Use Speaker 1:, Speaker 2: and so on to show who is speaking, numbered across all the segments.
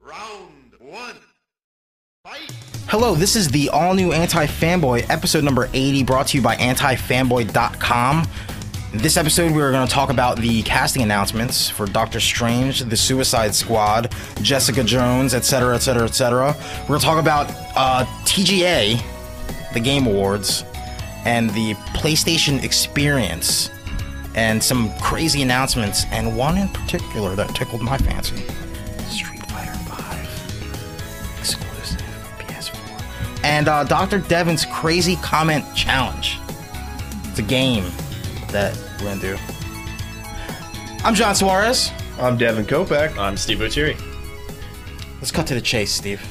Speaker 1: Round one. Fight.
Speaker 2: Hello, this is the all new Anti Fanboy, episode number 80, brought to you by AntiFanboy.com. This episode, we are going to talk about the casting announcements for Doctor Strange, The Suicide Squad, Jessica Jones, etc., etc., etc. We're going to talk about uh, TGA, the Game Awards, and the PlayStation Experience, and some crazy announcements, and one in particular that tickled my fancy Street Fighter Five exclusive PS4. And uh, Dr. Devin's crazy comment challenge. It's a game that we're gonna do. I'm John Suarez.
Speaker 3: I'm Devin Kopeck.
Speaker 4: I'm Steve O'Cheery.
Speaker 2: Let's cut to the chase, Steve.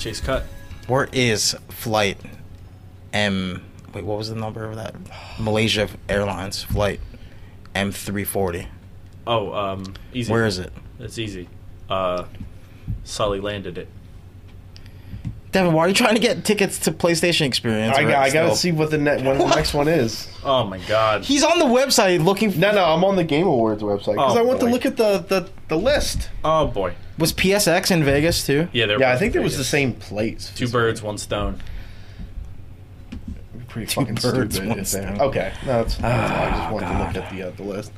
Speaker 4: Chase cut.
Speaker 2: Where is flight M? Wait, what was the number of that? Malaysia Airlines flight M340.
Speaker 4: Oh, um, easy.
Speaker 2: Where is it?
Speaker 4: It's easy. Uh, Sully landed it.
Speaker 2: Devin, why are you trying to get tickets to PlayStation Experience?
Speaker 3: I,
Speaker 2: right
Speaker 3: I gotta
Speaker 2: still?
Speaker 3: see what the ne- when the next one is.
Speaker 4: Oh my God.
Speaker 2: He's on the website looking.
Speaker 3: No, no, I'm on the Game Awards website because
Speaker 4: Oh,
Speaker 3: I want
Speaker 4: boy.
Speaker 3: to look at the, the, the list.
Speaker 4: oh boy.
Speaker 2: Was PSX in Vegas too?
Speaker 4: Yeah, there.
Speaker 3: Yeah,
Speaker 4: were
Speaker 3: I think there was the
Speaker 4: Vegas.
Speaker 3: same place.
Speaker 4: Two birds, one stone.
Speaker 3: Pretty fucking
Speaker 2: birds,
Speaker 3: stupid.
Speaker 2: one
Speaker 3: if they-
Speaker 2: stone.
Speaker 3: Okay, no, that's, that's all. I just wanted to look at the uh, the list.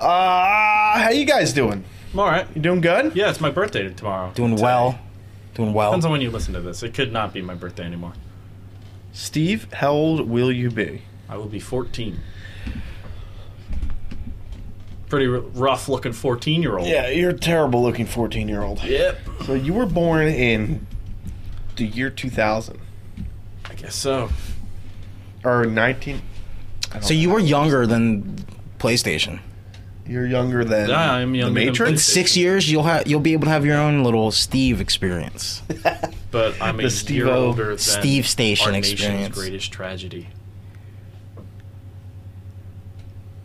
Speaker 3: Uh, how you guys doing?
Speaker 4: I'm all right.
Speaker 3: You doing good?
Speaker 4: Yeah, it's my birthday tomorrow.
Speaker 2: Doing
Speaker 4: Today.
Speaker 2: well. Doing well.
Speaker 4: Depends on when you listen to this. It could not be my birthday anymore.
Speaker 3: Steve, how old will you be?
Speaker 4: I will be 14. Pretty r- rough looking 14 year old.
Speaker 3: Yeah, you're a terrible looking 14 year old.
Speaker 4: Yep.
Speaker 3: So you were born in the year 2000
Speaker 4: I guess so.
Speaker 3: or 19.
Speaker 2: So you were younger than PlayStation.
Speaker 3: You're younger than
Speaker 4: Yeah, I'm younger
Speaker 3: the
Speaker 4: than
Speaker 2: In
Speaker 3: Matrix.
Speaker 4: PlayStation.
Speaker 2: six years, you'll have you'll be able to have your own little Steve experience.
Speaker 4: But I'm a
Speaker 3: The
Speaker 4: year
Speaker 3: Steve-O
Speaker 4: older than
Speaker 2: Steve Station
Speaker 4: our
Speaker 2: experience.
Speaker 4: nation's greatest tragedy.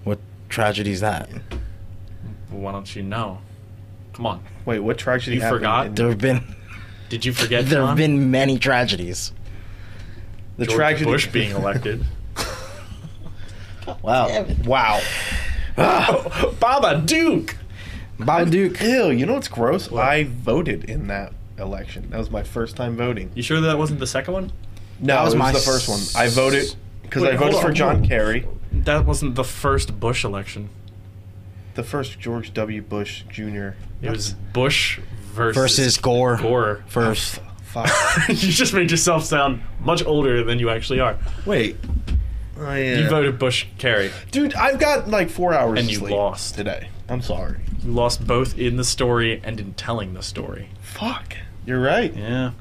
Speaker 2: What tragedy is that?
Speaker 4: Why don't you know? Come on.
Speaker 3: Wait, what tragedy
Speaker 4: You
Speaker 3: happened?
Speaker 4: forgot?
Speaker 3: in-
Speaker 2: There have been
Speaker 4: Did you forget
Speaker 2: there have
Speaker 4: John?
Speaker 2: been many tragedies.
Speaker 3: the
Speaker 4: George
Speaker 3: tragedy.
Speaker 4: Bush being elected?
Speaker 2: Wow,
Speaker 3: Wow.
Speaker 4: Baba Duke.
Speaker 2: Bob Duke.
Speaker 3: Ew, you know what's gross? I voted in that election. That was my first time voting.
Speaker 4: You sure that wasn't the second one?
Speaker 3: No,
Speaker 2: That was
Speaker 3: it was
Speaker 2: my
Speaker 3: the first one. I voted because
Speaker 4: Wait,
Speaker 3: I voted
Speaker 4: hold
Speaker 3: for
Speaker 4: on,
Speaker 3: John
Speaker 4: hold on.
Speaker 3: Kerry,
Speaker 4: That wasn't the first Bush election.
Speaker 3: the first George W. Bush Jr.
Speaker 4: It was Bush versus
Speaker 2: Versus Gore.
Speaker 4: Gore.
Speaker 2: First,
Speaker 3: Fuck.
Speaker 4: you just made yourself sound much older than you actually are.
Speaker 3: Wait. Oh, yeah.
Speaker 4: You voted Bush Kerry.
Speaker 3: Dude, I've got like four hours
Speaker 4: And
Speaker 3: of
Speaker 4: you
Speaker 3: sleep
Speaker 4: lost.
Speaker 3: today. I'm sorry.
Speaker 4: You lost both in the story and in telling the story.
Speaker 3: Fuck. You're right.
Speaker 4: Yeah.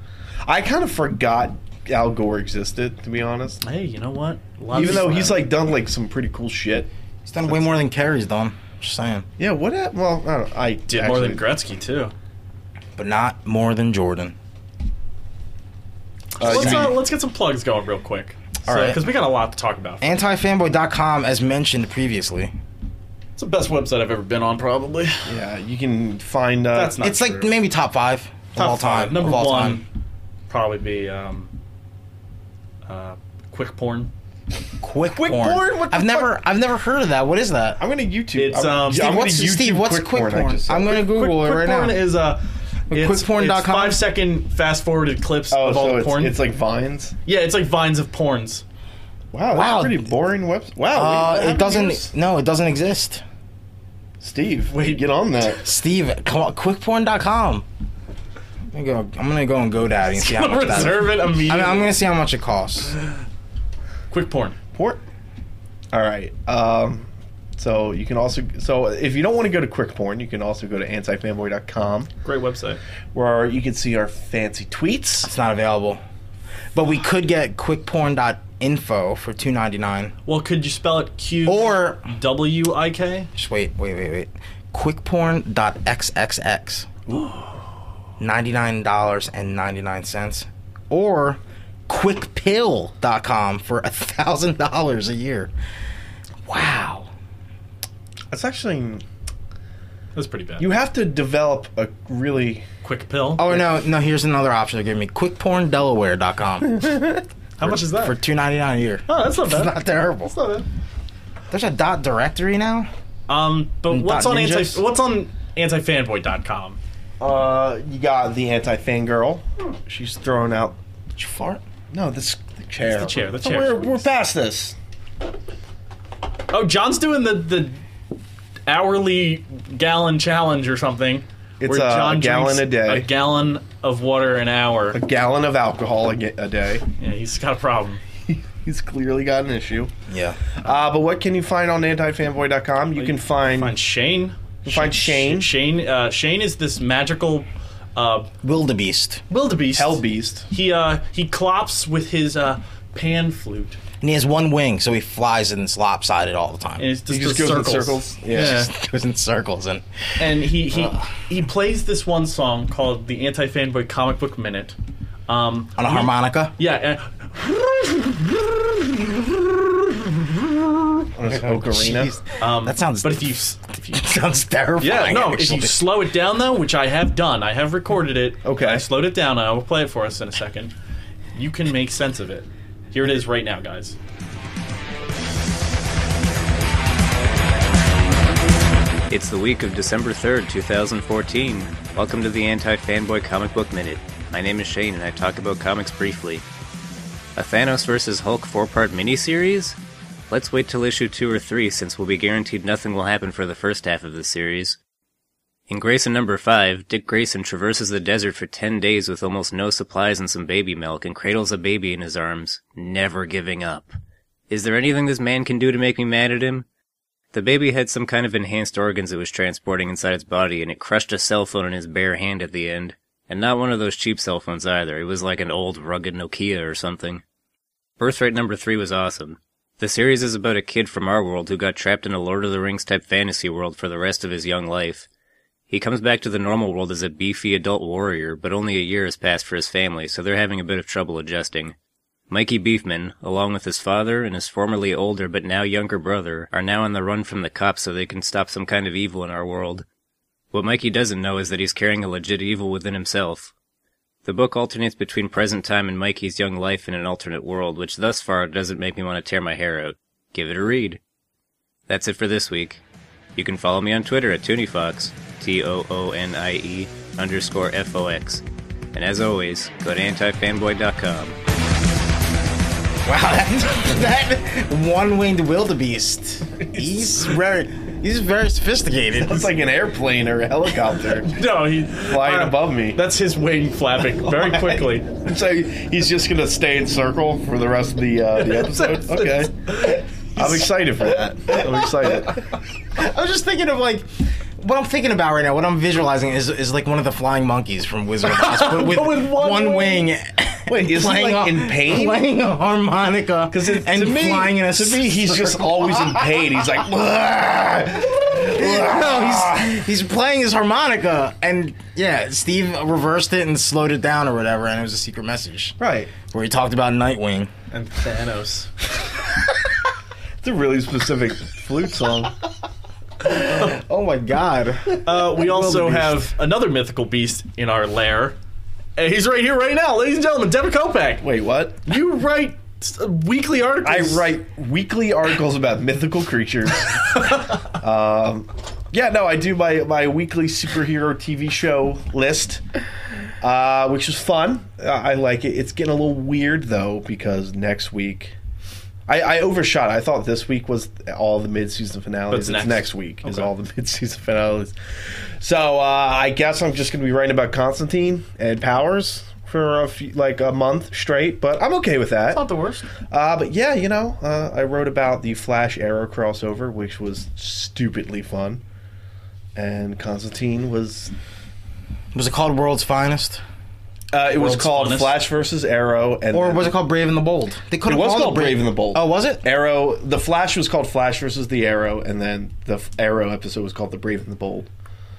Speaker 3: I kind of forgot Al Gore existed, to be honest.
Speaker 4: Hey, you know what?
Speaker 3: Even though he's like done like some pretty cool shit.
Speaker 2: he's done way more than Kerry's done. Just saying,
Speaker 3: Yeah, what? hap- Well, I don't. I
Speaker 4: did more than Gretzky too.
Speaker 2: but not more than Jordan.
Speaker 3: Uh,
Speaker 4: let's,
Speaker 3: you-
Speaker 4: uh, let's get some plugs going real quick. All
Speaker 2: right.
Speaker 4: because we got a lot to talk about.
Speaker 2: Antifanboy.com, as mentioned previously.
Speaker 4: It's the best website I've ever been on, probably.
Speaker 3: Yeah, you can find. Uh,
Speaker 4: That's not-
Speaker 2: it's like
Speaker 4: true.
Speaker 2: maybe top five of all time.
Speaker 4: five. Number
Speaker 2: of all
Speaker 4: one,
Speaker 2: time.
Speaker 4: probably be um, uh, quick porn.
Speaker 2: Quick,
Speaker 3: Quick
Speaker 2: porn.
Speaker 3: porn? What the
Speaker 2: I've never I've never heard of that. What is that?
Speaker 3: I'm gonna YouTube.
Speaker 4: It's,
Speaker 3: I'm-
Speaker 4: um,
Speaker 3: I'm
Speaker 4: Steve,
Speaker 3: gonna
Speaker 2: what's- Steve, what's quick
Speaker 3: I
Speaker 2: porn?
Speaker 3: just said.
Speaker 2: I'm gonna Google it
Speaker 4: quick, quick
Speaker 2: right
Speaker 4: porn
Speaker 2: now.
Speaker 4: is a it's,
Speaker 2: quickporn.com?
Speaker 4: it's five second fast forwarded clips
Speaker 3: Oh,
Speaker 4: of all
Speaker 3: so
Speaker 4: the
Speaker 3: it's,
Speaker 4: porn.
Speaker 3: it's like vines.
Speaker 4: yeah, it's like vines of porns.
Speaker 3: Wow, that's
Speaker 2: Wow.
Speaker 3: a pretty boring website. Wow,
Speaker 2: Uh,
Speaker 3: wait, how
Speaker 2: it
Speaker 3: many
Speaker 2: doesn't.
Speaker 3: years?
Speaker 2: No, it doesn't exist.
Speaker 3: Steve,
Speaker 4: Wait.
Speaker 3: wait, get on that.
Speaker 2: Steve, come on, quickporn.com. I'm gonna go, I'm gonna go on GoDaddy and see how much that.
Speaker 4: Reserve it immediately.
Speaker 2: I mean, I'm gonna see how much it costs.
Speaker 4: quick porn.
Speaker 3: Port. All right. Um, so you can also so if you don't want to go to quick porn, you can also go to antifanboy.com
Speaker 4: Great website.
Speaker 3: where you can see our fancy tweets.
Speaker 2: It's not available, but we could get quickporn.info for 2.99.
Speaker 4: Well, could you spell it Q
Speaker 2: Or-
Speaker 4: W I K?
Speaker 2: Just wait, wait, wait, wait. Quickporn.xxx. $99.99 or quickpill.com for $1000 a year. Wow.
Speaker 3: That's actually
Speaker 4: That's pretty bad.
Speaker 3: you have to develop a really
Speaker 4: quick pill.
Speaker 2: Oh no, no, here's another option they're giving me. quickporndelaware.com
Speaker 4: How much is that?
Speaker 2: for 2.99 a year.
Speaker 4: oh, that's not bad.
Speaker 2: Not terrible.
Speaker 4: That's not bad.
Speaker 2: There's a dot directory now.
Speaker 4: Um, but
Speaker 2: And
Speaker 4: what's
Speaker 2: dot
Speaker 4: on anti
Speaker 2: ninjas?
Speaker 4: what's on antifanboy.com?
Speaker 3: Uh, you got the anti fangirl. She's throwing out.
Speaker 2: Did you fart?
Speaker 3: No, this the chair.
Speaker 4: the chair, the
Speaker 3: So
Speaker 2: Oh,
Speaker 4: chair.
Speaker 3: We're, we're past this.
Speaker 4: Oh, John's doing the the hourly gallon challenge or something.
Speaker 3: It's a gallon
Speaker 4: drinks
Speaker 3: a day.
Speaker 4: A gallon of water an hour.
Speaker 3: A gallon of alcohol a, ga- a day.
Speaker 4: yeah, he's got a problem.
Speaker 3: He's clearly got an issue.
Speaker 2: Yeah.
Speaker 3: Uh, but what can you find on antifanboy.com? You can find,
Speaker 4: Find Shane.
Speaker 3: Hmm. find Shane.
Speaker 4: Shane. Uh, Shane is this magical uh,
Speaker 2: Wildebeest.
Speaker 4: wildebeest.
Speaker 3: Hellbeast.
Speaker 4: He uh, he clops with his uh, pan flute.
Speaker 2: And he has one wing, so he flies and it's lopsided all the time.
Speaker 4: And it's just,
Speaker 3: He just
Speaker 4: the
Speaker 3: goes in
Speaker 4: circles.
Speaker 3: circles. Yeah.
Speaker 2: goes in circles and
Speaker 4: and he he, he plays this one song called the Anti Fanboy Comic Book Minute. Um,
Speaker 2: on a harmonica.
Speaker 4: yeah,
Speaker 3: On his ocarina.
Speaker 2: Jeez.
Speaker 4: uh, um,
Speaker 2: That sounds.
Speaker 4: But if you s-
Speaker 2: if you sounds terrifying.
Speaker 4: yeah no, if you
Speaker 2: actually.
Speaker 4: slow it down though, which I have done, I have recorded it.
Speaker 3: Okay.
Speaker 4: I slowed it down. and I will play it for us in a second. You can make sense of it. Here it is right now, guys.
Speaker 5: It's the week of December 3rd, 2014. Welcome to the Anti Fanboy Comic Book Minute. My name is Shane and I talk about comics briefly. A Thanos vs. Hulk four part miniseries? Let's wait till issue 2 or 3 since we'll be guaranteed nothing will happen for the first half of the series. In Grayson number 5, Dick Grayson traverses the desert for 10 days with almost no supplies and some baby milk and cradles a baby in his arms, never giving up. Is there anything this man can do to make me mad at him? The baby had some kind of enhanced organs it was transporting inside its body, and it crushed a cell phone in his bare hand at the end. And not one of those cheap cell phones either. It was like an old, rugged Nokia or something. Birthright number three was awesome. The series is about a kid from our world who got trapped in a Lord of the Rings type fantasy world for the rest of his young life. He comes back to the normal world as a beefy adult warrior, but only a year has passed for his family, so they're having a bit of trouble adjusting. Mikey Beefman, along with his father and his formerly older but now younger brother, are now on the run from the cops so they can stop some kind of evil in our world. What Mikey doesn't know is that he's carrying a legit evil within himself. The book alternates between present time and Mikey's young life in an alternate world, which thus far doesn't make me want to tear my hair out. Give it a read. That's it for this week. You can follow me on Twitter at ToonieFox, T O O N I E underscore F O X. And as always, go to antifanboy.com.
Speaker 2: Wow, that, that one-winged wildebeest. He's very, he's very sophisticated.
Speaker 3: It's like an airplane or a helicopter.
Speaker 4: No, he
Speaker 3: flying
Speaker 4: uh,
Speaker 3: above me.
Speaker 4: That's his wing flapping very quickly.
Speaker 3: so he's just gonna stay in circle for the rest of the uh, the episode. Okay, I'm excited for that. I'm excited.
Speaker 2: I was just thinking of like what I'm thinking about right now. What I'm visualizing is is like one of the flying monkeys from Wizard of Oz, but with,
Speaker 4: with one
Speaker 2: wing.
Speaker 3: Wait, is he,
Speaker 2: playing
Speaker 3: like,
Speaker 2: a-
Speaker 3: in pain?
Speaker 2: Playing a harmonica because
Speaker 3: it-
Speaker 2: and
Speaker 3: to me-
Speaker 2: flying in a
Speaker 3: To me, he's just
Speaker 2: circle.
Speaker 3: always in pain. He's like,
Speaker 2: No, he's he's playing his harmonica, and yeah, Steve reversed it and slowed it down or whatever, and it was a secret message
Speaker 3: right.
Speaker 2: where he talked about Nightwing.
Speaker 4: And Thanos.
Speaker 3: It's a really specific flute song.
Speaker 2: Oh my God!
Speaker 4: Uh, we also
Speaker 2: Wildebeest.
Speaker 4: have another mythical beast in our lair. And he's right here, right now, ladies and gentlemen. Devin Kopeck.
Speaker 3: Wait, what?
Speaker 4: You write s- weekly
Speaker 3: I
Speaker 4: articles.
Speaker 3: write weekly articles about mythical creatures. um, yeah, no, I do my, my weekly superhero TV show list, uh, which is fun. Uh, I like it. It's getting a little weird, though, because next week. I, I overshot. I thought this week was all the mid-season finales.
Speaker 4: That's
Speaker 3: it's
Speaker 4: next.
Speaker 3: next, week is all the mid-season finales. So uh, I guess I'm just going to be writing about Constantine and Powers for a few, like a month straight. But I'm okay with that.
Speaker 4: Not the worst.
Speaker 3: Uh, but yeah, you know, uh, I wrote about the Flash Arrow crossover, which was stupidly fun. And Constantine was.
Speaker 2: Was it called World's Finest,
Speaker 3: Uh, it was
Speaker 4: World's
Speaker 3: called
Speaker 4: funnest.
Speaker 3: Flash versus Arrow, and
Speaker 2: or
Speaker 3: then
Speaker 2: was it called Brave and the Bold? They could
Speaker 3: It was called Brave and the Bold.
Speaker 2: Oh, was it?
Speaker 3: Arrow? The Flash was called Flash versus the Arrow, and then the F- Arrow episode was called The Brave and the Bold.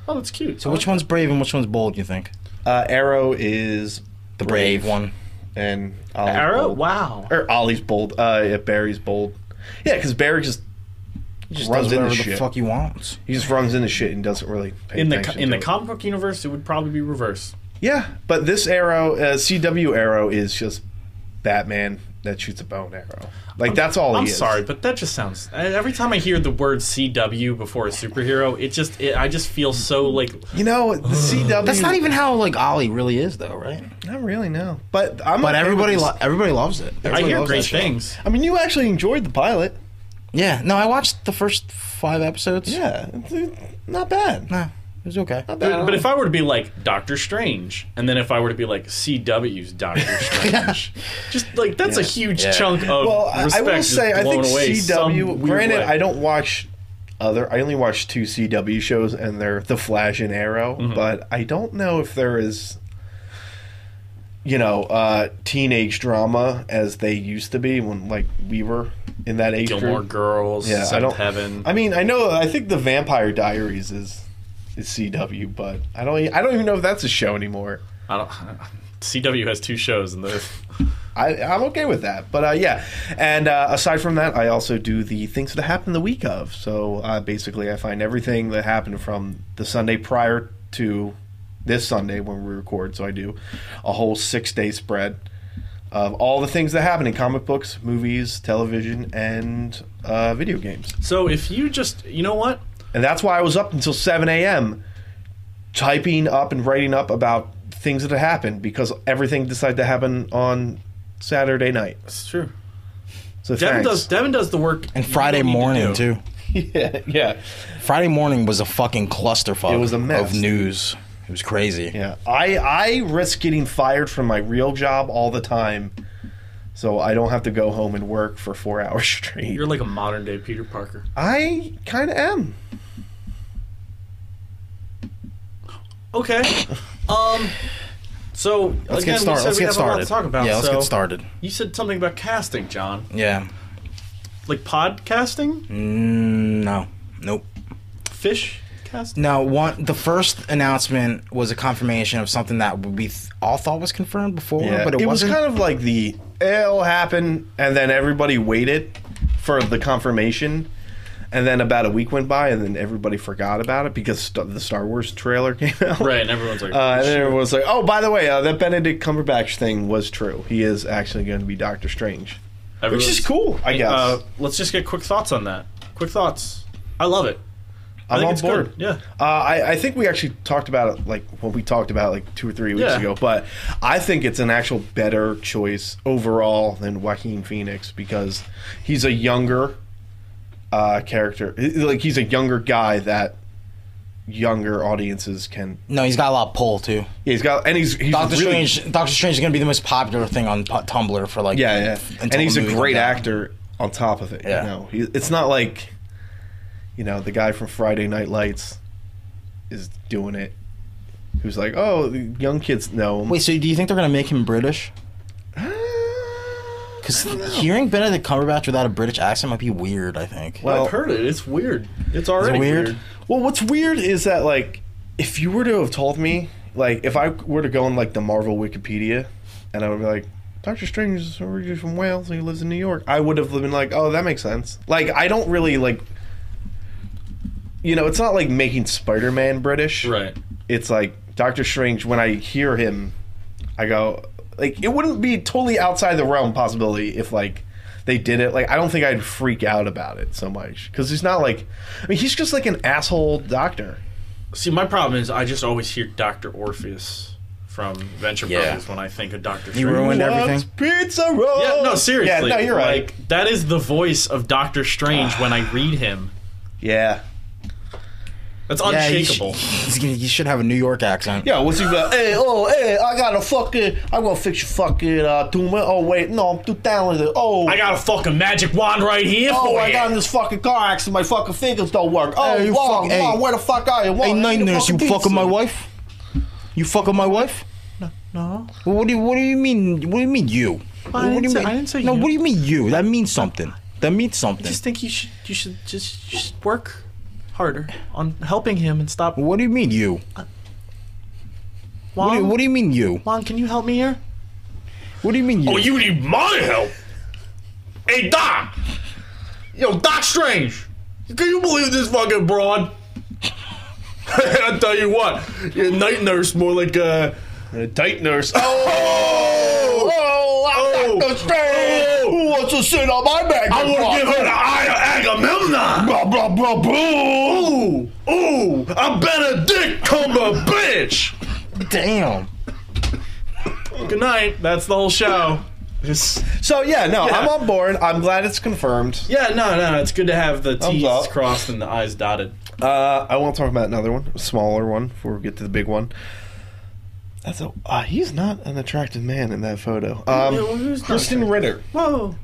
Speaker 4: Oh, that's cute.
Speaker 2: So which one's brave and which one's bold? You think?
Speaker 3: Uh, Arrow is
Speaker 2: The brave, one.
Speaker 3: and Ollie's
Speaker 4: Arrow?
Speaker 3: Bold.
Speaker 4: Wow.
Speaker 3: or Ollie's Bold. Uh, yeah, Barry's Bold. Yeah, because Barry just
Speaker 2: He just
Speaker 3: runs
Speaker 2: does whatever
Speaker 3: into
Speaker 2: the
Speaker 3: shit.
Speaker 2: fuck he wants.
Speaker 3: he just runs into shit and doesn't really pay
Speaker 4: In the
Speaker 3: attention
Speaker 4: in
Speaker 3: to
Speaker 4: the
Speaker 3: it.
Speaker 4: comic book universe, it would probably be reverse.
Speaker 3: Yeah, but this arrow, uh, CW arrow, is just Batman that shoots a bow and arrow. Like that's all he
Speaker 4: I'm
Speaker 3: is.
Speaker 4: sorry, but that just sounds. I- Every time I hear the word CW before a superhero, it just it, I just feel so like
Speaker 3: You know, the CW.
Speaker 2: That's not even how like Ollie really is though, right?
Speaker 3: Not really, no. But I'm.
Speaker 2: But
Speaker 3: okay with
Speaker 2: everybody
Speaker 3: this.
Speaker 2: lo- everybody loves it.
Speaker 4: I
Speaker 2: Everybody
Speaker 4: hear
Speaker 2: loves
Speaker 4: great
Speaker 2: that show.
Speaker 4: things.
Speaker 3: I mean, you actually enjoyed the pilot.
Speaker 2: Yeah. No, I watched the first five episodes.
Speaker 3: Yeah, it's- not bad.
Speaker 2: Nah, it was okay.
Speaker 3: Not bad.
Speaker 4: But, but if I were to be like Doctor Strange, and then if I were to be like CW's Doctor Strange, just like that's a huge
Speaker 2: Yeah.
Speaker 4: chunk of
Speaker 3: well, I- I
Speaker 4: respect
Speaker 3: will
Speaker 4: just
Speaker 3: say I
Speaker 4: blown
Speaker 3: think
Speaker 4: away some
Speaker 3: CW.
Speaker 4: weird
Speaker 3: Granted,
Speaker 4: way.
Speaker 3: I don't watch other. I only watch two CW shows, and they're The Flash and Arrow.
Speaker 4: Mm-hmm.
Speaker 3: But I don't know if there is, you know, uh, teenage drama as they used to be when like we were in that age
Speaker 4: Gilmore
Speaker 3: group.
Speaker 4: Girls,
Speaker 3: Yeah, I don't.
Speaker 4: Seventh Heaven.
Speaker 3: I mean, I know. I think the Vampire Diaries is is CW, but I don't. e- I don't even know if that's a show anymore.
Speaker 4: I don't. CW has two shows, and the
Speaker 3: I, I'm okay with that. But uh, yeah, and uh, aside from that, I also do the things that happen the week of. So uh, basically, I find everything that happened from the Sunday prior to this Sunday when we record. So I do a whole six day spread of all the things that happen in comic books, movies, television, and uh, video games.
Speaker 4: so if you just you know what
Speaker 3: And that's why I was up until 7 a.m. typing up and writing up about things that had happened because everything decided to happen on Saturday night.
Speaker 4: it's true.
Speaker 3: So
Speaker 4: Devin
Speaker 3: thanks.
Speaker 4: does Devin does the work
Speaker 2: And Friday
Speaker 4: you need to
Speaker 2: morning
Speaker 4: do.
Speaker 2: too.
Speaker 3: yeah, yeah,
Speaker 2: Friday morning was a fucking clusterfuck.
Speaker 3: It was a mess.
Speaker 2: of news. It was crazy.
Speaker 3: yeah. I I risk getting fired from my real job all the time, so I don't have to go home and work for four hours straight.
Speaker 4: You're like a modern day Peter Parker.
Speaker 3: I kind of am.
Speaker 4: Okay. Um. So
Speaker 2: Let's
Speaker 4: again,
Speaker 2: get started.
Speaker 4: We said
Speaker 2: Let's
Speaker 4: we
Speaker 2: get
Speaker 4: have
Speaker 2: started.
Speaker 4: A lot to talk about.
Speaker 2: yeah, let's
Speaker 4: so
Speaker 2: get started.
Speaker 4: You said something about casting, John.
Speaker 2: Yeah.
Speaker 4: Like podcasting,
Speaker 2: Mm, no. Nope.
Speaker 4: fish casting.
Speaker 2: No, one the first announcement was a confirmation of something that we th- all thought was confirmed before, but it,
Speaker 3: was
Speaker 2: wasn't.
Speaker 3: kind of like the it'll happen, and then everybody waited for the confirmation, and then about a week went by, and then everybody forgot about it because st- the Star Wars trailer came out.
Speaker 4: Right, and everyone's like,
Speaker 3: Uh, and then everyone was like, "Oh, by the way, uh, that Benedict Cumberbatch thing was true. He is actually going to be Doctor Strange, which
Speaker 4: everyone's-
Speaker 3: is cool, I guess."
Speaker 4: Uh, let's just get quick thoughts on that. Quick thoughts. I love it. I
Speaker 3: I'm
Speaker 4: think
Speaker 3: on
Speaker 4: it's
Speaker 3: board.
Speaker 4: good. Yeah.
Speaker 3: Uh, I, I think we actually talked about it like when we talked about it, like two or three weeks
Speaker 4: Yeah.
Speaker 3: ago, but I think it's an actual better choice overall than Joaquin Phoenix because he's a younger uh, character. Like he's a younger guy that younger audiences can.
Speaker 2: no, he's got a lot of pull too.
Speaker 3: Yeah, he's got and he's he's
Speaker 2: Doctor
Speaker 3: really-
Speaker 2: Strange. Doctor Strange is going to be the most popular thing on pu- Tumblr for like.
Speaker 3: Yeah, yeah,
Speaker 2: until
Speaker 3: and
Speaker 2: the
Speaker 3: he's a
Speaker 2: movie comes
Speaker 3: great
Speaker 2: out.
Speaker 3: actor on top of it.
Speaker 2: Yeah.
Speaker 3: You know, he, it's not like you know the guy from Friday Night Lights is doing it. Who's like, oh, the young kids know him.
Speaker 2: Wait, so do you think they're going to make him British? Because hearing Benedict Cumberbatch without a British accent might be weird. I think.
Speaker 3: Well,
Speaker 4: I've heard it. It's weird. It's already
Speaker 2: weird?
Speaker 4: weird.
Speaker 3: Well, what's weird is that like, if you were to have told me, like, if I were to go on like the Marvel Wikipedia, and I would be like, Doctor Strange is originally from Wales and he lives in New York, I would have been like, oh, that makes sense. Like, I don't really like. You know, it's not like making Spider-Man British.
Speaker 4: Right.
Speaker 3: It's like Doctor Strange. When I hear him, I go like it wouldn't be totally outside the realm possibility if like they did it. Like I don't think I'd freak out about it so much because he's not like I mean he's just like an asshole doctor.
Speaker 4: See, my problem is I just always hear Doctor Orpheus from Venture
Speaker 2: Yeah.
Speaker 4: Brothers when I think of Doctor.
Speaker 2: You
Speaker 4: Strange.
Speaker 2: ruined everything.
Speaker 3: Loves Pizza roll.
Speaker 4: Yeah, no, seriously.
Speaker 3: Yeah, no, you're right.
Speaker 4: Like, that is the voice of Doctor Strange when I read him.
Speaker 3: yeah.
Speaker 4: That's
Speaker 2: Yeah, you,
Speaker 4: unshakable.
Speaker 2: sh- you should have a New York accent.
Speaker 3: Yeah, what's he about? hey, oh, hey, I got a fucking, I'm gonna fix your fucking uh, tumor. Oh, wait, no, I'm too talented. Oh,
Speaker 4: I got a fucking magic wand right here
Speaker 3: oh,
Speaker 4: for
Speaker 3: I
Speaker 4: you.
Speaker 3: got in this fucking car accident. My fucking fingers don't work. Oh,
Speaker 2: Hey, you
Speaker 3: wow,
Speaker 2: fuck- hey.
Speaker 3: wow, where the fuck are you? Wow,
Speaker 2: Hey,
Speaker 3: I
Speaker 2: night
Speaker 3: need a
Speaker 2: nurse, you fucking my
Speaker 3: pizza.
Speaker 2: wife. You fucking my wife. No, no. What do you, What do you mean? What do you mean you?
Speaker 4: I
Speaker 2: what
Speaker 4: didn't
Speaker 2: do you
Speaker 4: say-
Speaker 2: mean?
Speaker 4: I didn't say
Speaker 2: no.
Speaker 4: you.
Speaker 2: What do you mean you? That means something. That means something.
Speaker 4: just think you should you should just, just work harder on helping him and stop.
Speaker 2: What do you mean you? What do, you-
Speaker 4: Juan,
Speaker 2: what do you mean you?
Speaker 4: Juan, can you help me here?
Speaker 2: What do you mean you?
Speaker 4: Oh, you need my help. Hey, Doc. Yo, Doc Strange. Can you believe this fucking broad? I tell you what, your night nurse more like a, a tight nurse. Oh,
Speaker 3: Oh, I'm
Speaker 4: Oh.
Speaker 3: Dr. Strange. also sit on my back.
Speaker 4: I want to give her the eye of Agamemnon.
Speaker 3: Blah, blah, blah, boo.
Speaker 4: Ooh, ooh, I bet a dick come a bitch.
Speaker 2: Damn.
Speaker 4: Good night. That's the whole show. Just-
Speaker 3: So, yeah, no,
Speaker 4: Yeah.
Speaker 3: I'm on board. I'm glad it's confirmed.
Speaker 4: yeah, no, no, it's good to have the
Speaker 3: Thumbs
Speaker 4: T's
Speaker 3: up.
Speaker 4: crossed and the I's dotted.
Speaker 3: Uh, I want to talk about another one, a smaller one, before we get to the big one. That's a. Uh, he's not an attractive man in that photo.
Speaker 4: well,
Speaker 3: Um,
Speaker 4: who's not
Speaker 3: Kristen Ritter,
Speaker 4: Whoa.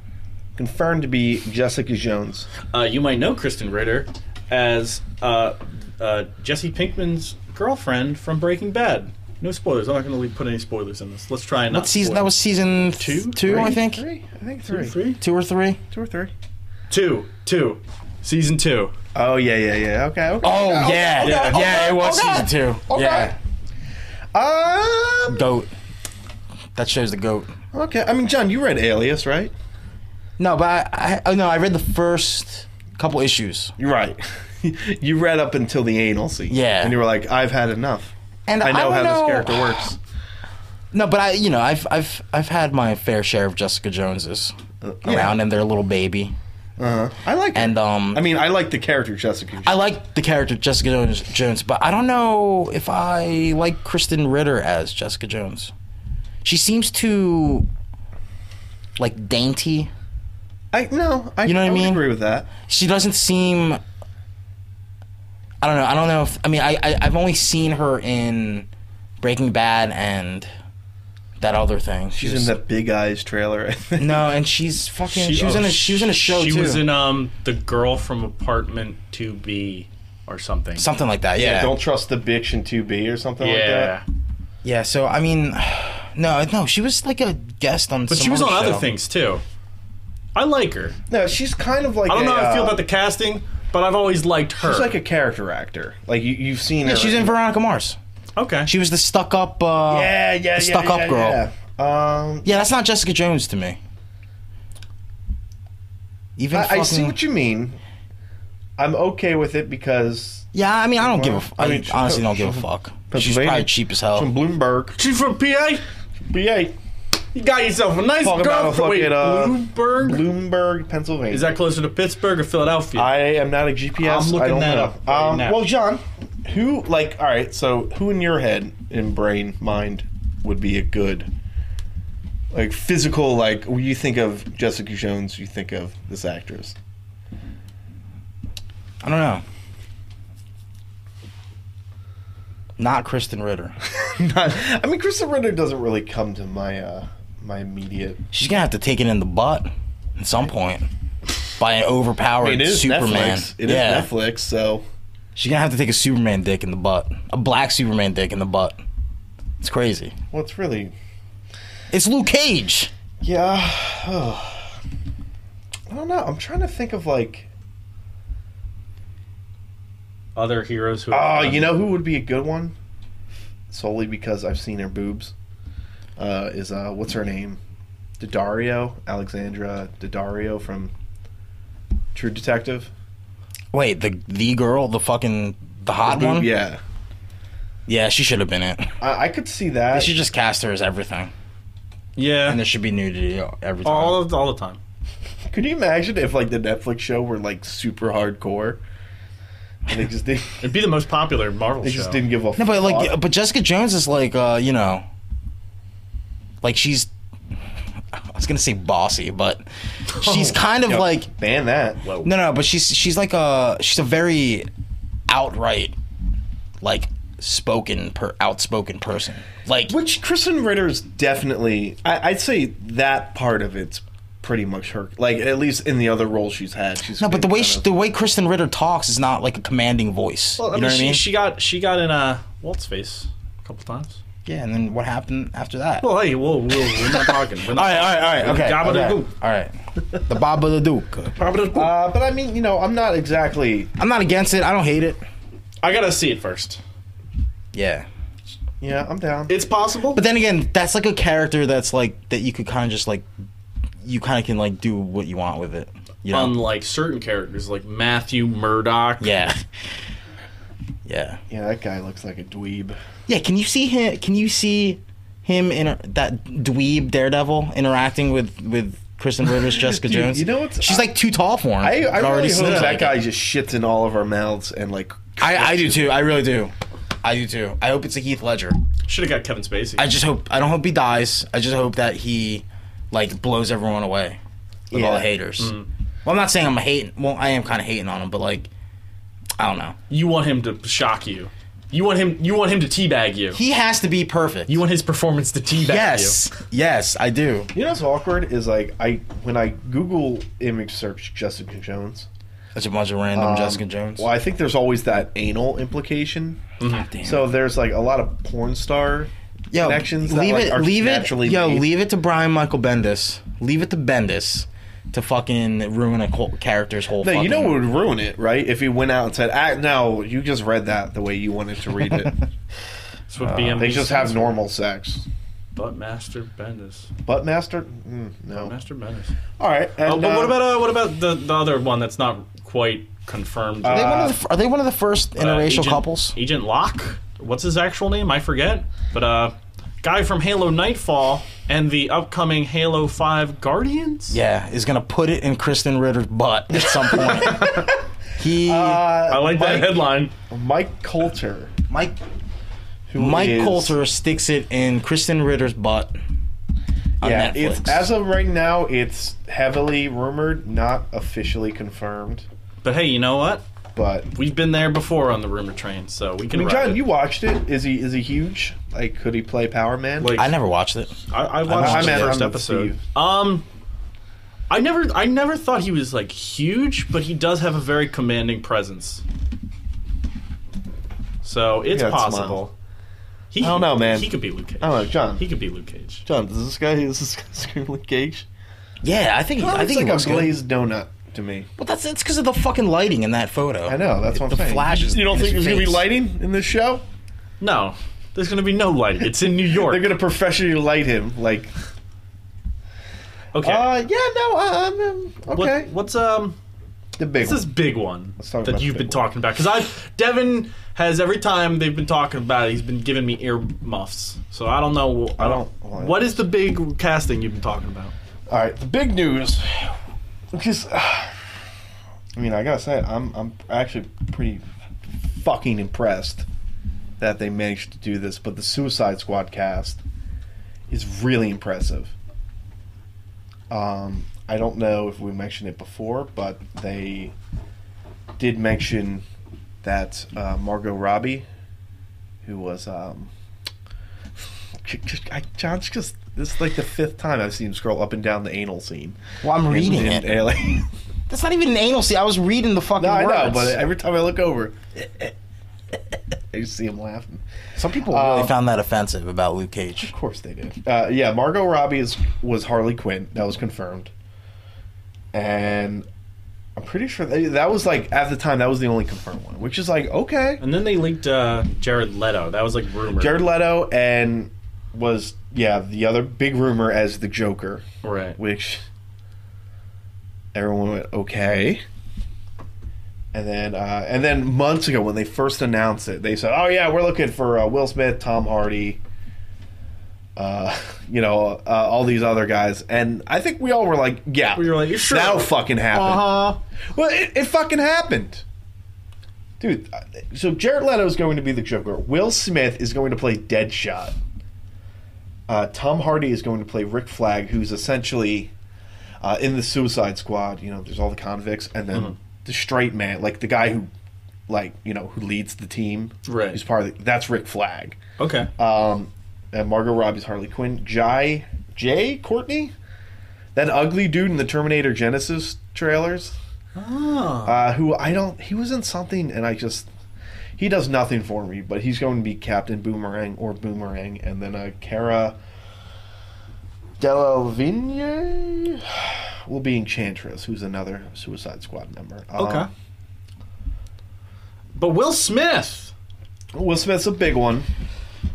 Speaker 3: confirmed to be Jessica Jones.
Speaker 4: Uh, you might know Kristen Ritter as uh, uh, Jesse Pinkman's girlfriend from Breaking Bad. No spoilers. I'm not going to put any spoilers in this. Let's try and not
Speaker 2: What season?
Speaker 4: spoil.
Speaker 2: That was season
Speaker 4: Two?
Speaker 2: two, two I
Speaker 4: Three?
Speaker 2: think.
Speaker 3: Three? I think three.
Speaker 4: three,
Speaker 2: Two or three.
Speaker 3: Two or three.
Speaker 4: two, two, season two.
Speaker 3: Oh, yeah, yeah, yeah. Okay, okay.
Speaker 2: Oh yeah, yeah,
Speaker 4: okay,
Speaker 2: it was season two. Yeah,
Speaker 3: Um,
Speaker 2: goat. That shows the goat.
Speaker 3: okay. I mean, John, you read Alias, right?
Speaker 2: No, but I, I oh, no, I read the first couple issues,
Speaker 3: You're right. you read up until the anal scene.
Speaker 2: Yeah.
Speaker 3: And you were like, I've had enough.
Speaker 2: and
Speaker 3: I know
Speaker 2: don't
Speaker 3: how
Speaker 2: know-
Speaker 3: this character works.
Speaker 2: No, but I, you know, I've I've I've had my fair share of Jessica Joneses
Speaker 3: yeah.
Speaker 2: around and their little baby,
Speaker 3: Uh-huh. I like
Speaker 2: and
Speaker 3: it.
Speaker 2: um,
Speaker 3: I mean, I like the character Jessica. Jones.
Speaker 2: I like the character Jessica Jones, Jones, but I don't know if I like Kristen Ritter as Jessica Jones. She seems too like dainty.
Speaker 3: I no, I,
Speaker 2: You know what I
Speaker 3: would
Speaker 2: mean?
Speaker 3: agree with that.
Speaker 2: She doesn't seem. I don't know. I don't know if I mean I, I I've only seen her in Breaking Bad and that other thing. She
Speaker 3: She's
Speaker 2: was-
Speaker 3: in the Big Eyes trailer. I think.
Speaker 2: No, and she's fucking. She, was
Speaker 4: oh,
Speaker 2: in a. She was in a show
Speaker 4: She
Speaker 2: too.
Speaker 4: was in um the girl from apartment to be or something.
Speaker 2: something like that. Yeah. Yeah.
Speaker 3: Don't trust the bitch in 2B or something like
Speaker 4: yeah,
Speaker 3: that.
Speaker 2: so I mean, no, no. She was like a guest on.
Speaker 4: but she
Speaker 2: some
Speaker 4: was on other
Speaker 2: show.
Speaker 4: things too. I like her.
Speaker 3: No, she's kind of like
Speaker 4: I don't
Speaker 3: a,
Speaker 4: know how I feel
Speaker 3: uh,
Speaker 4: about the casting, but I've always liked her.
Speaker 3: She's like a character actor. Like you, you've seen
Speaker 2: Yeah,
Speaker 3: her.
Speaker 2: she's in Veronica Mars.
Speaker 4: okay.
Speaker 2: She was the stuck up. Uh,
Speaker 3: yeah, yeah, yeah,
Speaker 2: the stuck-up
Speaker 3: yeah,
Speaker 2: girl.
Speaker 3: Yeah. Um,
Speaker 2: Yeah, that's not Jessica Jones to me. Even
Speaker 3: I,
Speaker 2: fucking,
Speaker 3: I see what you mean. I'm okay with it because
Speaker 2: Yeah, I mean, I don't give a. F- I,
Speaker 3: I mean, she-
Speaker 2: honestly don't give a
Speaker 3: she-
Speaker 2: fuck. She's
Speaker 3: Pennsylvania.
Speaker 2: probably cheap as hell.
Speaker 3: from Bloomberg.
Speaker 4: She's from PA.
Speaker 3: BA
Speaker 4: You got yourself a nice
Speaker 3: Talk about a
Speaker 4: girl.
Speaker 3: fucking,
Speaker 4: Wait,
Speaker 3: uh,
Speaker 4: Bloomberg.
Speaker 3: Bloomberg, Pennsylvania.
Speaker 4: Is that closer to Pittsburgh or Philadelphia?
Speaker 3: I am not a GPS.
Speaker 4: I'm looking
Speaker 3: I don't
Speaker 4: that
Speaker 3: know.
Speaker 4: up right
Speaker 3: um,
Speaker 4: now.
Speaker 3: Well, John, who like all right? So who in your head, in brain, mind would be a good like physical like? When you think of Jessica Jones, you think of this actress.
Speaker 2: I don't know. Not Kristen Ritter.
Speaker 3: Not, I mean, Kristen Ritter doesn't really come to my uh my immediate.
Speaker 2: She's gonna have to take it in the butt at some point by an overpowered
Speaker 3: I mean, it is
Speaker 2: Superman.
Speaker 3: Netflix. It is
Speaker 2: yeah,
Speaker 3: Netflix. So
Speaker 2: she's gonna have to take a Superman dick in the butt, a black Superman dick in the butt. It's crazy.
Speaker 3: well, it's really
Speaker 2: It's Luke Cage.
Speaker 3: yeah. I don't know. I'm trying to think of like.
Speaker 4: Other heroes who.
Speaker 3: Oh, you know who would be a good one? Solely because I've seen her boobs. Uh, is uh, what's her name? Daddario, Alexandra Daddario from True Detective.
Speaker 2: Wait, the the girl, the fucking the hot
Speaker 3: Boob-
Speaker 2: one.
Speaker 3: Yeah,
Speaker 2: yeah, she should have been it.
Speaker 3: I, I could see that.
Speaker 2: They should just cast her as everything, and
Speaker 4: Yeah. Oh.
Speaker 2: there should be nudity every time.
Speaker 4: All of all the time.
Speaker 3: Could you imagine if like the Netflix show were like super hardcore? And they just didn't.
Speaker 4: It'd be the most popular Marvel
Speaker 3: They
Speaker 4: show.
Speaker 3: just didn't give a.
Speaker 2: no, but like,
Speaker 3: fuck.
Speaker 2: but Jessica Jones is like, uh, you know, like she's. I was gonna say bossy, but she's kind of
Speaker 3: Yep.
Speaker 2: like
Speaker 3: ban that.
Speaker 2: No, no, but she's she's like a she's a very outright, like spoken per outspoken person. Like
Speaker 3: Which Kristen Ritter is definitely. I, I'd say that part of it's pretty much her. Like at least in the other roles she's had, she's
Speaker 2: no, but the way
Speaker 3: been
Speaker 2: she,
Speaker 3: kind
Speaker 2: the way Kristen Ritter talks is not like a commanding voice.
Speaker 4: Well, I
Speaker 2: you
Speaker 4: mean,
Speaker 2: know what
Speaker 4: she,
Speaker 2: I mean?
Speaker 4: she got she got in a Walt's face a couple times.
Speaker 2: yeah, and then what happened after that?
Speaker 4: Well, hey, whoa, whoa, we're not talking. We're
Speaker 2: all
Speaker 4: not
Speaker 2: right, all right, all right, okay,
Speaker 4: Jabba the
Speaker 2: okay.
Speaker 4: Duke.
Speaker 2: all right. The Baba the Duke.
Speaker 4: Probably-
Speaker 3: Uh, but I mean, you know, I'm not exactly.
Speaker 2: I'm not against it. I don't hate it.
Speaker 4: I gotta see it first.
Speaker 2: Yeah,
Speaker 3: Yeah, I'm down.
Speaker 4: It's possible.
Speaker 2: but then again, that's like a character that's like that you could kind of just like, you kind of can like do what you want with it. You know?
Speaker 4: Unlike certain characters like Matthew Murdoch.
Speaker 2: yeah, yeah.
Speaker 3: yeah, that guy looks like a dweeb.
Speaker 2: Yeah, can you see him? Can you see him in that dweeb Daredevil interacting with with Kristen Rivers, Jessica
Speaker 3: Dude,
Speaker 2: Jones.
Speaker 3: you know what's-
Speaker 2: She's like too tall for him.
Speaker 3: I, I
Speaker 2: It
Speaker 3: really hope
Speaker 2: seems
Speaker 3: that
Speaker 2: like it.
Speaker 3: guy just shits in all of our mouths and like.
Speaker 2: I, I do too. I really do. I do too. I hope it's a Heath Ledger.
Speaker 4: Should have got Kevin Spacey.
Speaker 2: I just hope. I don't hope he dies. I just hope that he like blows everyone away with all
Speaker 3: Yeah. Mm.
Speaker 2: the haters. Well, I'm not saying I'm hating. Well, I am kind of hating on him, but like, I don't know.
Speaker 4: you want him to shock you. You want him. You want him to teabag you.
Speaker 2: He has to be perfect.
Speaker 4: You want his performance to teabag
Speaker 2: yes, yes, I do.
Speaker 3: You know what's awkward is like I when I Google image search Jessica Jones.
Speaker 2: That's a bunch of random
Speaker 3: um,
Speaker 2: Jessica Jones.
Speaker 3: Well, I think there's always that anal implication.
Speaker 2: God damn.
Speaker 3: So there's like a lot of porn star.
Speaker 2: yo,
Speaker 3: connections that,
Speaker 2: leave
Speaker 3: like,
Speaker 2: it.
Speaker 3: are
Speaker 2: Leave it.
Speaker 3: naturally
Speaker 2: Yo,
Speaker 3: made.
Speaker 2: leave it to Brian Michael Bendis. Leave it to Bendis to fucking ruin a co- character's whole.
Speaker 3: No, you know
Speaker 2: fucking-
Speaker 3: what would ruin it, right? If he went out and said, ah, "No, you just read that the way you wanted to read it."
Speaker 4: you. That's what BMB
Speaker 3: Uh, they just
Speaker 4: stands
Speaker 3: have
Speaker 4: for.
Speaker 3: normal sex.
Speaker 4: But Master Bendis.
Speaker 3: But master, mm, no.
Speaker 4: Master Bendis.
Speaker 3: All right. And,
Speaker 4: Oh, but what
Speaker 3: uh,
Speaker 4: about uh, what about the, the other one that's not quite confirmed?
Speaker 2: Are
Speaker 4: Uh,
Speaker 2: they, one of the, are they one of the first
Speaker 3: uh,
Speaker 2: interracial
Speaker 4: Agent-
Speaker 2: couples?
Speaker 4: Agent Locke. What's his actual name? I forget. But uh, guy from Halo Nightfall and the upcoming Halo Five Guardians.
Speaker 2: Yeah, is gonna put it in Kristen Ritter's butt at some point. he,
Speaker 4: I
Speaker 3: uh,
Speaker 4: like that headline.
Speaker 3: Mike Coulter?
Speaker 2: Mike,
Speaker 3: Who
Speaker 2: Mike
Speaker 3: is-
Speaker 2: Coulter sticks it in Kristen Ritter's butt. On
Speaker 3: Yeah,
Speaker 2: Netflix.
Speaker 3: it's as of right now, it's heavily rumored, not officially confirmed.
Speaker 4: But hey, you know what?
Speaker 3: But
Speaker 4: We've been there before on the rumor train, so we
Speaker 3: I
Speaker 4: can.
Speaker 3: mean,
Speaker 4: ride
Speaker 3: John,
Speaker 4: it.
Speaker 3: you watched it. Is he is he huge? Like, could he play Power Man?
Speaker 4: Like-
Speaker 2: I never watched it.
Speaker 4: I, I watched
Speaker 2: I'm
Speaker 4: the
Speaker 2: at-
Speaker 4: first
Speaker 3: I'm with
Speaker 4: episode.
Speaker 3: Steve.
Speaker 4: Um, I never, I never thought he was like huge, but he does have a very commanding presence. So it's
Speaker 3: got a
Speaker 4: possible. He,
Speaker 3: I don't know, man.
Speaker 4: He could be Luke Cage.
Speaker 3: I don't know, John.
Speaker 4: He could be Luke Cage.
Speaker 3: John, does this guy is this guy scream like Cage?
Speaker 2: Yeah, I think I
Speaker 3: I
Speaker 2: think
Speaker 3: think
Speaker 2: it
Speaker 3: like
Speaker 2: was
Speaker 3: a
Speaker 2: good.
Speaker 3: glazed donut to me.
Speaker 2: Well, that's it's because of the fucking lighting in that photo.
Speaker 3: I know. That's what I'm
Speaker 2: The
Speaker 3: saying.
Speaker 2: flashes.
Speaker 3: You don't
Speaker 2: in
Speaker 3: think
Speaker 2: his
Speaker 3: there's gonna be
Speaker 2: face.
Speaker 3: lighting in this show?
Speaker 4: No, there's gonna be no lighting. It's in New York.
Speaker 3: They're gonna professionally light him. Like,
Speaker 4: okay.
Speaker 3: uh, yeah, no, uh, I'm, um,
Speaker 4: What-
Speaker 3: okay.
Speaker 4: what's um?
Speaker 3: the big
Speaker 4: What's this
Speaker 3: one.
Speaker 4: big one
Speaker 3: talk
Speaker 4: that
Speaker 3: about
Speaker 4: you've
Speaker 3: the
Speaker 4: been
Speaker 3: big one.
Speaker 4: talking about? Because I've Devin has every time they've been talking about it, he's been giving me ear muffs. So I don't know. I
Speaker 3: I
Speaker 4: don't.
Speaker 3: don't- well, I-
Speaker 4: what is the big casting you've been talking about?
Speaker 3: All right, the big news. Because, I mean, I gotta say, I'm I'm actually pretty fucking impressed that they managed to do this. But the Suicide Squad cast is really impressive. Um, I don't know if we mentioned it before, but they did mention that uh, Margot Robbie, who was um, I, John, it's just this is like the fifth time I've seen him scroll up and down the anal scene.
Speaker 2: Well, I'm reading
Speaker 3: And-
Speaker 2: it.
Speaker 3: and, like-
Speaker 2: That's not even an anal scene. I was reading the fucking
Speaker 3: no, I
Speaker 2: words.
Speaker 3: know, but uh, every time I look over, I just see him laughing.
Speaker 2: some people really
Speaker 3: Um,
Speaker 2: found that offensive about Luke Cage.
Speaker 3: Of course they did. Uh, yeah, Margot Robbie is, was Harley Quinn. That was confirmed. And I'm pretty sure they, that was like at the time that was the only confirmed one, which is like okay.
Speaker 4: And then they linked uh, Jared Leto. That was like rumored.
Speaker 3: Jared Leto and was yeah the other big rumor as the Joker.
Speaker 4: right?
Speaker 3: which everyone went okay. And then, uh, and then months ago, when they first announced it, they said, "Oh yeah, we're looking for uh, Will Smith, Tom Hardy, uh, you know, uh, all these other guys." And I think we all were like, "Yeah,
Speaker 4: We were like, "Sure."
Speaker 3: that'll fucking happen."
Speaker 4: Uh huh.
Speaker 3: Well, it, it fucking happened. Dude, uh, so Jared Leto is going to be the Joker. Will Smith is going to play Deadshot. Uh, Tom Hardy is going to play Rick Flag, who's essentially uh, in the Suicide Squad. You know, there's all the convicts, and then
Speaker 4: Mm-hmm.
Speaker 3: the straight man, like the guy who, like you know, who leads the team.
Speaker 4: Right.
Speaker 3: Who's part of the, that's Rick Flag.
Speaker 4: Okay.
Speaker 3: Um, and Margot Robbie's Harley Quinn. Jai Jay Courtney, that ugly dude in the Terminator Genesis trailers
Speaker 4: Ah.
Speaker 3: uh, who I don't. He was in something, and I just he does nothing for me. But he's going to be Captain Boomerang or Boomerang, and then uh, Cara Delevingne will be Enchantress, who's another Suicide Squad member. Um,
Speaker 4: okay. but Will Smith.
Speaker 3: Will Smith's a big one.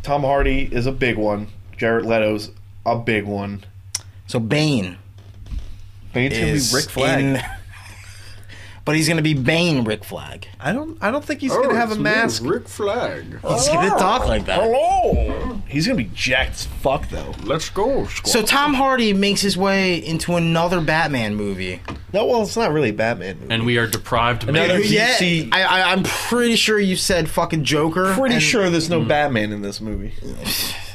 Speaker 3: Tom Hardy is a big one. Jared Leto's a big one.
Speaker 2: So Bane
Speaker 3: Bane's gonna be
Speaker 2: is
Speaker 3: Rick Flag.
Speaker 2: in- but he's gonna be Bane Rick Flag.
Speaker 3: I don't. I don't think he's gonna have a mask.
Speaker 6: Oh, Rick Flag.
Speaker 2: He's gonna talk like that.
Speaker 6: Hello.
Speaker 3: He's gonna be jacked as fuck though.
Speaker 6: Let's go. Squad.
Speaker 2: So Tom Hardy makes his way into another Batman movie.
Speaker 3: No, well, it's not really a Batman. Movie.
Speaker 4: and we are deprived of
Speaker 3: Another
Speaker 4: Batman.
Speaker 2: Yeah,
Speaker 3: DC.
Speaker 2: I, I, I'm pretty sure you said fucking Joker.
Speaker 3: Pretty
Speaker 2: and- Hmm.
Speaker 3: sure there's no Batman in this movie.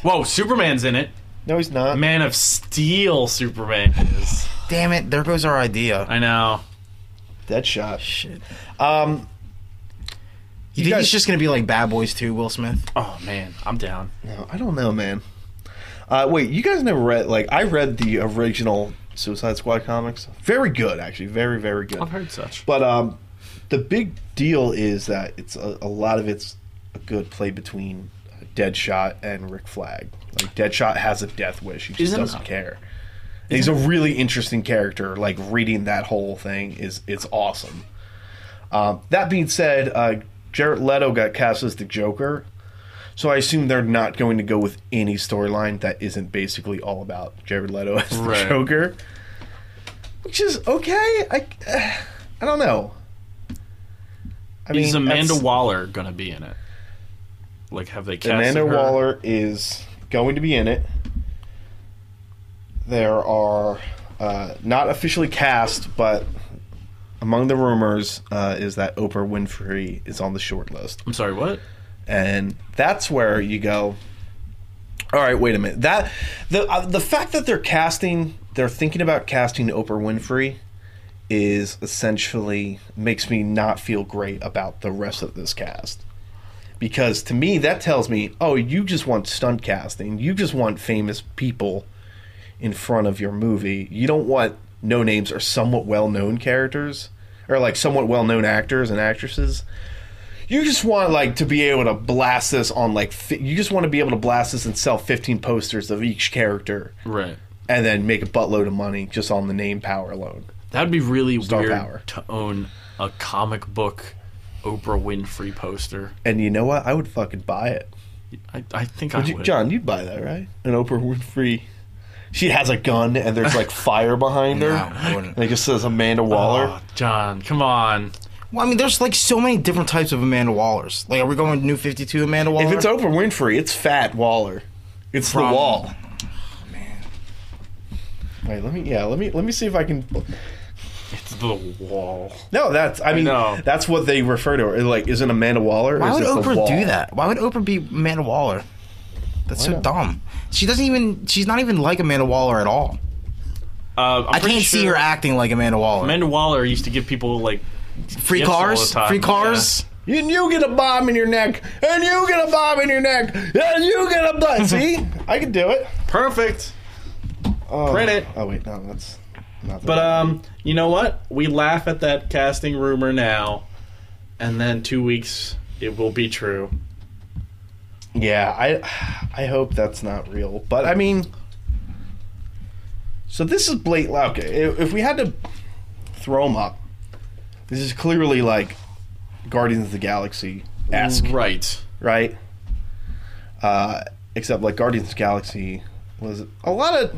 Speaker 4: Whoa, Superman's in it.
Speaker 3: No, he's not.
Speaker 4: Man of Steel Superman is.
Speaker 2: Damn it! There goes our idea.
Speaker 4: I know.
Speaker 3: Deadshot.
Speaker 2: Shit.
Speaker 3: Um,
Speaker 2: You, think
Speaker 3: guys-
Speaker 2: he's just gonna be like Bad Boys 2, Will Smith?
Speaker 4: Oh man, I'm down.
Speaker 3: no, I don't know, man. Uh, wait, you guys never read like I read the original Suicide Squad comics. Very good, actually. Very, very good.
Speaker 4: I've heard such.
Speaker 3: But um, the big deal is that it's a, a lot of it's a good play between Deadshot and Rick Flag. Like Deadshot has a death wish; he just
Speaker 4: Isn't-
Speaker 3: doesn't care. And he's a really interesting character. Like reading that whole thing is it's awesome. Um, that being said, uh, Jared Leto got cast as the Joker, so I assume they're not going to go with any storyline that isn't basically all about Jared Leto as the
Speaker 4: Right.
Speaker 3: Joker. Which is okay. I uh, I don't know. I
Speaker 4: is Amanda
Speaker 3: that's-
Speaker 4: Waller gonna be in it? Like, have they cast
Speaker 3: Amanda
Speaker 4: her?
Speaker 3: Waller is going to be in it. There are uh, not officially cast, but among the rumors uh, is that Oprah Winfrey is on the short list,
Speaker 4: I'm sorry, what?
Speaker 3: and that's where you go. All right, wait a minute. That the uh, the fact that they're casting, they're thinking about casting Oprah Winfrey, is essentially makes me not feel great about the rest of this cast. Because to me, that tells me, oh, you just want stunt casting. You just want famous people in front of your movie. You don't want no names or somewhat well known characters or like somewhat well known actors and actresses. You just want like to be able to blast this on like fi- you just want to be able to blast this and sell 15 posters of each character
Speaker 4: Right.
Speaker 3: and then make a buttload of money just on the name power alone.
Speaker 4: That'd be really
Speaker 3: Star
Speaker 4: weird
Speaker 3: power.
Speaker 4: to own a comic book Oprah Winfrey poster.
Speaker 3: And you know what? I would fucking buy it.
Speaker 4: I, I think
Speaker 3: Would
Speaker 4: I
Speaker 3: you,
Speaker 4: would.
Speaker 3: John, you'd buy that, right? An Oprah Winfrey. She has a gun and there's like fire behind her.
Speaker 2: I wouldn't.
Speaker 3: And it just says Amanda Waller.
Speaker 4: Oh, John, come on.
Speaker 2: Well, I mean, there's like so many different types of Amanda Wallers. Like, are we going New 52 Amanda Waller?
Speaker 3: if it's Oprah Winfrey, it's Fat Waller. It's
Speaker 2: From-
Speaker 3: the wall. Wait, let me. Yeah, let me. Let me see if I can.
Speaker 4: It's the wall.
Speaker 3: No, that's. I mean,
Speaker 4: know.
Speaker 3: that's what they refer to. her. Like, isn't Amanda Waller?
Speaker 2: Why
Speaker 3: or
Speaker 2: would
Speaker 3: is it the
Speaker 2: Oprah
Speaker 3: wall?
Speaker 2: do that? Why would Oprah be Amanda Waller? That's so
Speaker 3: not?
Speaker 2: dumb. She doesn't even. She's not even like Amanda Waller at all.
Speaker 4: Uh, I'm
Speaker 2: I
Speaker 4: pretty
Speaker 2: can't see
Speaker 4: sure
Speaker 2: her acting like Amanda Waller.
Speaker 4: Amanda Waller used to give people like
Speaker 2: free
Speaker 4: gifts all
Speaker 2: cars,
Speaker 4: the time,
Speaker 2: free cars.
Speaker 3: And you get a bomb in your neck, and you get a bomb in your neck, and you get a bomb. See, I can do it.
Speaker 4: Perfect.
Speaker 3: Oh.
Speaker 4: Print it.
Speaker 3: Oh wait, no, that's not. the-
Speaker 4: But um, you know what? We laugh at that casting rumor now, and then two weeks it will be true.
Speaker 3: Yeah, I I hope that's not real. But I mean, so this is Blake Okay, if, if we had to throw him up, this is clearly like Guardians of the Galaxy esque,
Speaker 4: Right.
Speaker 3: right? Uh, except like Guardians of the Galaxy was a lot of.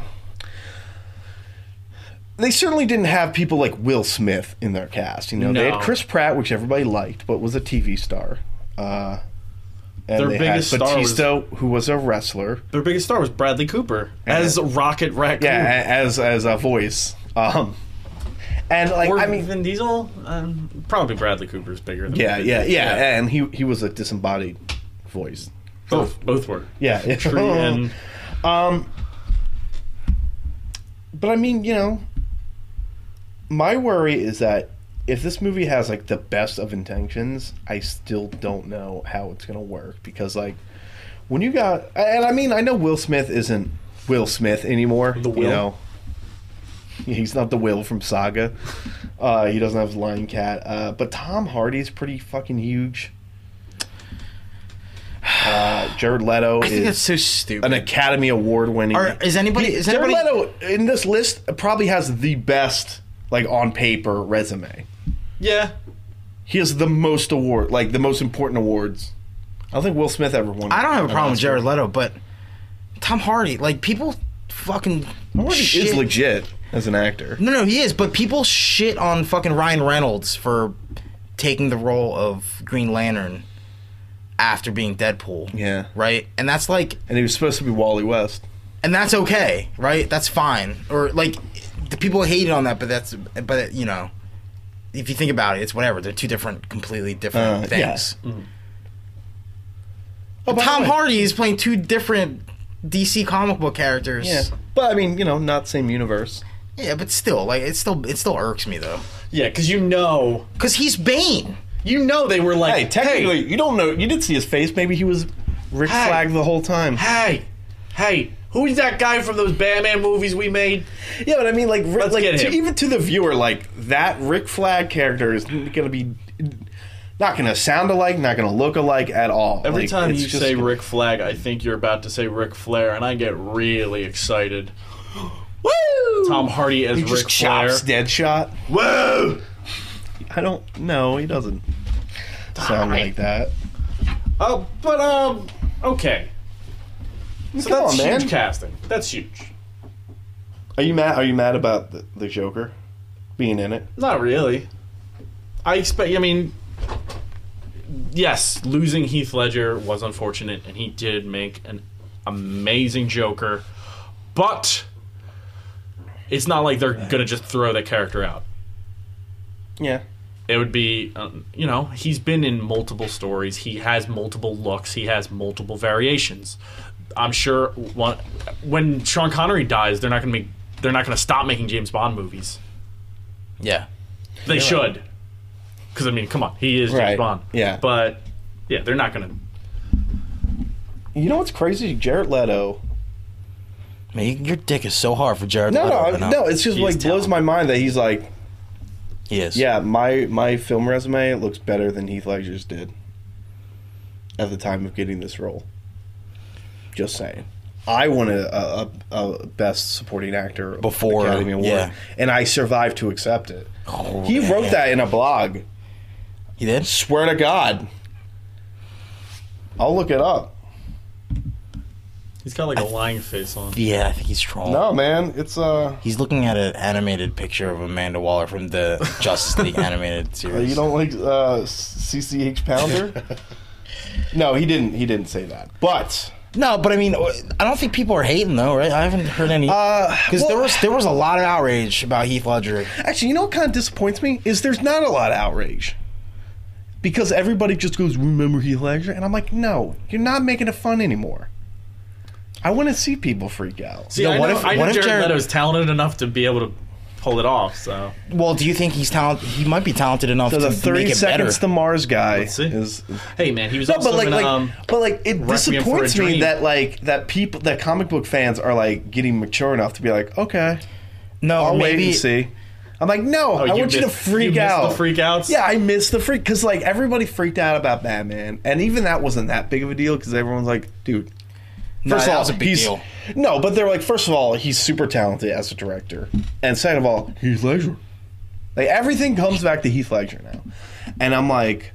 Speaker 3: They certainly didn't have people like Will Smith in their cast. You know, they
Speaker 4: No.
Speaker 3: had Chris Pratt, which everybody liked, but was a TV star. Uh, and
Speaker 4: Their
Speaker 3: they
Speaker 4: biggest
Speaker 3: had
Speaker 4: star was-
Speaker 3: Batista, who was a wrestler,
Speaker 4: Their biggest star was Bradley Cooper as Rocket Raccoon.
Speaker 3: yeah, a- as as a voice. Um, and like
Speaker 4: Or
Speaker 3: I mean,
Speaker 4: Vin Diesel. Um, probably Bradley Cooper's bigger. Than
Speaker 3: yeah,
Speaker 4: Vin
Speaker 3: yeah, yeah,
Speaker 4: Diesel.
Speaker 3: and he he was a disembodied voice.
Speaker 4: Both both were.
Speaker 3: Yeah,
Speaker 4: Tree and
Speaker 3: But I mean, you know, my worry is that if this movie has like the best of intentions, I still don't know how it's gonna work because like when you got and I mean I know Will Smith isn't Will Smith anymore. The
Speaker 4: Will?
Speaker 3: You know, he's not the Will from Saga. Uh, he doesn't have his lion cat. Uh, but Tom Hardy's pretty fucking huge. Uh, Jared Leto
Speaker 2: I think that's
Speaker 3: is
Speaker 2: so stupid.
Speaker 3: an Academy Award winning.
Speaker 2: Are- is anybody- is
Speaker 3: Jared
Speaker 2: anybody-
Speaker 3: Leto in this list probably has the best like on paper resume.
Speaker 4: yeah.
Speaker 3: He has the most award, like the most important awards. I don't think Will Smith ever won.
Speaker 2: I don't have a problem with
Speaker 3: Oscar.
Speaker 2: Jared Leto, but Tom Hardy, like people fucking
Speaker 3: Tom Hardy
Speaker 2: shit.
Speaker 3: is legit. as an actor.
Speaker 2: No, no, he is. But people shit on fucking Ryan Reynolds for taking the role of Green Lantern after being Deadpool.
Speaker 3: Yeah.
Speaker 2: Right? And that's like,
Speaker 3: And he was supposed to be Wally West.
Speaker 2: and that's okay, right? That's fine. Or like, the people hated on that, but that's, but you know, if you think about it, it's whatever. They're two different, completely different
Speaker 3: Uh,
Speaker 2: things.
Speaker 3: Oh, by the
Speaker 2: Tom
Speaker 3: way-
Speaker 2: Hardy is playing two different DC comic book characters.
Speaker 3: Yeah. But I mean, you know, not same universe.
Speaker 2: Yeah, but still, like, it still, it still irks me though,
Speaker 4: Yeah, because you know,
Speaker 2: because he's Bane.
Speaker 4: you know they were like,
Speaker 3: Hey, technically, you don't know. You did see his face. Maybe he was Rick
Speaker 4: Hey.
Speaker 3: Flag the whole time.
Speaker 4: hey, hey, who's that guy from those Batman movies we made?
Speaker 3: Yeah, but I mean, like, Rick,
Speaker 4: Let's
Speaker 3: like
Speaker 4: get
Speaker 3: to,
Speaker 4: him.
Speaker 3: even to the viewer, like that Rick Flag character is going to be not going to sound alike, not going to look alike at all.
Speaker 4: Every
Speaker 3: Like,
Speaker 4: time
Speaker 3: it's
Speaker 4: you
Speaker 3: just-
Speaker 4: say Ric Flag, I think you're about to say Ric Flair, and I get really excited.
Speaker 3: woo,
Speaker 4: Tom Hardy as
Speaker 3: he
Speaker 4: Ric
Speaker 3: just
Speaker 4: Flair.
Speaker 3: chops Deadshot.
Speaker 6: Whoa!
Speaker 3: I don't know. He doesn't sound like that.
Speaker 4: Oh, but um, okay. So
Speaker 3: Come
Speaker 4: that's
Speaker 3: on,
Speaker 4: huge
Speaker 3: man.
Speaker 4: casting. That's huge.
Speaker 3: Are you mad? Are you mad about the, the Joker being in it?
Speaker 4: Not really. I expect. I mean, yes, losing Heath Ledger was unfortunate, and he did make an amazing Joker, but it's not like they're gonna just throw that character out.
Speaker 3: Yeah.
Speaker 4: It would be, um, you know, he's been in multiple stories. He has multiple looks. He has multiple variations. I'm sure one, when Sean Connery dies, they're not gonna make. They're not gonna stop making James Bond movies.
Speaker 2: Yeah.
Speaker 4: They should. Because, I mean, come on. He is
Speaker 3: Right.
Speaker 4: James Bond.
Speaker 3: Yeah.
Speaker 4: But, yeah, they're not going to.
Speaker 3: You know what's crazy? Jared Leto.
Speaker 2: Man, you- your dick is so hard for Jared.
Speaker 3: No,
Speaker 2: Leto,
Speaker 3: no,
Speaker 2: you know?
Speaker 3: I- no. It's just
Speaker 4: He is
Speaker 3: like blows my mind that he's like,
Speaker 2: he is.
Speaker 3: yeah, my my film resume looks better than Heath Ledger's did at the time of getting this role. Just saying. I won a, a, a a best supporting actor
Speaker 2: Before,
Speaker 3: Academy Award,
Speaker 2: yeah.
Speaker 3: and I survived to accept it.
Speaker 2: Oh,
Speaker 3: He
Speaker 2: yeah,
Speaker 3: wrote
Speaker 2: yeah.
Speaker 3: that in a blog.
Speaker 2: He did.
Speaker 3: Swear to God, I'll look it up.
Speaker 4: He's got like a lying face on.
Speaker 2: Yeah, I think he's trolling.
Speaker 3: No, man, it's uh,
Speaker 2: He's looking at an animated picture of Amanda Waller from the Justice League animated series.
Speaker 3: you don't like uh, CCH Pounder. no, he didn't. He didn't say that, but.
Speaker 2: No, but I mean, uh, I don't think people are hating though, right? I haven't heard any.
Speaker 3: Uh,
Speaker 2: Because there
Speaker 3: well-
Speaker 2: was there was a lot of outrage about Heath Ledger.
Speaker 3: Actually, you know what kind of disappoints me is there's not a lot of outrage because everybody just goes, "Remember Heath Ledger," and I'm like, "No, you're not making it fun anymore." I want to see people freak out.
Speaker 4: See,
Speaker 2: Yo,
Speaker 4: I
Speaker 2: what
Speaker 4: know,
Speaker 2: if-
Speaker 4: I know
Speaker 2: what if
Speaker 4: Jared,
Speaker 2: Jared-
Speaker 4: Leto's talented enough to be able to pull it off, so.
Speaker 2: Well, do you think he's talented? He might be talented enough
Speaker 3: So the
Speaker 2: to make
Speaker 3: 30
Speaker 2: it better.
Speaker 3: seconds to Mars guy
Speaker 4: Let's see.
Speaker 3: is
Speaker 4: Hey, man, he was
Speaker 3: no,
Speaker 4: also
Speaker 3: but like,
Speaker 4: in,
Speaker 3: like,
Speaker 4: um,
Speaker 3: but like, it
Speaker 4: for a
Speaker 3: disappoints me
Speaker 4: Dream.
Speaker 3: that like that people that comic book fans are like getting mature enough to be like, "Okay,
Speaker 2: no, or
Speaker 3: I'll
Speaker 2: maybe
Speaker 3: wait and see." I'm like, "No, I
Speaker 4: Oh, you
Speaker 3: want you to
Speaker 4: missed-
Speaker 3: freak
Speaker 4: you missed
Speaker 3: out."
Speaker 4: the freak outs?
Speaker 3: Yeah, I miss the freak because like everybody freaked out about Batman, and even that wasn't that big of a deal because everyone's like, dude.
Speaker 2: No,
Speaker 3: First
Speaker 2: that
Speaker 3: of all,
Speaker 2: was a big
Speaker 3: he's
Speaker 2: deal.
Speaker 3: no, but they're like, first of all, he's super talented as a director, and second of all, he's Ledger. Like everything comes back to Heath Ledger now, and I'm like,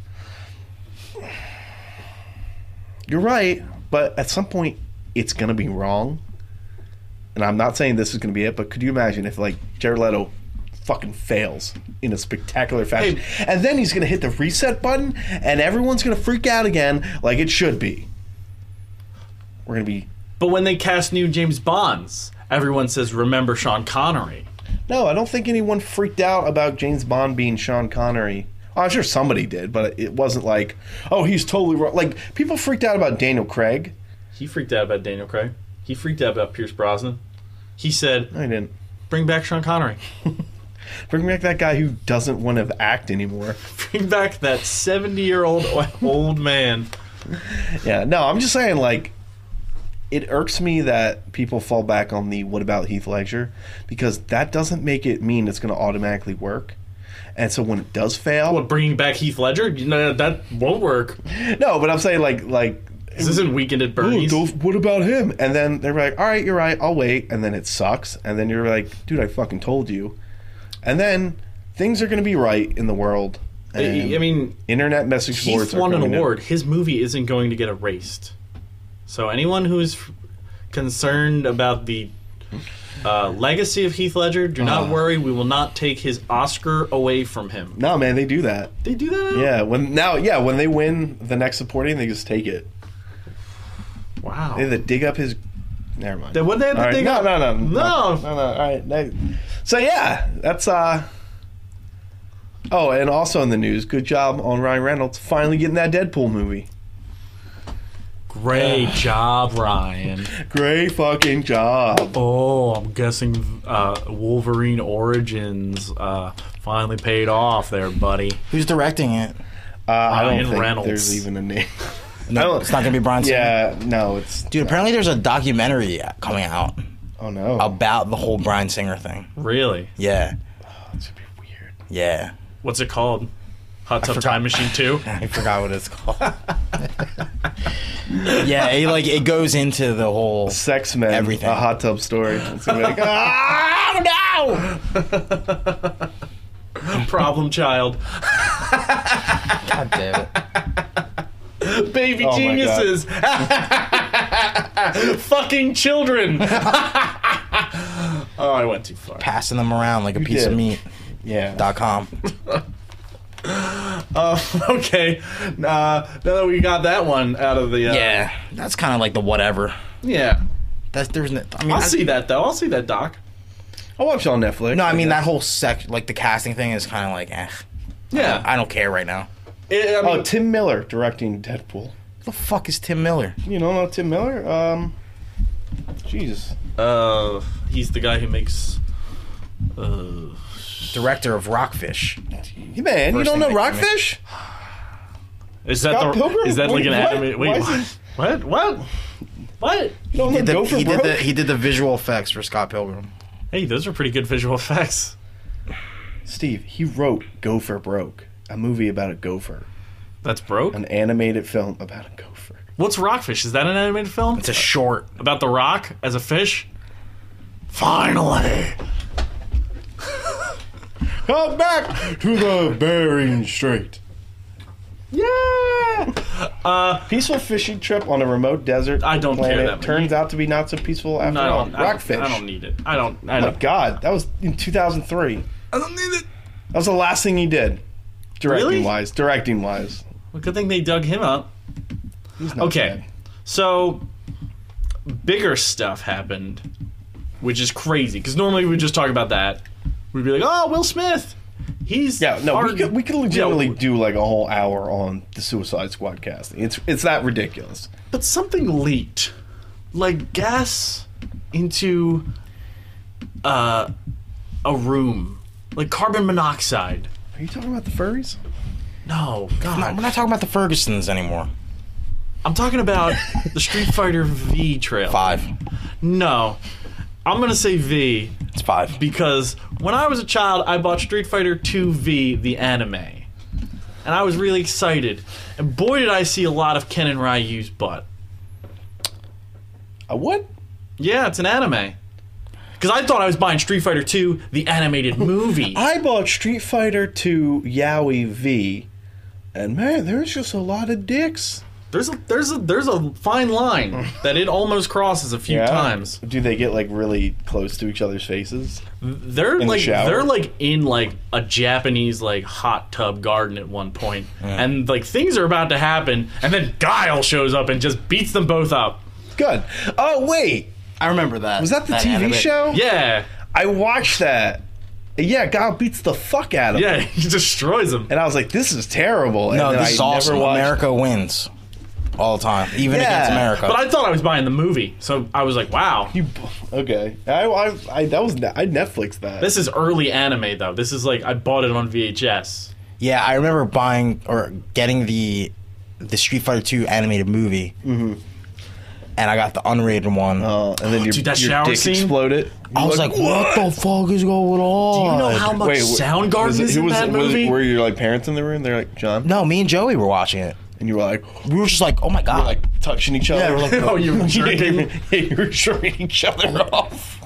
Speaker 3: you're right, but at some point, it's gonna be wrong. And I'm not saying this is gonna be it, but could you imagine if like Jared Leto fucking fails in a spectacular fashion,
Speaker 4: Hey.
Speaker 3: and then he's gonna hit the reset button, and everyone's gonna freak out again, like it should be. We're gonna be
Speaker 4: But when they cast new James Bonds, everyone says, remember Sean Connery.
Speaker 3: No, I don't think anyone freaked out about James Bond being Sean Connery. I'm sure somebody did, but it wasn't like, oh, he's totally wrong. Like people freaked out about Daniel Craig.
Speaker 4: He freaked out about Daniel Craig. He freaked out about Pierce Brosnan. He said,
Speaker 3: I didn't
Speaker 4: bring back Sean Connery.
Speaker 3: bring back that guy who doesn't want to act anymore.
Speaker 4: bring back that 70 year old old man.
Speaker 3: Yeah, no, I'm just saying like. It irks me that people fall back on the what about Heath Ledger because that doesn't make it mean it's going to automatically work. And so when it does fail,
Speaker 4: What, bringing back Heath Ledger? You know, that won't work.
Speaker 3: no, but I'm saying like like
Speaker 4: This isn't Weekend at
Speaker 3: Ooh,
Speaker 4: Bernie's.
Speaker 3: don't- what about him? And then they're like, all right, you're right, I'll wait. And then it sucks. And then you're like, dude, I fucking told you. And then things are going to be right in the world.
Speaker 4: I
Speaker 3: And
Speaker 4: I mean,
Speaker 3: internet message boards
Speaker 4: Uh, Heath
Speaker 3: are
Speaker 4: won an
Speaker 3: going to-
Speaker 4: award. His movie isn't going to get erased. So anyone who is f- concerned about the uh, legacy of Heath Ledger. Do
Speaker 3: Ah.
Speaker 4: not worry, we will not take his Oscar away from him.
Speaker 3: No, man, they do that.
Speaker 4: They do that? now?
Speaker 3: Yeah, when now, yeah, when they win the next supporting, they just take it.
Speaker 4: Wow.
Speaker 3: They had to dig up his. Never mind.
Speaker 4: Then what'd they have to
Speaker 3: All right.
Speaker 4: dig
Speaker 3: no,
Speaker 4: up?
Speaker 3: No, no,
Speaker 4: No.
Speaker 3: no, no, no. All right. next. So yeah, that's uh. Oh, and also in the news, good job on Ryan Reynolds finally getting that Deadpool movie.
Speaker 4: Great job, Ryan.
Speaker 3: Great fucking job.
Speaker 4: Oh, I'm guessing uh, Wolverine Origins uh, finally paid off there, buddy.
Speaker 2: Who's directing it?
Speaker 3: Uh, I don't
Speaker 4: Ryan
Speaker 3: think
Speaker 4: Reynolds.
Speaker 3: there's even a name. I
Speaker 2: No,
Speaker 3: don't-
Speaker 2: it's not gonna be Brian. Singer.
Speaker 3: yeah, no, it's
Speaker 2: Dude, apparently there's a documentary coming out
Speaker 3: oh no.
Speaker 2: about the whole Brian Singer thing.
Speaker 4: Really?
Speaker 2: Yeah,
Speaker 3: That should be weird.
Speaker 2: yeah.
Speaker 4: What's it called? Hot Tub
Speaker 2: forgot.
Speaker 4: Time Machine 2?
Speaker 2: I forgot what it's called. yeah, it, like it goes into the whole.
Speaker 3: Sex men,
Speaker 2: Everything.
Speaker 3: a hot tub story. It's gonna be like, ah!
Speaker 2: Oh
Speaker 4: Problem Child.
Speaker 2: no! God damn it!
Speaker 4: Baby
Speaker 3: Oh my
Speaker 4: geniuses. Fucking children. oh,
Speaker 3: Oh,
Speaker 4: I went too far.
Speaker 2: Passing them around like a piece of
Speaker 3: did.
Speaker 2: meat.
Speaker 3: yeah.
Speaker 2: Dot com.
Speaker 4: Uh, okay. Uh, now that we got that one out of the. Uh,
Speaker 2: Yeah, that's kind of like the whatever.
Speaker 4: Yeah.
Speaker 2: That's there's no. I mean,
Speaker 4: I'll
Speaker 2: I-
Speaker 4: see that, though. I'll see that, Doc.
Speaker 3: I'll watch it on Netflix.
Speaker 2: No, I mean that
Speaker 3: guess.
Speaker 2: whole sec, like the casting thing, is kind of like, eh.
Speaker 4: Yeah.
Speaker 2: I don't care right now.
Speaker 4: It- I mean,
Speaker 3: Oh, Tim Miller directing
Speaker 2: Who
Speaker 3: Deadpool.
Speaker 2: the fuck is Tim Miller?
Speaker 3: You don't know Tim Miller? Um, Jesus.
Speaker 4: uh, he's the guy who makes. Uh,
Speaker 2: Director of Rockfish.
Speaker 3: Man, you
Speaker 2: First
Speaker 3: don't
Speaker 2: thing
Speaker 3: know
Speaker 2: that came in.
Speaker 3: Rockfish?
Speaker 4: is that
Speaker 3: Scott
Speaker 4: the?
Speaker 3: Pilgrim?
Speaker 4: Is that like an
Speaker 3: Wait, what? Why
Speaker 4: anime? Wait, what?
Speaker 3: is
Speaker 4: What? What? What?
Speaker 3: You don't know
Speaker 2: He did, the,
Speaker 3: Gopher
Speaker 2: he, did the,
Speaker 3: Broke?
Speaker 2: he did the visual effects for Scott Pilgrim.
Speaker 4: Hey, those are pretty good visual effects.
Speaker 3: Steve, he wrote Gopher Broke, a movie about a gopher,
Speaker 4: That's broke.
Speaker 3: an animated film about a gopher.
Speaker 4: What's Rockfish? Is that an animated film
Speaker 2: It's a short.
Speaker 4: about the Rock as a fish? Finally.
Speaker 3: Come back to the Bering Strait.
Speaker 4: Yeah.
Speaker 3: Uh, Peaceful fishing trip on a remote desert.
Speaker 4: I don't care
Speaker 3: planet
Speaker 4: that much.
Speaker 3: turns out to be not so peaceful after
Speaker 4: No, I
Speaker 3: all.
Speaker 4: don't. I don't-
Speaker 3: Rockfish.
Speaker 4: I don't need it. I don't. I
Speaker 3: Oh my
Speaker 4: don't.
Speaker 3: God, that was in 2003. That
Speaker 4: I don't need it.
Speaker 3: was the last thing he did, directing
Speaker 4: Really?
Speaker 3: wise. Directing wise.
Speaker 4: Well, good thing they dug him up.
Speaker 3: He's not
Speaker 4: Okay. So bigger stuff happened, which is crazy because normally we just talk about that. We'd be like, "Oh, Will Smith, he's
Speaker 3: Yeah, no,
Speaker 4: our-
Speaker 3: we could, we could legitimately
Speaker 4: Yeah,
Speaker 3: do like a whole hour on the Suicide Squad casting. It's it's that ridiculous.
Speaker 4: but something leaked, like gas into uh, a room, like carbon monoxide.
Speaker 3: Are you talking about the furries?
Speaker 4: No,
Speaker 2: No, we're
Speaker 4: God,
Speaker 2: not talking about the Fergusons anymore.
Speaker 4: I'm talking about the Street Fighter V trail.
Speaker 2: Five.
Speaker 4: No, I'm gonna say V
Speaker 2: It's five.
Speaker 4: because when I was a child, I bought Street Fighter 2V, the anime. And I was really excited. And boy, did I see a lot of Ken and Ryu's butt.
Speaker 3: Uh, what?
Speaker 4: Yeah, it's an anime. Because I thought I was buying Street Fighter 2, the animated movie.
Speaker 3: I bought Street Fighter 2 Yaoi V, and man, there's just a lot of dicks.
Speaker 4: There's a there's a there's a fine line that it almost crosses a few times.
Speaker 3: Do they get like really close to each other's faces?
Speaker 4: They're
Speaker 3: the
Speaker 4: like
Speaker 3: shower?
Speaker 4: they're like in like a Japanese like hot tub garden at one point, and like things are about to happen, and then Guile shows up and just beats them both up.
Speaker 3: Good. Oh wait,
Speaker 2: I remember that.
Speaker 3: was that the TV show?
Speaker 4: Yeah,
Speaker 3: I watched that. Yeah, God beats the fuck out of him.
Speaker 4: Yeah, he destroys them.
Speaker 3: And I was like, this is
Speaker 2: No,
Speaker 3: terrible. and then
Speaker 2: this
Speaker 3: I
Speaker 2: is
Speaker 3: never
Speaker 2: awesome.
Speaker 3: watched-
Speaker 2: America wins all the time, even
Speaker 3: Yeah.
Speaker 2: against America.
Speaker 4: But I thought I was buying the movie, so I was like, "Wow,
Speaker 3: You, okay. I, I, I that was I Netflix that.
Speaker 4: this is early anime, though. This is like I bought it on VHS."
Speaker 2: yeah, I remember buying or getting the the Street Fighter Two animated movie, and I got the unrated one.
Speaker 3: Oh, and then your,
Speaker 4: dude, that
Speaker 3: your
Speaker 4: shower
Speaker 3: dick
Speaker 4: scene?
Speaker 3: exploded.
Speaker 2: I was like, what? the fuck is going
Speaker 4: Do you
Speaker 2: on?"
Speaker 4: know how much
Speaker 3: wh-
Speaker 4: Soundgarden
Speaker 3: was it-
Speaker 4: is
Speaker 3: who
Speaker 4: in
Speaker 3: was
Speaker 4: that
Speaker 3: it- was it-
Speaker 4: movie?
Speaker 3: were your like parents in the room? They're like John,
Speaker 2: No, me and Joey were watching it.
Speaker 3: and you were like,
Speaker 2: We were just like, "Oh my god!"
Speaker 3: like touching each other.
Speaker 2: Yeah, we're like-
Speaker 4: oh, you were jerking.
Speaker 3: Yeah, you were shorting each other off.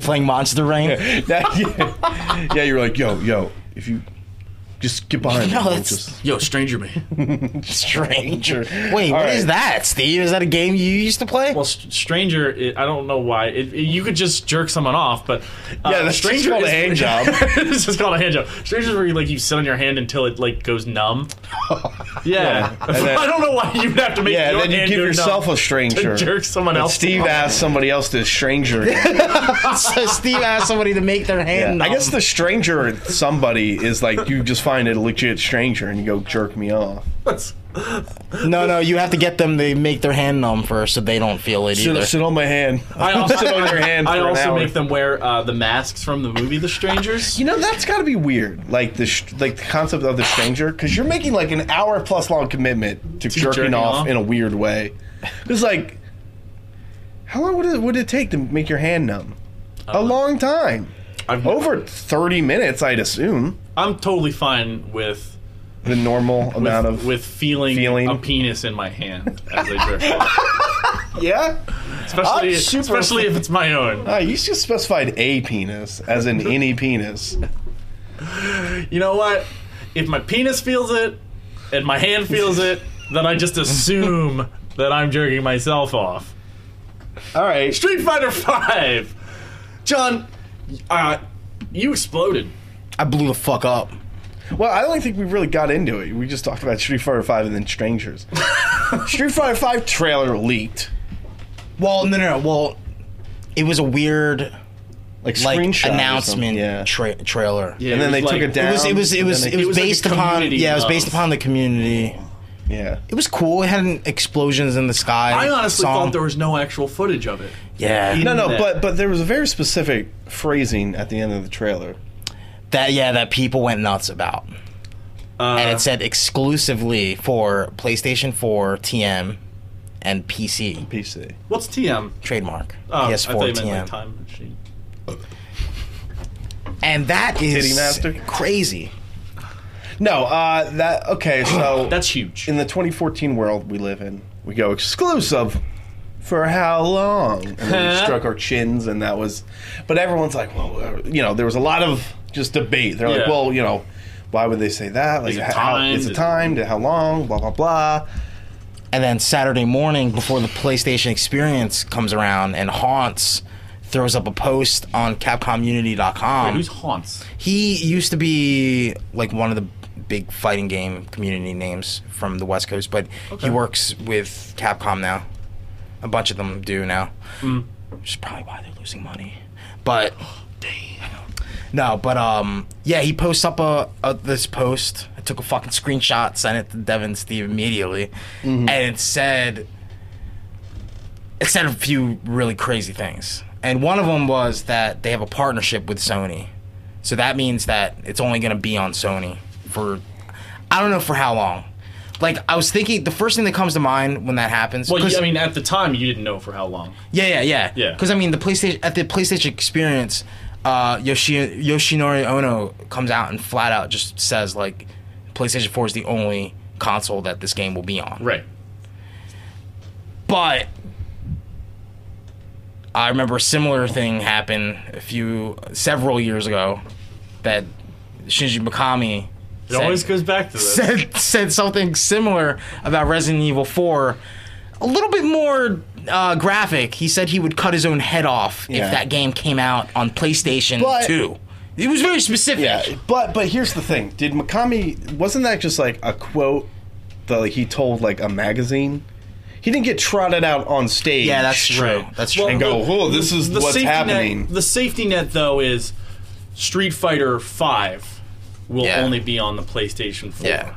Speaker 2: playing Monster Rain.
Speaker 3: That- yeah. yeah, you were like, yo, yo, if you Just get behind
Speaker 2: No,
Speaker 3: me.
Speaker 2: that's-
Speaker 3: Just
Speaker 4: Yo, Stranger Man.
Speaker 2: Stranger. Wait,
Speaker 3: All
Speaker 2: what is
Speaker 3: right.
Speaker 2: that, Steve? Is that a game you used to play?
Speaker 4: Well, s- Stranger, it, I don't know why. It, it- you could just jerk someone off, but uh,
Speaker 3: Yeah, that's just
Speaker 4: Stranger
Speaker 3: called a
Speaker 4: is-
Speaker 3: hand job.
Speaker 4: it's just called a hand job. Stranger's where you like you sit on your hand until it like goes numb. Yeah,
Speaker 3: then-
Speaker 4: I don't know why you'd have to make
Speaker 3: yeah,
Speaker 4: your
Speaker 3: then you
Speaker 4: hand
Speaker 3: give
Speaker 4: go
Speaker 3: yourself
Speaker 4: numb
Speaker 3: a stranger.
Speaker 4: to jerk someone
Speaker 3: But
Speaker 4: else.
Speaker 3: Steve asked somebody else to stranger. him.
Speaker 2: so Steve asked somebody to make their hand.
Speaker 3: I guess
Speaker 2: numb.
Speaker 3: the stranger somebody is like you just find a legit stranger and you go jerk me off.
Speaker 4: That's-
Speaker 2: no, no. You have to get them to make their hand numb first, so they don't feel it either.
Speaker 3: Sit, sit on my hand.
Speaker 4: I also,
Speaker 3: sit on your hand.
Speaker 4: I
Speaker 3: for an
Speaker 4: also
Speaker 3: hour.
Speaker 4: make them wear uh, the masks from the movie The Strangers.
Speaker 3: You know that's got to be weird, like the sh- like the concept of the stranger, because you're making like an hour plus long commitment to, jerking,
Speaker 4: jerking
Speaker 3: off,
Speaker 4: off?
Speaker 3: in a weird way. It's like, how long would it would it take to make your hand numb? a long time,
Speaker 4: I've
Speaker 3: over thirty minutes, I'd assume.
Speaker 4: I'm totally fine with
Speaker 3: The normal
Speaker 4: with,
Speaker 3: amount of
Speaker 4: with feeling,
Speaker 3: feeling.
Speaker 4: a penis in my hand as I jerk off.
Speaker 3: yeah.
Speaker 4: especially
Speaker 3: I'm super-
Speaker 4: especially if it's my own.
Speaker 3: Ah, you just specified a penis, as in any penis.
Speaker 4: You know what? If my penis feels it and my hand feels it, then I just assume that I'm jerking myself off.
Speaker 3: All right.
Speaker 4: Street Fighter Five, John, uh, you exploded.
Speaker 2: I blew the fuck up.
Speaker 3: Well, I don't think we really got into it. We just talked about Street Fighter Five and then Strangers. Street Fighter Five trailer leaked,
Speaker 2: Well, no, no, no. Well, it was a weird
Speaker 3: like,
Speaker 2: like
Speaker 3: screenshot or
Speaker 2: announcement
Speaker 3: something. Yeah.
Speaker 2: tra- trailer.
Speaker 4: Yeah,
Speaker 3: and then they
Speaker 4: was
Speaker 3: took
Speaker 4: like-
Speaker 3: it down.
Speaker 2: It was it was it
Speaker 3: and
Speaker 2: was
Speaker 3: then
Speaker 2: it
Speaker 3: they-
Speaker 2: was,
Speaker 4: was like a
Speaker 2: based upon
Speaker 4: community
Speaker 2: yeah it was
Speaker 4: of-
Speaker 2: based upon the community.
Speaker 3: yeah.
Speaker 2: It was cool. It had an explosions in the sky.
Speaker 4: I honestly
Speaker 2: song.
Speaker 4: thought there was no actual footage of it.
Speaker 2: yeah
Speaker 3: No, no,
Speaker 4: that.
Speaker 3: but but there was a very specific phrasing at the end of the trailer.
Speaker 2: that yeah that people went nuts about,
Speaker 4: Uh.
Speaker 2: and it said exclusively for PlayStation 4, TM, and PC
Speaker 3: PC.
Speaker 4: What's TM?
Speaker 2: trademark
Speaker 4: Oh, I
Speaker 2: PS4
Speaker 4: thought you meant like
Speaker 2: TM,
Speaker 4: time machine.
Speaker 2: and that
Speaker 3: Titty
Speaker 2: is
Speaker 3: master?
Speaker 2: crazy.
Speaker 3: No, uh, that okay. So
Speaker 4: That's huge.
Speaker 3: in the 2014 world we live in, we go exclusive for how long? And then we
Speaker 4: Huh?
Speaker 3: struck our chins, and that was. But everyone's like, well, uh, you know, there was a lot of just debate. They're like,
Speaker 4: Yeah.
Speaker 3: well, you know, why would they say that? Like,
Speaker 4: Is it
Speaker 3: how,
Speaker 4: timed?
Speaker 3: is it timed? How long? Blah blah blah.
Speaker 2: And then Saturday morning, before the PlayStation Experience comes around, and Haunts throws up a post on CapcomUnity.com.
Speaker 4: Who's haunts?
Speaker 2: he used to be like one of the big fighting game community names from the West Coast, but he works with Capcom now. A bunch of them do now,
Speaker 4: Mm.
Speaker 2: which is probably why they're losing money. But
Speaker 4: Oh,
Speaker 2: no, but um, yeah, he posts up a, a this post. I took a fucking screenshot, sent it to Devin and Steve immediately,
Speaker 4: Mm-hmm.
Speaker 2: and it said it said a few really crazy things. And one of them was that they have a partnership with Sony. So that means that it's only going to be on Sony for I don't know for how long. Like I was thinking the first thing that comes to mind when that happens
Speaker 4: Well,
Speaker 2: 'cause-
Speaker 4: I mean, at the time, you didn't know for how long.
Speaker 2: yeah, yeah, yeah.
Speaker 4: Yeah.
Speaker 2: Because I mean, the PlayStation at the PlayStation Experience, uh, Yoshi, Yoshinori Ono comes out and flat out just says like, PlayStation Four is the only console that this game will be on.
Speaker 4: Right.
Speaker 2: But I remember a similar thing happened a few several years ago that Shinji Mikami.
Speaker 4: It always goes back to this.
Speaker 2: said said something similar about Resident Evil 4, a little bit more uh, graphic. He said he would cut his own head off
Speaker 3: Yeah.
Speaker 2: if that game came out on PlayStation
Speaker 3: But-
Speaker 2: 2. It was very specific.
Speaker 3: Yeah, but but here's the thing: Did Mikami wasn't that just like a quote that like, he told like a magazine? He didn't get trotted out on stage.
Speaker 2: Yeah, that's true.
Speaker 3: Right.
Speaker 2: That's true.
Speaker 4: Well,
Speaker 3: And go, "Oh, this is what's
Speaker 4: safety net-
Speaker 3: happening."
Speaker 4: the safety net, though, is Street Fighter Five will
Speaker 2: Yeah.
Speaker 4: only be on the PlayStation Four.
Speaker 2: Yeah.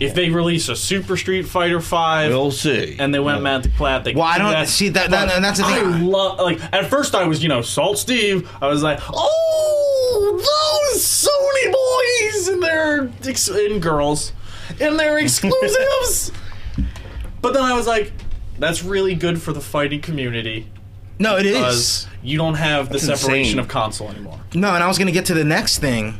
Speaker 4: If they release a Super Street Fighter Five
Speaker 3: We'll see.
Speaker 4: and they went mad to plat, they
Speaker 2: well, I
Speaker 4: can
Speaker 2: don't
Speaker 4: do that.
Speaker 2: see that, that. And that's the
Speaker 4: I
Speaker 2: thing.
Speaker 4: love like at first I was you know Salt Steve. I was like, oh, those Sony boys and their ex- and girls and their exclusives. but then I was like, that's really good for the fighting community
Speaker 2: no, it is.
Speaker 4: because you don't have the
Speaker 3: That's insane.
Speaker 4: separation of console anymore.
Speaker 2: No, and I was going to get to the next thing.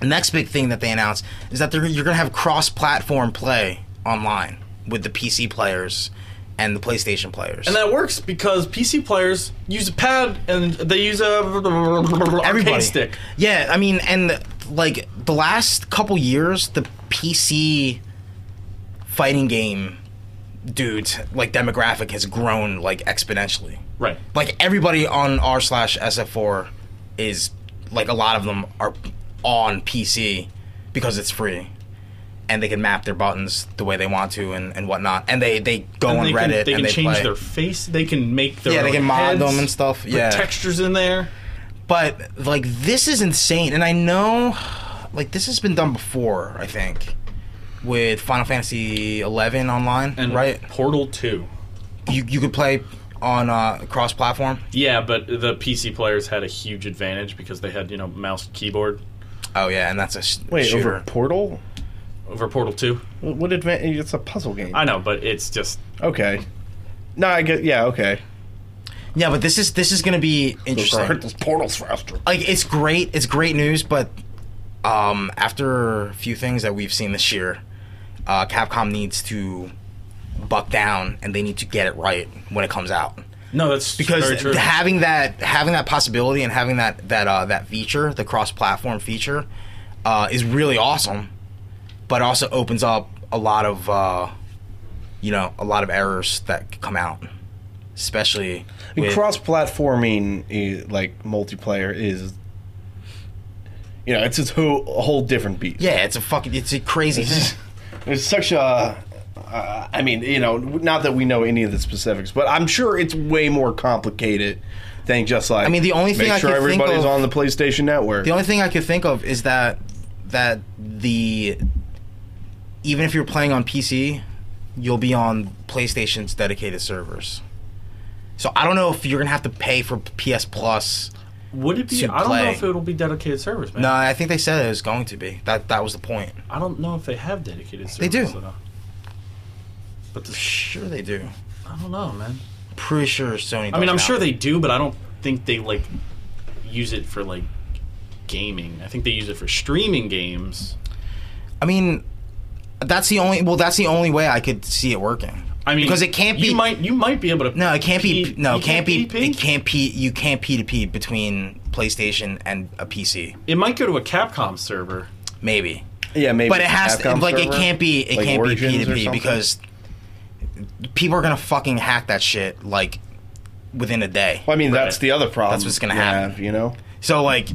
Speaker 2: The next big thing that they announced is that they're, you're going to have cross-platform play online with the PC players and the PlayStation players.
Speaker 4: And that works because PC players use a pad and they use a
Speaker 2: everybody
Speaker 4: arcade stick.
Speaker 2: Yeah, I mean, and like the last couple years, the PC fighting game dudes like demographic has grown like exponentially.
Speaker 4: Right.
Speaker 2: Like everybody on r slash SF4 is like a lot of them are on PC because it's free. And they can map their buttons the way they want to and, and whatnot. And they, they go on
Speaker 4: they
Speaker 2: Reddit
Speaker 4: can, they
Speaker 2: and
Speaker 4: can
Speaker 2: they
Speaker 4: change
Speaker 2: play.
Speaker 4: their face. They can make their
Speaker 2: Yeah, they
Speaker 4: own
Speaker 2: can mod them
Speaker 4: heads,
Speaker 2: and stuff,
Speaker 4: put
Speaker 2: yeah.
Speaker 4: textures in there.
Speaker 2: But like this is insane, and I know, like this has been done before. I think with Final Fantasy eleven online,
Speaker 4: And
Speaker 2: right?
Speaker 4: Portal Two.
Speaker 2: You you could play on uh, cross platform.
Speaker 4: Yeah, but the PC players had a huge advantage because they had you know mouse and keyboard
Speaker 2: Oh yeah, and that's a sh-
Speaker 3: Wait,
Speaker 2: shooter.
Speaker 3: over Portal?
Speaker 4: over Portal Two.
Speaker 3: What, what advantage? It's a puzzle game.
Speaker 4: I know, but it's just
Speaker 3: okay. No, I get. Yeah, okay.
Speaker 2: Yeah, but this is this is gonna be interesting.
Speaker 3: those portals faster.
Speaker 2: Like it's great, it's great news, but um, after a few things that we've seen this year, uh, Capcom needs to buck down, and they need to get it right when it comes out.
Speaker 4: no. That's very
Speaker 2: because
Speaker 4: true.
Speaker 2: having that having that possibility and having that that uh, that feature, the cross-platform feature, uh, is really awesome, but also opens up a lot of uh, you know a lot of errors that could come out, especially with,
Speaker 3: Cross-platforming, eh, like multiplayer, is you know, it's its whole, a whole different beast.
Speaker 2: yeah, it's a fucking it's a crazy. thing.
Speaker 3: It's such a. Uh, I mean, you know, not that we know any of the specifics, but I'm sure it's way more complicated than just like. I
Speaker 2: mean, the only thing
Speaker 3: make
Speaker 2: I
Speaker 3: sure
Speaker 2: could think
Speaker 3: everybody's
Speaker 2: of-
Speaker 3: on the PlayStation Network.
Speaker 2: The only thing I could think of is that that the even if you're playing on PC, you'll be on PlayStation's dedicated servers. So I don't know if you're gonna have to pay for PS Plus.
Speaker 4: Would it be?
Speaker 2: to
Speaker 4: I don't know
Speaker 2: play.
Speaker 4: if it'll be dedicated servers, man.
Speaker 2: No, I think they said it was going to be. That that was the point.
Speaker 4: I don't know if they have dedicated servers.
Speaker 2: do.
Speaker 4: though. But the,
Speaker 2: Sure they do.
Speaker 4: I don't know, man.
Speaker 2: Pretty sure Sony.
Speaker 4: I mean,
Speaker 2: does
Speaker 4: I'm
Speaker 2: now.
Speaker 4: sure they do, but I don't think they like use it for like gaming. I think they use it for streaming games.
Speaker 2: I mean, that's the only. Well, that's the only way I could see it working.
Speaker 4: I mean,
Speaker 2: because it can't be.
Speaker 4: You might you might be able to.
Speaker 2: no, it can't
Speaker 4: P-
Speaker 2: be. No,
Speaker 4: you
Speaker 2: it can't be.
Speaker 4: PvP?
Speaker 2: It can't be. You can't P to P between PlayStation and a PC.
Speaker 4: It might go to a Capcom server.
Speaker 2: Maybe.
Speaker 3: yeah, maybe.
Speaker 2: But it
Speaker 3: it's a
Speaker 2: has to,
Speaker 3: Capcom
Speaker 2: like it
Speaker 3: server,
Speaker 2: can't be it
Speaker 3: like
Speaker 2: can't
Speaker 3: Origins
Speaker 2: be P2P
Speaker 3: or something.
Speaker 2: because people are gonna fucking hack that shit like within a day.
Speaker 3: Well, I mean, that's
Speaker 4: Right.
Speaker 3: the other problem.
Speaker 2: That's what's gonna
Speaker 3: you
Speaker 2: happen.
Speaker 3: have, you know.
Speaker 2: So like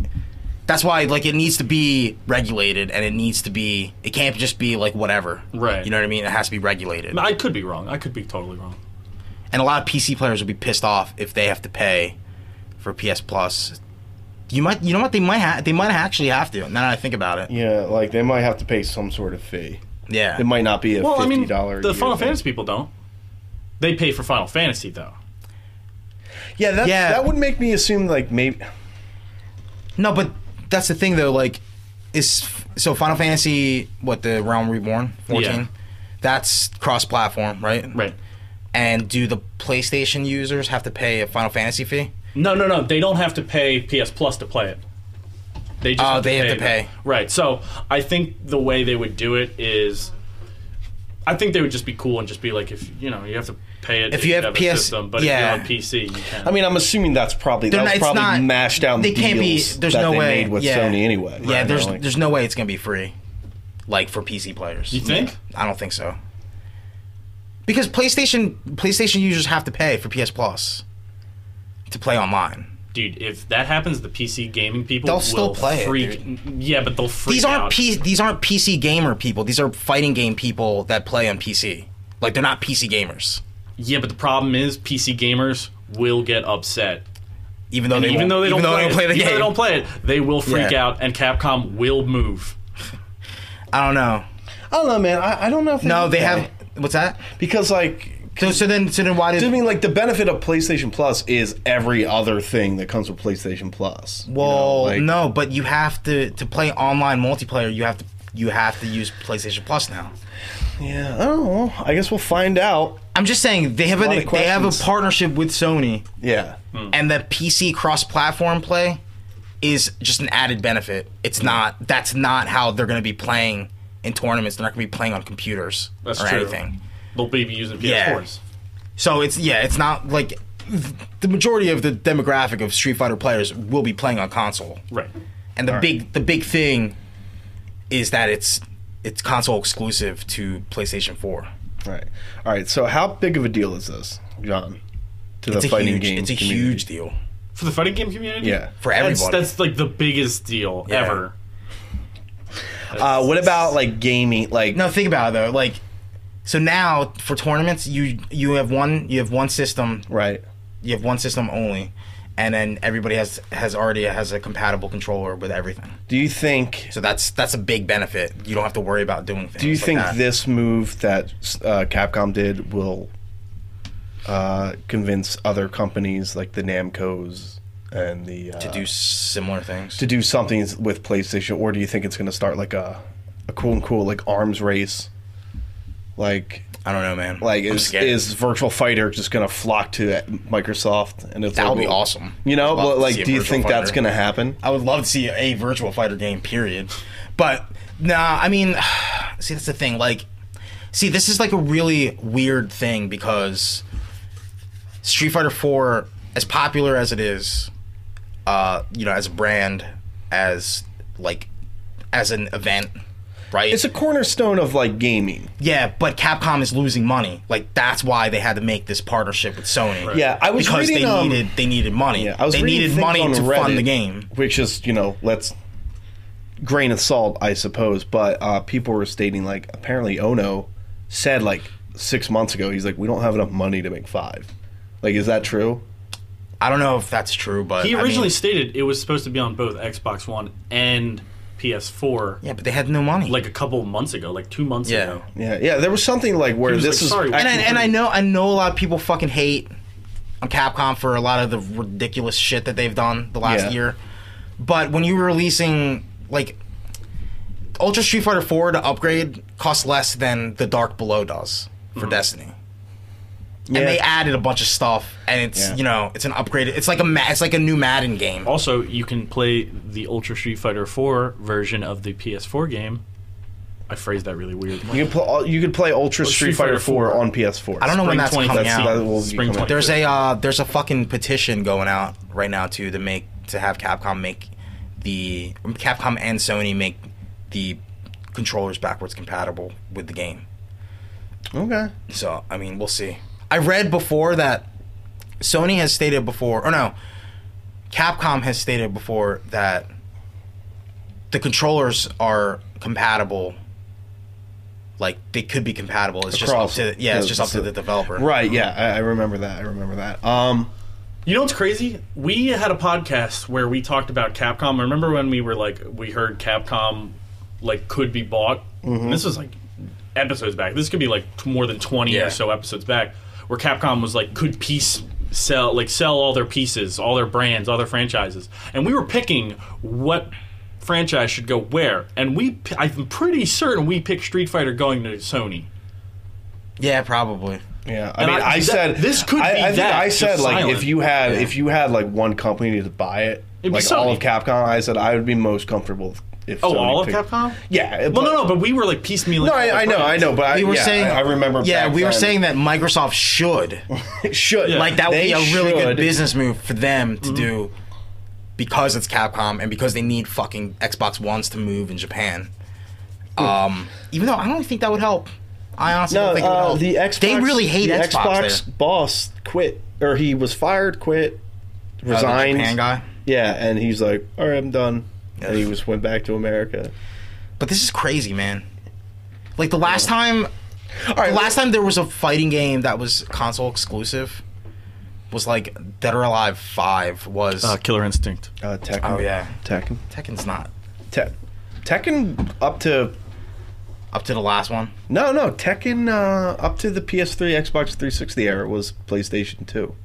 Speaker 2: that's why like it needs to be regulated and it needs to be it can't just be like whatever.
Speaker 4: Right.
Speaker 2: You know what I mean? It has to be regulated.
Speaker 4: I could be wrong. I could be totally wrong.
Speaker 2: And a lot of PC players will be pissed off if they have to pay for PS Plus. You might you know what they might ha- they might actually have to now that I think about it.
Speaker 3: Yeah, like they might have to pay some sort of fee.
Speaker 2: Yeah.
Speaker 3: It might not be a
Speaker 4: Well, I
Speaker 3: fifty
Speaker 4: mean,
Speaker 3: dollar.
Speaker 4: the Final Fantasy people don't. They pay for Final Fantasy though.
Speaker 3: Yeah, that
Speaker 2: Yeah.
Speaker 3: that would make me assume like maybe.
Speaker 2: No, but that's the thing though. Like, is so Final Fantasy what the Realm Reborn fourteen?
Speaker 4: Yeah.
Speaker 2: That's cross-platform, right?
Speaker 4: Right.
Speaker 2: And do the PlayStation users have to pay a Final Fantasy fee?
Speaker 4: No, no, no. They don't have to pay PS Plus to play it. They just
Speaker 2: Oh,
Speaker 4: have
Speaker 2: they
Speaker 4: to
Speaker 2: have to
Speaker 4: pay
Speaker 2: pay.
Speaker 4: Right. So I think the way they would do it is, I think they would just be cool and just be like, if you know, you have to pay it
Speaker 2: If you have
Speaker 4: a
Speaker 2: PS
Speaker 4: system, but
Speaker 2: yeah.
Speaker 4: if you're on PC, you can.
Speaker 3: I mean, I'm assuming that's probably that
Speaker 2: They're
Speaker 3: was
Speaker 2: not- it's
Speaker 3: probably
Speaker 2: not-
Speaker 3: mashed down.
Speaker 2: They can't be.
Speaker 3: deals
Speaker 2: There's
Speaker 3: that
Speaker 2: no
Speaker 3: they
Speaker 2: way.
Speaker 3: made with
Speaker 2: yeah.
Speaker 3: Sony anyway.
Speaker 2: Yeah,
Speaker 3: Right,
Speaker 2: there's
Speaker 3: like-
Speaker 2: there's no way it's gonna be free, like for PC players.
Speaker 4: you think?
Speaker 2: I don't think so. Because PlayStation PlayStation users have to pay for PS Plus to play online.
Speaker 4: Dude, if that happens, the PC gaming people
Speaker 2: They'll
Speaker 4: will
Speaker 2: still play it,
Speaker 4: freak. yeah, but they'll freak
Speaker 2: these aren't
Speaker 4: out.
Speaker 2: P- these aren't PC gamer people. These are fighting game people that play on PC. Like they're not PC gamers,
Speaker 4: yeah, but the problem is PC gamers will get upset.
Speaker 2: even though they
Speaker 4: Even
Speaker 2: won't-
Speaker 4: though they
Speaker 2: even
Speaker 4: don't,
Speaker 2: though
Speaker 4: play,
Speaker 2: they don't play
Speaker 4: it,
Speaker 2: the
Speaker 4: even though
Speaker 2: game.
Speaker 4: they don't play it, they will freak
Speaker 2: Yeah.
Speaker 4: out, and Capcom will move.
Speaker 2: I don't know.
Speaker 3: I don't know, man. I, I don't know if
Speaker 2: No,
Speaker 3: need
Speaker 2: they
Speaker 3: that.
Speaker 2: have. What's that?
Speaker 3: because like
Speaker 2: So, so then, so then, why did?
Speaker 3: I mean, like the benefit of PlayStation Plus is every other thing that comes with PlayStation Plus. you know,
Speaker 2: well,
Speaker 3: like-
Speaker 2: no, but you have to to play online multiplayer. You have to you have to use PlayStation Plus now.
Speaker 3: yeah. Oh, I guess we'll find out.
Speaker 2: I'm just saying they have
Speaker 3: lot
Speaker 2: a
Speaker 3: of
Speaker 2: they have a
Speaker 3: questions.
Speaker 2: partnership with Sony,
Speaker 3: Yeah,
Speaker 4: Hmm.
Speaker 2: and the PC cross platform play is just an added benefit.
Speaker 4: Hmm.
Speaker 2: It's not that's not how they're going to be playing in tournaments. They're not going to be playing on computers
Speaker 4: That's
Speaker 2: or
Speaker 4: true.
Speaker 2: anything.
Speaker 4: They'll be using PS4s.
Speaker 2: Yeah. So it's yeah, it's not like th- the majority of the demographic of Street Fighter players will be playing on console.
Speaker 4: Right.
Speaker 2: And the big the big thing is that it's it's console exclusive to PlayStation 4.
Speaker 3: Right. All right. So, how big of a deal is this, John? To
Speaker 2: It's
Speaker 3: the
Speaker 2: a
Speaker 3: fighting
Speaker 2: huge
Speaker 3: game.
Speaker 2: it's a
Speaker 3: community?
Speaker 2: huge deal
Speaker 4: for the fighting game community.
Speaker 3: Yeah.
Speaker 2: for
Speaker 4: That's-
Speaker 2: everybody.
Speaker 4: That's, like the biggest deal
Speaker 2: Yeah.
Speaker 4: ever.
Speaker 3: Uh, what about like gaming? Like,
Speaker 2: No, think about it though. Like, so now for tournaments, you you have one you have one system,
Speaker 3: right.
Speaker 2: you have one system only, and then everybody has has already has a compatible controller with everything.
Speaker 3: Do you think?
Speaker 2: So that's that's a big benefit. You don't have to worry about doing things.
Speaker 3: Do you
Speaker 2: like
Speaker 3: think
Speaker 2: that.
Speaker 3: this move that uh, Capcom did will uh, convince other companies like the Namco's and the uh,
Speaker 2: to do similar things?
Speaker 3: to do something with PlayStation, or do you think it's going to start like a a cool and cool like arms race? Like,
Speaker 2: I don't know, man.
Speaker 3: like
Speaker 2: I'm
Speaker 3: is,
Speaker 2: scared.
Speaker 3: is Virtual Fighter just going to flock to Microsoft? And it's
Speaker 2: that would be
Speaker 3: like,
Speaker 2: awesome.
Speaker 3: You know,
Speaker 2: I'd love
Speaker 3: but
Speaker 2: to
Speaker 3: like,
Speaker 2: see a
Speaker 3: do you
Speaker 2: virtual
Speaker 3: think that's
Speaker 2: fighter.
Speaker 3: going to happen?
Speaker 2: I would love to see a virtual fighter game, period. But nah, I mean, see, that's the thing. Like, see, this is like a really weird thing because Street Fighter Four, as popular as it is, uh, you know, as a brand, as like, as an event, right?
Speaker 3: It's a cornerstone of like gaming.
Speaker 2: yeah, but Capcom is losing money. Like, that's why they had to make this partnership with Sony.
Speaker 3: Yeah, I was
Speaker 2: because
Speaker 3: reading,
Speaker 2: they
Speaker 3: um,
Speaker 2: needed they needed money.
Speaker 3: Yeah, I was
Speaker 2: they
Speaker 3: reading
Speaker 2: needed
Speaker 3: things
Speaker 2: money
Speaker 3: on
Speaker 2: to
Speaker 3: Reddit,
Speaker 2: fund the game.
Speaker 3: which is you know let's grain of salt, I suppose. But uh, people were stating like apparently Ono said like six months ago he's like we don't have enough money to make five. Like, is that true?
Speaker 2: I don't know if that's true, but
Speaker 4: He
Speaker 2: I mean-
Speaker 4: originally stated it was supposed to be on both Xbox One and PS4,
Speaker 2: Yeah, but they had no money.
Speaker 4: like a couple months ago, like two months
Speaker 2: Yeah.
Speaker 4: ago.
Speaker 3: Yeah, yeah. There was something like where
Speaker 4: He was
Speaker 3: this
Speaker 4: like,
Speaker 3: is
Speaker 4: "Sorry, we
Speaker 2: and I,
Speaker 4: actually
Speaker 2: and I
Speaker 4: pretty-
Speaker 2: know I know a lot of people fucking hate on Capcom for a lot of the ridiculous shit that they've done the last
Speaker 3: Yeah.
Speaker 2: year. But when you were releasing like Ultra Street Fighter 4 to upgrade costs less than the Dark Below does for Destiny.
Speaker 3: Mm-hmm. Yeah.
Speaker 2: And they added a bunch of stuff and it's,
Speaker 3: Yeah.
Speaker 2: you know, it's an upgrade. It's like a ma- it's like a new Madden game.
Speaker 4: Also, you can play the Ultra Street Fighter 4 version of the PS4 game. I phrased that really weird.
Speaker 3: you could play uh, you could play Ultra Street, Fighter, 4 on PS4.
Speaker 2: I don't know when that's
Speaker 4: Spring
Speaker 2: coming
Speaker 4: 2016.
Speaker 2: out.
Speaker 3: That will be
Speaker 4: Spring
Speaker 3: coming out.
Speaker 2: There's a uh, there's a fucking petition going out right now too to make to have Capcom make the Capcom and Sony make the controllers backwards compatible with the game.
Speaker 3: Okay.
Speaker 2: So I mean, we'll see. I read before that Sony has stated before, or no, Capcom has stated before that the controllers are compatible. Like they could be compatible. It's
Speaker 3: Across-
Speaker 2: just up to yeah, it's
Speaker 3: yeah,
Speaker 2: just up to
Speaker 3: so-
Speaker 2: the developer.
Speaker 3: Right. Yeah, I, I remember that. I remember that. Um.
Speaker 4: You know what's crazy? We had a podcast where we talked about Capcom. Remember when we were like, we heard Capcom like could be bought?
Speaker 3: Mm-hmm.
Speaker 4: And this was like episodes back. This could be like t- more than twenty
Speaker 2: Yeah.
Speaker 4: or so episodes back, where Capcom was like, could piece sell like sell all their pieces, all their brands, all their franchises, and we were picking what franchise should go where. And we, p- I'm pretty certain we picked Street Fighter going to Sony.
Speaker 2: Yeah, probably.
Speaker 3: Yeah, I
Speaker 4: And
Speaker 3: mean,
Speaker 4: I-
Speaker 3: I,
Speaker 4: that-
Speaker 3: said
Speaker 4: this could
Speaker 3: I,
Speaker 4: be
Speaker 3: I think
Speaker 4: that,
Speaker 3: I
Speaker 4: just
Speaker 3: said like
Speaker 4: silent.
Speaker 3: if you had if you had like one company to buy it,
Speaker 4: It'd be
Speaker 3: like all
Speaker 4: Sony.
Speaker 3: of Capcom, I said I would be most comfortable if.
Speaker 4: Oh,
Speaker 3: Sony
Speaker 4: all of
Speaker 3: picked-
Speaker 4: Capcom?
Speaker 3: Yeah.
Speaker 4: Well, no, no, but we were like piecemealing.
Speaker 3: no,
Speaker 4: all their
Speaker 3: I, I know, I
Speaker 4: brands.
Speaker 3: know, but I,
Speaker 2: we were
Speaker 3: yeah,
Speaker 2: saying
Speaker 3: I, I remember.
Speaker 2: yeah
Speaker 3: back
Speaker 2: we were
Speaker 3: then,
Speaker 2: saying that microsoft should
Speaker 3: it should
Speaker 2: like that would
Speaker 3: They
Speaker 2: be a really good
Speaker 3: should.
Speaker 2: business move for them
Speaker 3: Mm-hmm.
Speaker 2: to do because it's capcom and because they need fucking xbox ones to move in japan um even though i don't think that would help i honestly
Speaker 3: Hmm. No,
Speaker 2: don't think it would
Speaker 3: uh,
Speaker 2: help.
Speaker 3: the Xbox.
Speaker 2: they really hate
Speaker 3: the
Speaker 2: xbox,
Speaker 3: Xbox
Speaker 2: there.
Speaker 3: boss quit, or he was fired, quit,
Speaker 2: Uh, the
Speaker 3: resigned.
Speaker 2: japan guy
Speaker 3: Yeah, and he's like, "All right, I'm done," and he just went back to America.
Speaker 2: but this is crazy man like the last time
Speaker 3: All right,
Speaker 2: the last time there was a fighting game that was console exclusive was like dead or alive 5 was
Speaker 4: Uh, Killer Instinct.
Speaker 3: uh, Tekken.
Speaker 2: oh yeah
Speaker 3: Tekken.
Speaker 2: tekken's not
Speaker 3: Te- Tekken up to
Speaker 2: up to the last one
Speaker 3: no no Tekken uh, up to the PS3 Xbox 360 era was PlayStation 2.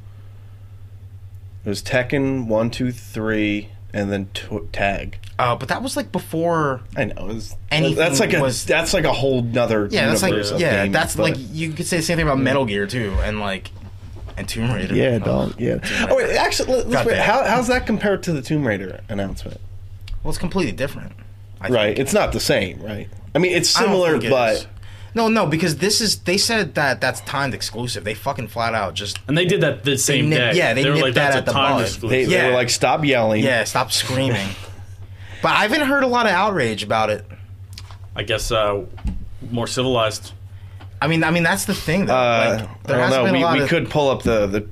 Speaker 3: It was Tekken one two three and then t- Tag.
Speaker 2: Uh, but that was like before.
Speaker 3: I know it was,
Speaker 2: Anything
Speaker 3: that's like a
Speaker 2: was-
Speaker 3: that's like a whole nother
Speaker 2: Yeah, that's
Speaker 3: universe
Speaker 2: like
Speaker 3: of
Speaker 2: yeah,
Speaker 3: games,
Speaker 2: that's
Speaker 3: but-
Speaker 2: like you could say the same thing about Metal Gear too, and like and Tomb Raider.
Speaker 3: yeah
Speaker 2: Oh.
Speaker 3: dog yeah. Oh wait, actually let, let's
Speaker 2: God
Speaker 3: wait.
Speaker 2: damn.
Speaker 3: How, how's that compared to the Tomb Raider announcement?
Speaker 2: Well, it's completely different. I think.
Speaker 3: Right, it's not the same, right? I mean, it's
Speaker 2: I don't
Speaker 3: similar,
Speaker 2: think it
Speaker 3: but
Speaker 2: is. No, no, because this is they said that that's timed exclusive. They fucking flat out just
Speaker 4: And they did that the same
Speaker 2: nip-
Speaker 4: day.
Speaker 2: yeah, they
Speaker 4: were
Speaker 2: nipped
Speaker 4: like,
Speaker 2: that
Speaker 4: that's
Speaker 2: at
Speaker 4: a
Speaker 2: the
Speaker 4: time
Speaker 2: bud.
Speaker 4: exclusive.
Speaker 3: they, they
Speaker 2: Yeah.
Speaker 3: were like, stop yelling.
Speaker 2: yeah, stop screaming. but I haven't heard a lot of outrage about it.
Speaker 4: I guess uh, more civilized.
Speaker 2: I mean, I mean that's the thing. Though.
Speaker 3: Uh,
Speaker 2: Like,
Speaker 3: I don't
Speaker 2: hasn't
Speaker 3: know.
Speaker 2: been a
Speaker 3: We,
Speaker 2: lot
Speaker 3: we
Speaker 2: of-
Speaker 3: could pull up the the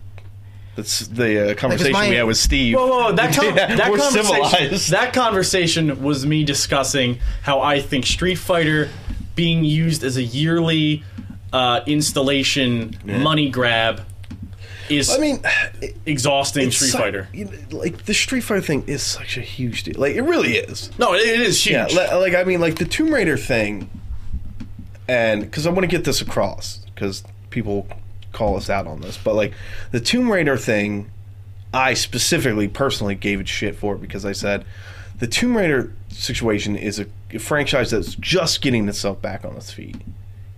Speaker 3: that's the uh, conversation
Speaker 2: my-
Speaker 3: we had with Steve.
Speaker 4: Whoa, whoa, whoa. That, con-
Speaker 3: Yeah,
Speaker 4: that,
Speaker 3: we're
Speaker 4: conversation,
Speaker 3: civilized.
Speaker 4: that conversation was me discussing how I think Street Fighter being used as a yearly uh, installation money grab is
Speaker 3: I mean,
Speaker 4: exhausting Street
Speaker 3: su-
Speaker 4: Fighter.
Speaker 3: you know, Like the Street Fighter thing is such a huge deal. Like it really is.
Speaker 4: No, it, it is huge.
Speaker 3: Yeah, li- like I mean, like the Tomb Raider thing, and because I want to get this across because people call us out on this, but like the Tomb Raider thing, I specifically personally gave it shit for because I said the Tomb Raider situation is a, a franchise that's just getting itself back on its feet.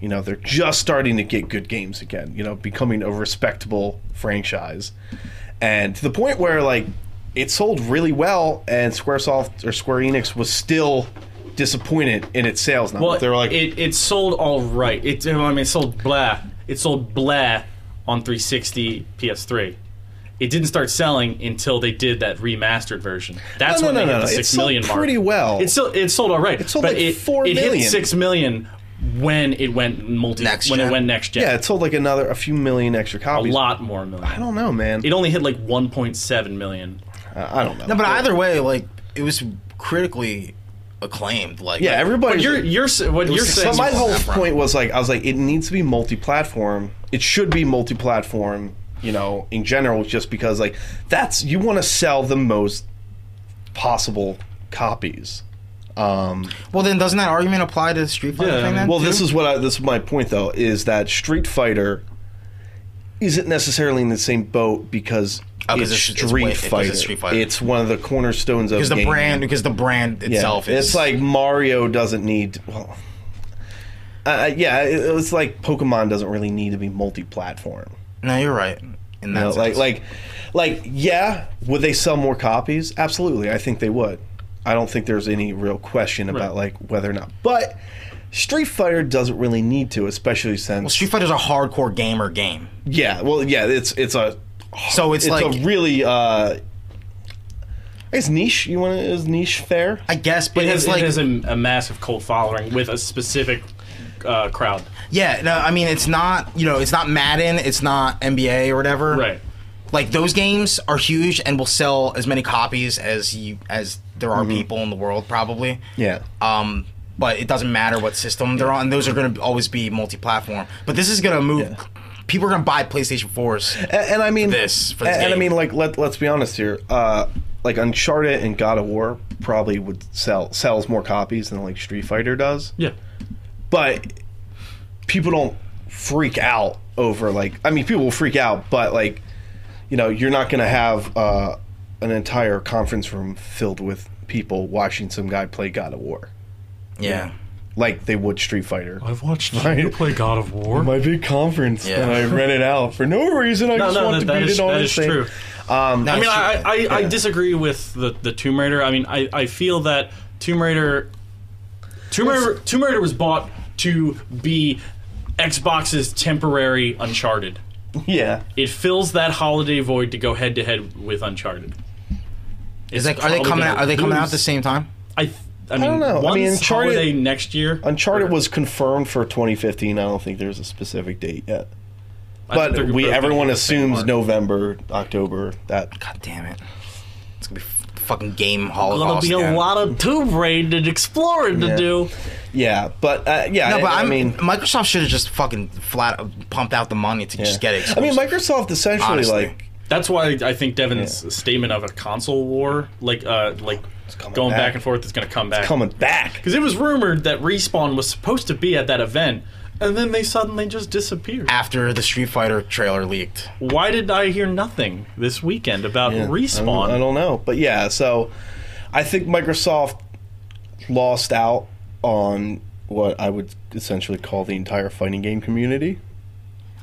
Speaker 3: You know, they're just starting to get good games again. You know, becoming a respectable franchise, and to the point where like it sold really well, and SquareSoft or Square Enix was still disappointed in its sales numbers.
Speaker 4: Well,
Speaker 3: they were like,
Speaker 4: it, it sold all right. It, I mean, it sold blah. It sold blah on 360 PS3. It didn't start selling until they did that remastered version. That's
Speaker 3: No,
Speaker 4: when
Speaker 3: no,
Speaker 4: they
Speaker 3: no,
Speaker 4: hit
Speaker 3: no, no.
Speaker 4: the
Speaker 3: It
Speaker 4: six
Speaker 3: sold
Speaker 4: million mark.
Speaker 3: pretty well.
Speaker 4: It still it sold all right.
Speaker 3: sold
Speaker 4: but
Speaker 3: like
Speaker 4: it,
Speaker 3: four
Speaker 4: it hit
Speaker 3: million.
Speaker 4: six million when it went multi
Speaker 2: Next
Speaker 4: when
Speaker 2: gen.
Speaker 4: it went next gen.
Speaker 3: yeah, it sold like another a few million extra
Speaker 4: a
Speaker 3: copies.
Speaker 4: lot more million.
Speaker 3: I don't know, man.
Speaker 4: It only hit like 1.7 million.
Speaker 3: I I don't know.
Speaker 2: No, but either way, like it was critically acclaimed. Like
Speaker 3: yeah, everybody.
Speaker 4: But you're you're s- what you're
Speaker 3: So
Speaker 4: saying.
Speaker 3: my whole
Speaker 2: Saffron.
Speaker 3: point was like, I was like, it needs to be multi-platform. It should be multi-platform, you know, in general, just because like that's you want to sell the most possible copies. Um,
Speaker 2: Well, then doesn't that argument apply to Street Fighter?
Speaker 4: Yeah,
Speaker 2: thing then,
Speaker 3: well,
Speaker 2: too?
Speaker 3: this is what I, this is my point though is that Street Fighter isn't necessarily in the same boat because.
Speaker 2: Oh, 'cause
Speaker 3: it's,
Speaker 2: it's- it's
Speaker 3: Street
Speaker 2: way- it's a
Speaker 3: Fighter.
Speaker 2: Street Fighter.
Speaker 3: It's one of the cornerstones of
Speaker 2: because the
Speaker 3: gaming.
Speaker 2: brand because the brand
Speaker 3: Yeah,
Speaker 2: itself is
Speaker 3: It's like Mario doesn't need. Well, uh, yeah, it, it's like Pokemon doesn't really need to be multi-platform.
Speaker 2: no, you're right. In
Speaker 3: You
Speaker 2: that
Speaker 3: know, like,
Speaker 2: sense.
Speaker 3: like, like, yeah. Would they sell more copies? Absolutely, I think they would. I don't think there's any real question about like whether or not. But Street Fighter doesn't really need to, especially since
Speaker 2: well, Street Fighter's a hardcore gamer game,
Speaker 3: yeah, well, yeah, it's it's a
Speaker 2: so it's,
Speaker 3: it's
Speaker 2: like
Speaker 3: a really uh, I guess niche. You want to is niche fair?
Speaker 2: I guess, but
Speaker 4: it has,
Speaker 2: it's like
Speaker 4: it has a, a massive cult following with a specific uh, crowd.
Speaker 2: yeah. No, I mean it's not you know it's not Madden, it's not NBA or whatever.
Speaker 4: Right.
Speaker 2: Like those games are huge and will sell as many copies as you as there are people in the world probably.
Speaker 3: Mm-hmm. Yeah.
Speaker 2: Um, but it doesn't matter what system they're on. Those are going to always be multi-platform. But this is going to move. People are going to buy PlayStation 4s.
Speaker 3: A- and, I mean
Speaker 2: this for this
Speaker 3: a- and, I
Speaker 2: game.
Speaker 3: mean like let let's be honest here. Uh, like Uncharted and God of War probably would sell sells more copies than like Street Fighter does.
Speaker 4: Yeah.
Speaker 3: But people don't freak out over like I mean people will freak out, but like you know you're not gonna have uh, an entire conference room filled with people watching some guy play God of War
Speaker 2: Yeah.
Speaker 3: like they would Street Fighter.
Speaker 7: I've watched you play God of War.
Speaker 3: My big conference
Speaker 2: Yeah.
Speaker 3: and I rented out for no reason. I
Speaker 4: No,
Speaker 3: just
Speaker 4: no,
Speaker 3: want
Speaker 4: that,
Speaker 3: to
Speaker 4: that
Speaker 3: beat
Speaker 4: is,
Speaker 3: it on
Speaker 4: that
Speaker 3: this
Speaker 4: is
Speaker 3: thing.
Speaker 4: true.
Speaker 2: No,
Speaker 4: I mean,
Speaker 2: it's-
Speaker 4: I, I, I disagree with the, the Tomb Raider. I mean, I, I feel that Tomb Raider, Tomb Raider, Tomb Raider was bought to be Xbox's temporary Uncharted.
Speaker 3: Yeah.
Speaker 4: It fills that holiday void to go head to head with Uncharted.
Speaker 2: Is that, are they coming out? Are they coming out at the same time?
Speaker 4: I, th- I mean,
Speaker 3: don't know. I
Speaker 4: Once
Speaker 3: mean, Uncharted-
Speaker 4: holiday next year.
Speaker 3: Uncharted was confirmed for 2015. I don't think there's a specific date yet,
Speaker 4: I think
Speaker 3: but
Speaker 4: they're
Speaker 3: we
Speaker 4: both gonna
Speaker 3: everyone
Speaker 4: be the same
Speaker 3: assumes
Speaker 4: mark.
Speaker 3: November, October. That
Speaker 2: God damn it! It's gonna be f- fucking game
Speaker 4: There'll
Speaker 2: holocaust.
Speaker 4: be a
Speaker 2: again.
Speaker 4: lot of Tomb Raider exploring to
Speaker 3: Yeah.
Speaker 4: do.
Speaker 3: yeah, but uh, yeah,
Speaker 2: No, but
Speaker 3: I,
Speaker 2: I'm,
Speaker 3: I mean,
Speaker 2: Microsoft should have just fucking flat pumped out the money to just get it.
Speaker 3: I mean, Microsoft essentially
Speaker 2: Honestly.
Speaker 3: like
Speaker 4: That's why I think Devin's statement of a console war, like uh, like
Speaker 3: coming
Speaker 4: going back.
Speaker 3: back.
Speaker 4: and forth, is going to come back.
Speaker 3: coming back.
Speaker 4: Because it was rumored that Respawn was supposed to be at that event, and then they suddenly just disappeared.
Speaker 2: after the Street Fighter trailer leaked.
Speaker 4: Why did I hear nothing this weekend about
Speaker 3: Yeah, I don't-
Speaker 4: Respawn?
Speaker 3: I don't know, but yeah. So I think Microsoft lost out on what I would essentially call the entire fighting game community.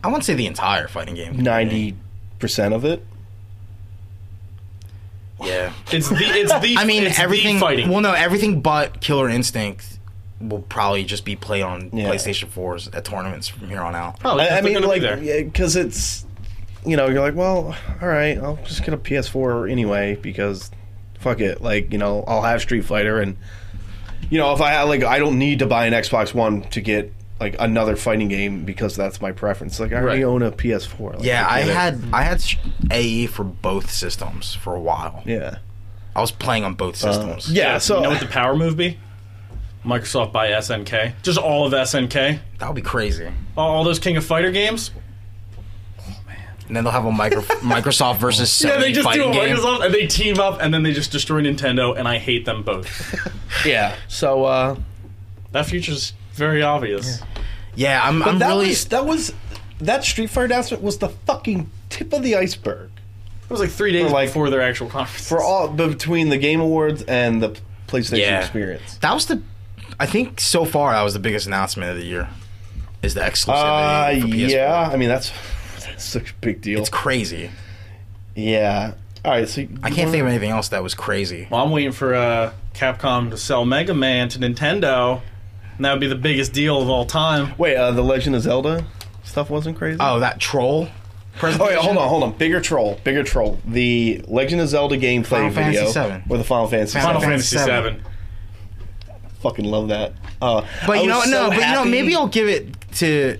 Speaker 2: I wouldn't say the entire fighting game.
Speaker 3: Ninety percent of it.
Speaker 2: Yeah.
Speaker 4: It's the it's the
Speaker 2: I mean,
Speaker 4: it's the
Speaker 2: everything.
Speaker 4: fighting.
Speaker 2: Well, no, everything but Killer Instinct will probably just be played on
Speaker 3: Yeah.
Speaker 2: PlayStation 4s at tournaments from here on out.
Speaker 4: Oh,
Speaker 3: I, I
Speaker 4: they're
Speaker 3: mean,
Speaker 4: gonna be
Speaker 3: like,
Speaker 4: there.
Speaker 3: because it's, you know, you're like, well, all right, I'll just get a PS4 anyway because, fuck it, like, you know, I'll have Street Fighter and you know, if I had like, I don't need to buy an Xbox One to get like another fighting game because that's my preference. Like, I already
Speaker 4: Right.
Speaker 3: own a PS4. Like,
Speaker 2: Yeah, I
Speaker 3: get it.
Speaker 2: had I had sh- AE for both systems for a while.
Speaker 3: Yeah.
Speaker 2: I was playing on both systems.
Speaker 3: Uh, Yeah. So
Speaker 4: you know what the power move be? Microsoft buy SNK. Just all of SNK.
Speaker 2: that would be crazy.
Speaker 4: All those King of Fighter games.
Speaker 2: And then they'll have a micro- Microsoft versus Sony
Speaker 4: Yeah, they just do
Speaker 2: fighting
Speaker 4: a
Speaker 2: game.
Speaker 4: Microsoft and they team up and then they just destroy Nintendo and I hate them both.
Speaker 3: yeah. So uh,
Speaker 4: that future's very obvious.
Speaker 2: Yeah, I'm, I'm
Speaker 3: that
Speaker 2: really.
Speaker 3: was that was that Street Fighter announcement was the fucking tip of the iceberg
Speaker 4: It was like three days
Speaker 3: like-
Speaker 4: before their actual conference.
Speaker 3: for all between the Game Awards and the PlayStation
Speaker 2: Yeah.
Speaker 3: Experience.
Speaker 2: that was the. I think so far that was the biggest announcement of the year. Is the
Speaker 3: Uh,
Speaker 2: exclusivity? for PS4.
Speaker 3: yeah. I mean, that's that's such a big deal.
Speaker 2: It's crazy.
Speaker 3: yeah. All right. So
Speaker 2: I can't think of anything else that was crazy.
Speaker 4: Well, I'm waiting for uh, Capcom to sell Mega Man to Nintendo, and that would be the biggest deal of all time.
Speaker 3: Wait, uh, the Legend of Zelda stuff wasn't crazy.
Speaker 2: Oh, that troll.
Speaker 3: Oh
Speaker 2: Presentation?
Speaker 3: yeah, hold on, hold on. Bigger troll, bigger troll. The Legend of Zelda gameplay
Speaker 2: Final Fantasy
Speaker 3: video
Speaker 2: VII.
Speaker 3: or the Final Fantasy.
Speaker 2: Final
Speaker 4: Final
Speaker 3: VII.
Speaker 2: Fantasy
Speaker 4: Fantasy
Speaker 2: VII.
Speaker 4: VII.
Speaker 3: Fucking love that. Uh,
Speaker 2: But
Speaker 3: I
Speaker 2: you know,
Speaker 3: was
Speaker 2: no.
Speaker 3: so
Speaker 2: But you know,
Speaker 3: happy.
Speaker 2: maybe I'll give it to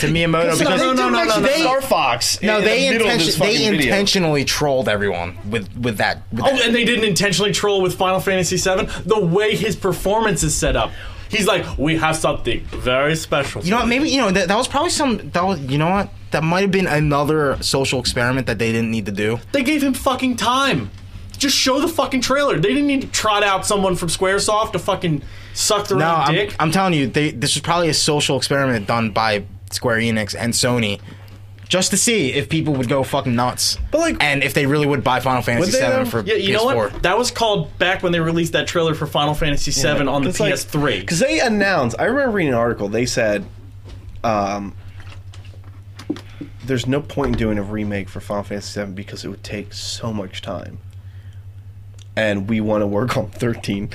Speaker 2: to Miyamoto
Speaker 3: No,
Speaker 2: because
Speaker 3: no, no, no, no,
Speaker 2: they-
Speaker 3: Star Fox.
Speaker 2: No,
Speaker 3: in
Speaker 2: they
Speaker 3: the middle of
Speaker 2: intention-
Speaker 3: this
Speaker 2: they
Speaker 3: fucking video.
Speaker 2: intentionally trolled everyone with with that. With
Speaker 4: Oh,
Speaker 2: that.
Speaker 4: and they didn't intentionally troll with Final Fantasy VII. The way his performance is set up, he's like, "We have something very special."
Speaker 2: You know, what, maybe you know that, that was probably some. That was you know what that might have been another social experiment that they didn't need to do.
Speaker 4: They gave him fucking time. Just show the fucking trailer. They didn't need to trot out someone from SquareSoft to fucking suck their
Speaker 2: No,
Speaker 4: own
Speaker 2: I'm,
Speaker 4: dick.
Speaker 2: I'm telling you, they, this was probably a social experiment done by Square Enix and Sony, just to see if people would go fucking nuts.
Speaker 3: But, like-
Speaker 2: and if they really would buy Final Fantasy
Speaker 3: they,
Speaker 2: VII
Speaker 3: though?
Speaker 2: for
Speaker 4: yeah, you know
Speaker 2: PS4.
Speaker 4: what? That was called back when they released that trailer for Final Fantasy VII on the
Speaker 3: It's like-
Speaker 4: PS3.
Speaker 3: Because they announced, I remember reading an article. They said, um, "There's no point in doing a remake for Final Fantasy VII because it would take so much time." And we want to work on 13.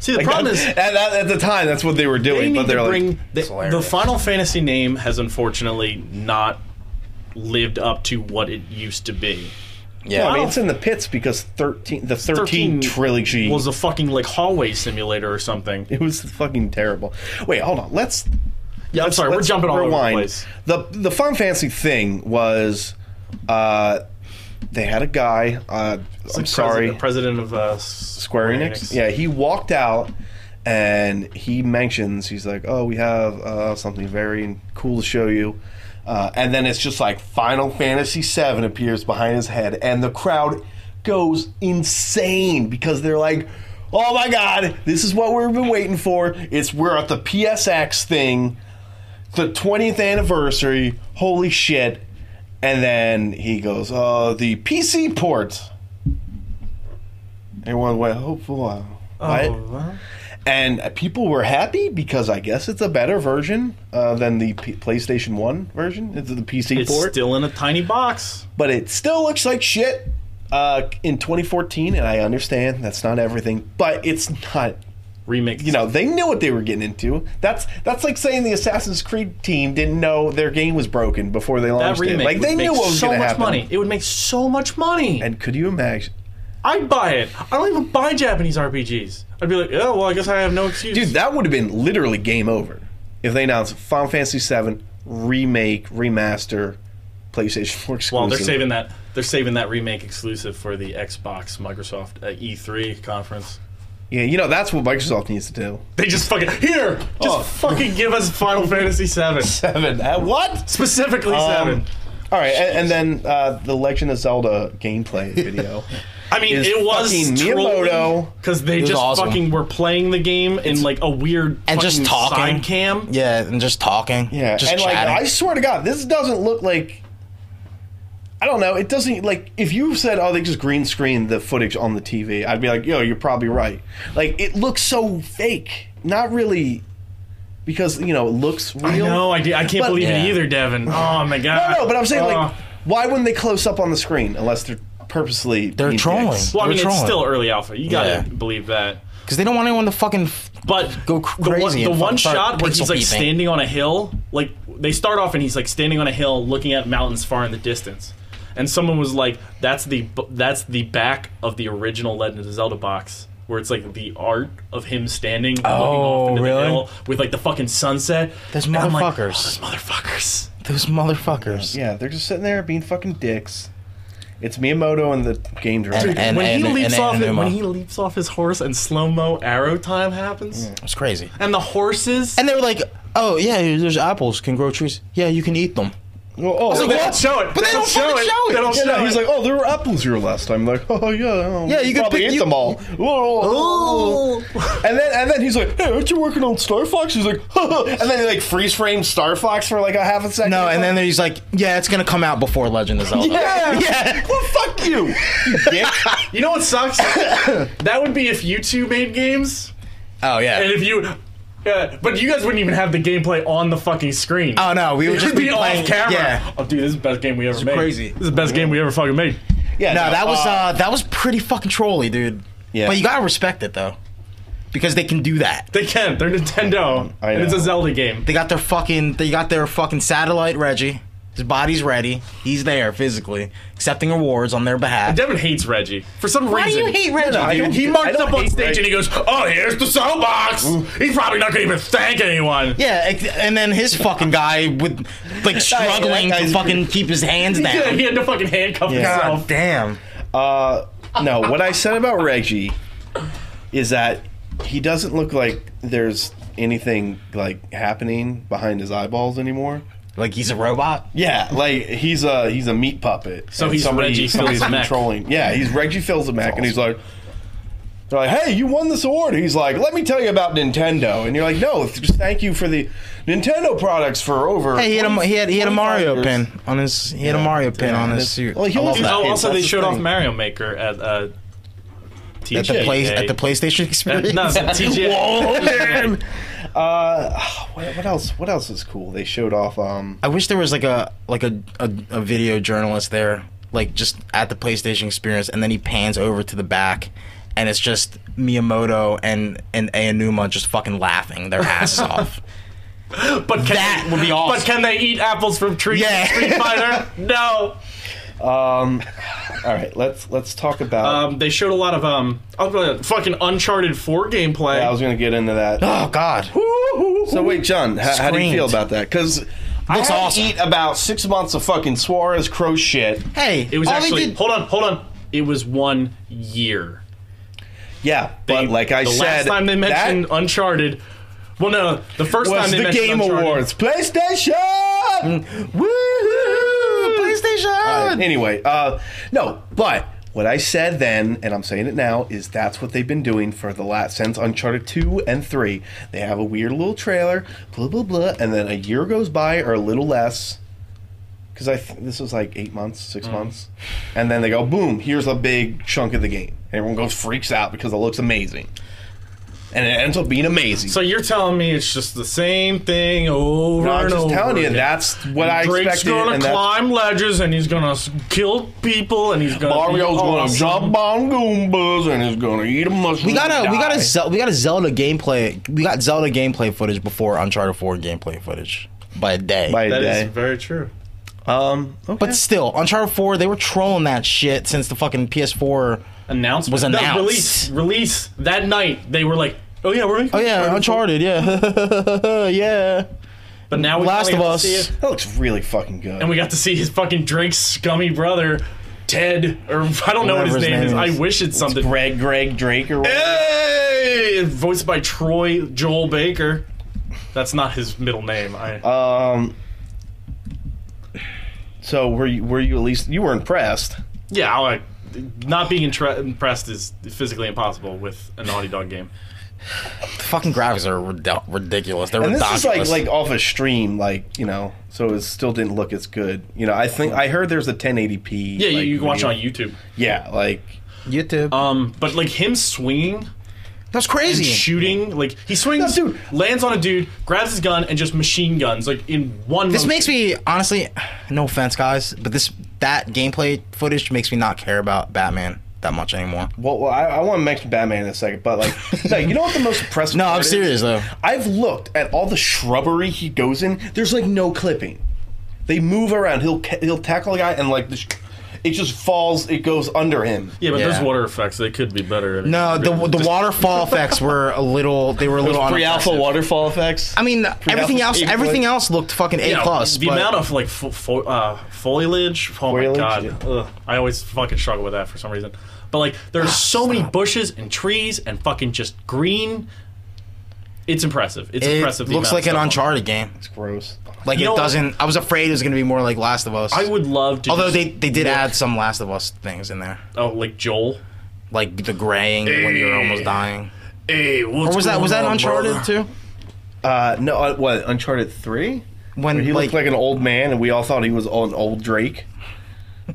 Speaker 4: See, the
Speaker 3: Like,
Speaker 4: problem
Speaker 3: that-
Speaker 4: is
Speaker 3: at, at- at the time, that's what they were doing.
Speaker 4: they need
Speaker 3: but they're
Speaker 4: to
Speaker 3: like,
Speaker 4: bring the,
Speaker 2: hilarious.
Speaker 4: the Final Fantasy name has unfortunately not lived up to what it used to be.
Speaker 3: yeah, I mean,
Speaker 4: Wow.
Speaker 3: it's in the pits because 13, the 13,
Speaker 4: 13
Speaker 3: trilogy
Speaker 4: was a fucking like hallway simulator or something.
Speaker 3: It was fucking terrible. Wait, hold on. Let's.
Speaker 4: Yeah, I'm sorry, we're
Speaker 3: let's
Speaker 4: jumping all
Speaker 3: rewind.
Speaker 4: over the place.
Speaker 3: The the Final Fantasy thing was, uh, they had a guy. Uh, I'm
Speaker 4: Pres-
Speaker 3: sorry,
Speaker 4: the president of uh, Square
Speaker 3: Square Enix? Yeah, he walked out and he mentions he's like, "Oh, we have uh, something very cool to show you." Uh, and then it's just like Final Fantasy VII appears behind his head, and the crowd goes insane because they're like, "Oh my god, this is what we've been waiting for! It's we're at the PSX thing, the 20th anniversary. Holy shit!" And then he goes, "Oh, the PC port." Everyone went, oh, boy. What?
Speaker 4: Oh.
Speaker 3: And people were happy because I guess it's a better version uh, than the P- PlayStation 1 version. It's the PC
Speaker 4: It's
Speaker 3: port.
Speaker 4: still in a tiny box.
Speaker 3: but it still looks like shit uh, in 2014, and I understand that's not everything, but it's not.
Speaker 4: Remix.
Speaker 3: You know, they knew what they were getting into. That's that's like saying the Assassin's Creed team didn't know their game was broken before they
Speaker 4: that
Speaker 3: launched it.
Speaker 4: remake.
Speaker 3: Like they
Speaker 4: would
Speaker 3: knew
Speaker 4: make
Speaker 3: what was
Speaker 4: so
Speaker 3: going
Speaker 4: much
Speaker 3: to happen.
Speaker 4: money. It would make so much money.
Speaker 3: And could you imagine?
Speaker 4: I'd buy it. I don't even buy Japanese RPGs. I'd be like, oh well, I guess I have no excuse.
Speaker 3: Dude, that would have been literally game over if they announced Final Fantasy VII remake, remaster, PlayStation 4 exclusive.
Speaker 4: Well, Oh, they're saving that. They're saving that remake exclusive for the Xbox Microsoft uh, E3 conference.
Speaker 3: Yeah, you know that's what Microsoft needs to do.
Speaker 4: They just fucking here. Just fucking give us Final Fantasy VII,
Speaker 3: Oh. Seven. Uh, what?
Speaker 4: specifically
Speaker 3: Um,
Speaker 4: seven.
Speaker 3: all right, and, and then uh, the Legend of Zelda gameplay video.
Speaker 4: I mean,
Speaker 3: is
Speaker 4: it was
Speaker 3: fucking Miyamoto.
Speaker 4: because they
Speaker 2: was
Speaker 4: just
Speaker 2: awesome.
Speaker 4: fucking were playing the game in like a weird
Speaker 2: and just
Speaker 4: fucking
Speaker 2: talking.
Speaker 4: side cam.
Speaker 2: Yeah, and just talking.
Speaker 3: Yeah,
Speaker 2: just
Speaker 3: and
Speaker 2: chatting.
Speaker 3: like I swear to God, this doesn't look like. I don't know. It doesn't like if you said, "Oh, they just green screened the footage on the TV," I'd be like, "Yo, you're probably right." Like it looks so fake, not really, because you know it looks real.
Speaker 4: I know, I, did- I can't
Speaker 3: But-
Speaker 4: believe
Speaker 2: Yeah.
Speaker 4: it either, Devin. Oh my god.
Speaker 3: No, no, but I'm saying
Speaker 4: Uh,
Speaker 3: like, why wouldn't they close up on the screen unless they're purposely
Speaker 2: They're
Speaker 3: being
Speaker 2: trolling.
Speaker 3: dicks?
Speaker 4: well, I
Speaker 2: They're
Speaker 4: mean, it's
Speaker 2: trolling.
Speaker 4: still early alpha. You gotta
Speaker 2: Yeah.
Speaker 4: believe that.
Speaker 2: because they don't want anyone to fucking
Speaker 4: But
Speaker 2: Go cr-
Speaker 4: the one,
Speaker 2: crazy
Speaker 4: the
Speaker 2: and
Speaker 4: one
Speaker 2: fucking start
Speaker 4: shot where
Speaker 2: pixel
Speaker 4: he's like
Speaker 2: peeping.
Speaker 4: standing on a hill, like they start off and he's like standing on a hill looking at mountains far in the distance, and someone was like, "That's the that's the back of the original Legend of Zelda box where it's like the art of him standing looking
Speaker 2: Oh,
Speaker 4: off into
Speaker 2: really?
Speaker 4: the hill with like the fucking sunset.
Speaker 2: Those
Speaker 4: And I'm like, oh,
Speaker 2: motherfuckers.
Speaker 4: those motherfuckers.
Speaker 2: Those motherfuckers.
Speaker 3: Yeah, they're just sitting there being fucking dicks. It's Miyamoto and the game director.
Speaker 2: And-
Speaker 4: when he
Speaker 2: and-
Speaker 4: leaps
Speaker 2: and
Speaker 4: off it-
Speaker 2: Enuma.
Speaker 4: when he leaps off his horse and slow mo arrow time happens,
Speaker 2: It's crazy.
Speaker 4: and the horses.
Speaker 2: And they were like, "Oh yeah, there's apples can grow trees. Yeah, you can eat them."
Speaker 3: Well, oh,
Speaker 4: They don't show it.
Speaker 2: But they don't fucking show it.
Speaker 4: They don't
Speaker 3: yeah,
Speaker 4: show
Speaker 3: no,
Speaker 4: it.
Speaker 3: he's like, oh, there were apples here last time. Like, oh yeah, oh,
Speaker 2: Yeah,
Speaker 3: we
Speaker 2: you could
Speaker 3: probably
Speaker 2: pick-
Speaker 3: ate
Speaker 2: you-
Speaker 3: them all. Whoa. and then and then he's like, hey, aren't you working on Star Fox? He's like, and then he like freeze frames Star Fox for like a half a second.
Speaker 2: No, and then he's like, "Yeah, it's gonna come out before Legend of Zelda."
Speaker 3: yeah,
Speaker 2: Yeah.
Speaker 3: well, fuck you, you dick.
Speaker 4: you know what sucks? that would be if you two made games,
Speaker 2: Oh
Speaker 4: and
Speaker 2: yeah.
Speaker 4: if you, uh, but you guys wouldn't even have the gameplay on the fucking screen.
Speaker 2: Oh no, we would
Speaker 4: It
Speaker 2: just
Speaker 4: would
Speaker 2: be
Speaker 4: be
Speaker 2: playing.
Speaker 4: off camera.
Speaker 2: Yeah.
Speaker 4: Oh, dude, this is the best game we ever made.
Speaker 2: crazy.
Speaker 4: This is the best game we ever fucking made.
Speaker 3: Yeah,
Speaker 2: No, that was uh, that was pretty fucking trolly, dude.
Speaker 3: Yeah.
Speaker 2: But you gotta respect it though, because they can do that.
Speaker 4: They can. They're Nintendo.
Speaker 3: I
Speaker 4: And it's a
Speaker 3: know.
Speaker 4: Zelda game.
Speaker 2: They got their fucking they got their fucking satellite Reggie. His body's ready. He's there physically, accepting awards on their behalf.
Speaker 4: Devin hates Reggie for some reason.
Speaker 2: Reggie?
Speaker 3: I
Speaker 4: Dude,
Speaker 3: don't-
Speaker 4: he
Speaker 3: I
Speaker 4: marches
Speaker 3: don't
Speaker 4: up on
Speaker 3: hate
Speaker 4: stage
Speaker 3: Reggie.
Speaker 4: and he goes, "Oh, here's the soapbox." He's probably not gonna even thank anyone.
Speaker 2: Yeah, ex- and then his fucking guy with like struggling to
Speaker 3: guy's
Speaker 2: fucking keep his hands
Speaker 4: Yeah,
Speaker 2: down.
Speaker 4: he had to fucking handcuff
Speaker 2: God
Speaker 4: himself.
Speaker 2: damn.
Speaker 3: Uh, no, what I said about Reggie is that he doesn't look like there's anything like happening behind his eyeballs anymore.
Speaker 2: Like he's a robot.
Speaker 3: Yeah, like he's a he's a meat puppet.
Speaker 4: So
Speaker 3: And
Speaker 4: he's Reggie
Speaker 3: somebody's
Speaker 4: Fils-a-Mac.
Speaker 3: controlling. Yeah, he's Reggie Fils-a-Mac, and he's like, they're like, hey, you won this award. He's like, let me tell you about Nintendo, and you're like, no, th- just thank you for the Nintendo products for over.
Speaker 2: Hey, he had a he had he had a
Speaker 3: 25
Speaker 2: Mario
Speaker 3: years."
Speaker 2: pin on his he had a Mario pin on his
Speaker 3: this-
Speaker 2: suit.
Speaker 3: well, he
Speaker 2: I
Speaker 3: was-
Speaker 2: love that.
Speaker 4: Oh,
Speaker 3: Hey,
Speaker 4: also
Speaker 3: that's
Speaker 4: they
Speaker 3: the
Speaker 4: showed off
Speaker 3: thing.
Speaker 4: Mario Maker at uh, TGA.
Speaker 2: At the play at the PlayStation
Speaker 4: Uh,
Speaker 2: experience.
Speaker 4: no, it's at TGA.
Speaker 3: Uh, what, what else? What else is cool? They showed off. Um,
Speaker 2: I wish there was like a like a, a, a video journalist there, like just at the PlayStation experience, and then he pans over to the back, and it's just Miyamoto and and Aonuma just fucking laughing their asses off.
Speaker 4: But can
Speaker 2: That would be awesome.
Speaker 4: But can they eat apples from trees?
Speaker 2: Yeah.
Speaker 4: in Street Fighter. No.
Speaker 3: Um, all right, let's let's talk about.
Speaker 4: Um, they showed a lot of um, uh, fucking Uncharted Four gameplay.
Speaker 3: I was gonna get into that.
Speaker 2: Oh God,
Speaker 3: so wait, John, how, how do you
Speaker 2: Screamed.
Speaker 3: feel about that? Because I
Speaker 2: Looks
Speaker 3: had to
Speaker 2: awesome.
Speaker 3: eat about six months of fucking Suarez crow shit.
Speaker 2: hey,
Speaker 4: it was
Speaker 2: all Oh, they
Speaker 4: actually
Speaker 2: did-
Speaker 4: hold on, hold on. It was one year.
Speaker 3: Yeah,
Speaker 4: They-
Speaker 3: but like I
Speaker 4: the
Speaker 3: said,
Speaker 4: last time they mentioned
Speaker 3: that
Speaker 4: Uncharted. Well, no, the first
Speaker 3: was
Speaker 4: time they
Speaker 3: the
Speaker 4: mentioned
Speaker 3: Game
Speaker 4: Uncharted-
Speaker 3: Awards, PlayStation. Woohoo!
Speaker 2: PlayStation.
Speaker 3: Anyway, uh, no, but what I said then, and I'm saying it now, is that's what they've been doing for the last since Uncharted two and three. They have a weird little trailer, blah blah blah, and then a year goes by or a little less, because I th- this was like eight months, six months, and then they go boom, here's a big chunk of the game. Everyone goes freaks out because it looks amazing, and it ends up being amazing.
Speaker 4: So you're telling me it's just the same thing over
Speaker 3: No,
Speaker 4: and
Speaker 3: I'm just
Speaker 4: over
Speaker 3: telling you,
Speaker 4: again.
Speaker 3: that's what I
Speaker 4: Drake's
Speaker 3: expected.
Speaker 4: gonna
Speaker 3: and that's-
Speaker 4: climb ledges and he's gonna s- kill people and he's gonna.
Speaker 3: Mario's
Speaker 4: be
Speaker 3: gonna
Speaker 4: awesome.
Speaker 3: jump on Goombas and is gonna eat a mushroom.
Speaker 2: We got a we got a
Speaker 3: die.
Speaker 2: Zel- we got a Zelda gameplay we got Zelda gameplay footage before Uncharted Four gameplay footage by a day.
Speaker 3: by a
Speaker 4: That
Speaker 3: day.
Speaker 4: is very true.
Speaker 3: um, okay.
Speaker 2: but still, Uncharted Four they were trolling that shit since the fucking PS4
Speaker 4: Announcement
Speaker 2: Was
Speaker 4: No,
Speaker 2: announced.
Speaker 4: release release that night. They were like, "Oh yeah, we're making."
Speaker 2: Oh yeah, Uncharted. Yeah, yeah.
Speaker 4: But now we
Speaker 2: Last
Speaker 4: finally
Speaker 2: of
Speaker 4: got to
Speaker 2: Us.
Speaker 4: see it,
Speaker 3: that looks really fucking good.
Speaker 4: and we got to see his fucking Drake's scummy brother, Ted, or I don't know what
Speaker 2: Whatever
Speaker 4: his,
Speaker 2: his
Speaker 4: name, is.
Speaker 2: name
Speaker 4: I
Speaker 2: is.
Speaker 4: wish it's something.
Speaker 3: Greg, Greg, Drake,
Speaker 4: Eh.
Speaker 3: or whatever.
Speaker 4: Hey! Voiced by Troy Joel Baker. That's not his middle name. I,
Speaker 3: um. So were you? Were you at least? You were impressed.
Speaker 4: yeah, I, like, not being intre- impressed is physically impossible with a Naughty Dog game.
Speaker 2: The fucking graphics are rid- ridiculous. They're
Speaker 3: And this
Speaker 2: ridiculous.
Speaker 3: is like like off a stream, like you know. So it still didn't look as good. You know, I think I heard there's a 1080p.
Speaker 4: Yeah,
Speaker 3: like,
Speaker 4: you, you can watch it
Speaker 3: video.
Speaker 4: on YouTube.
Speaker 3: Yeah, like
Speaker 2: YouTube.
Speaker 4: Um, but like him swinging,
Speaker 2: That's crazy.
Speaker 4: shooting, like he swings,
Speaker 3: No, dude.
Speaker 4: lands on a dude, grabs his gun, and just machine guns like in one.
Speaker 2: this
Speaker 4: motion.
Speaker 2: makes me honestly, no offense, guys, but this that gameplay footage makes me not care about Batman that much anymore.
Speaker 3: well, well I, I want to mention Batman in a second, but like, no, you know what the most impressive?
Speaker 2: No, I'm
Speaker 3: part is?
Speaker 2: serious though.
Speaker 3: I've looked at all the shrubbery he goes in. There's like no clipping. They move around. He'll ca- he'll tackle a guy and like this, it just falls. It goes under him.
Speaker 4: Yeah, but those
Speaker 2: Yeah.
Speaker 4: water effects, they could be better.
Speaker 2: No, the the waterfall effects were a little. They were a little
Speaker 3: Pre-alpha
Speaker 2: unimpressive.
Speaker 3: waterfall effects.
Speaker 2: I mean, everything
Speaker 3: alpha
Speaker 2: else,
Speaker 3: eight
Speaker 2: everything
Speaker 3: point-
Speaker 2: else looked fucking A
Speaker 4: Yeah,
Speaker 2: plus.
Speaker 4: The
Speaker 2: but-
Speaker 4: amount of like fo- fo- uh, foliage. Oh
Speaker 3: Foliage,
Speaker 4: my god,
Speaker 3: yeah.
Speaker 4: Ugh, I always fucking struggle with that for some reason. But like, there's so many bushes and trees and fucking just green. It's impressive. It's
Speaker 2: it
Speaker 4: impressive. the
Speaker 2: looks
Speaker 4: amount
Speaker 2: like
Speaker 4: of
Speaker 2: an
Speaker 4: stuff.
Speaker 2: Uncharted game.
Speaker 3: It's gross.
Speaker 2: Like
Speaker 4: You know
Speaker 2: it
Speaker 4: what?
Speaker 2: doesn't. I was afraid it was gonna be more like Last of Us.
Speaker 4: I would love to.
Speaker 2: Although
Speaker 4: just-
Speaker 2: they, they did add some Last of Us things in there,
Speaker 4: oh, like Joel.
Speaker 2: like the graying when you're almost dying.
Speaker 4: Hey,
Speaker 2: Or was that was that Uncharted too?
Speaker 3: Uh, no, uh, what Uncharted three?
Speaker 2: When
Speaker 3: He
Speaker 2: like,
Speaker 3: looked like an old man, and we all thought he was an old Drake.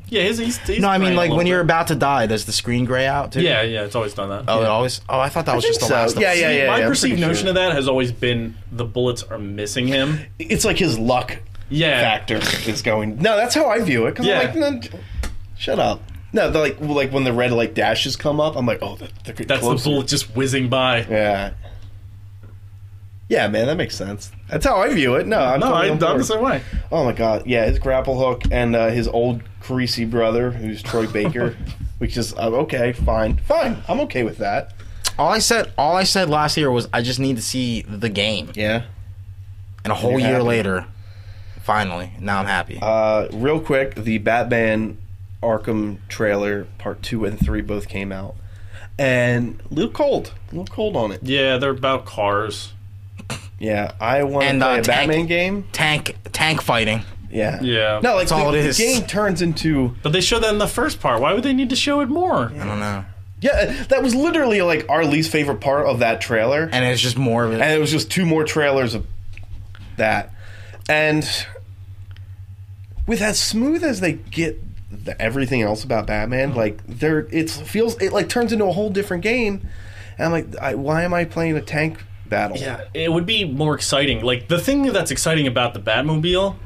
Speaker 4: Yeah, he's, he's, he's
Speaker 2: no, I mean
Speaker 4: graying a
Speaker 2: like
Speaker 4: little
Speaker 2: when
Speaker 4: bit.
Speaker 2: you're about to die, does the screen gray out too?
Speaker 4: Yeah, yeah, it's always done that.
Speaker 2: Oh,
Speaker 4: yeah.
Speaker 2: it always. Oh, I thought that was
Speaker 3: think
Speaker 2: just the
Speaker 3: so.
Speaker 2: Last of
Speaker 3: Yeah,
Speaker 2: Us.
Speaker 3: yeah, yeah.
Speaker 4: My
Speaker 3: I'm
Speaker 4: perceived
Speaker 3: pretty sure.
Speaker 4: notion of that has always been the bullets are missing him.
Speaker 3: It's like his luck
Speaker 4: Yeah,
Speaker 3: factor is going. No, that's how I view it. Because
Speaker 4: Yeah.
Speaker 3: I'm like, "No, shut up. No, they're like well, like when the red like dashes come up, I'm like, oh, they're, they're getting
Speaker 4: that's
Speaker 3: closer.
Speaker 4: the bullet just whizzing by.
Speaker 3: Yeah. Yeah, man, that makes sense. That's how I view it. No, I'm
Speaker 4: No,
Speaker 3: totally
Speaker 4: I,
Speaker 3: on
Speaker 4: I'm
Speaker 3: board.
Speaker 4: the same way.
Speaker 3: Oh my god, yeah, his grapple hook and uh, his old greasy brother, who's Troy Baker, which is uh, okay, fine, fine, I'm okay with that.
Speaker 2: All I said, all I said last year was I just need to see the game,
Speaker 3: Yeah.
Speaker 2: and a whole
Speaker 3: You're
Speaker 2: year
Speaker 3: happy.
Speaker 2: later, finally, now I'm happy.
Speaker 3: Uh, real quick, the Batman Arkham trailer, part two and three, both came out, and a little cold, a little cold on it.
Speaker 4: Yeah, they're about cars.
Speaker 3: Yeah, I want to
Speaker 2: And,
Speaker 3: play
Speaker 2: uh,
Speaker 3: a
Speaker 2: tank.
Speaker 3: Batman game.
Speaker 2: tank tank fighting.
Speaker 3: Yeah.
Speaker 4: Yeah.
Speaker 3: No, like
Speaker 2: That's all
Speaker 3: the,
Speaker 2: it
Speaker 3: the
Speaker 2: is.
Speaker 3: game turns into
Speaker 4: But they showed that in the first part. Why would they need to show it more?
Speaker 2: I don't know.
Speaker 3: yeah. That was literally like our least favorite part of that trailer.
Speaker 2: And it's just more of it.
Speaker 3: and it was just two more trailers of that. And with as smooth as they get the, everything else about Batman, like there, it feels it like turns into a whole different game. And I'm like, I, why am I playing a tank battle?
Speaker 4: Yeah, it would be more exciting. Like the thing that's exciting about the Batmobile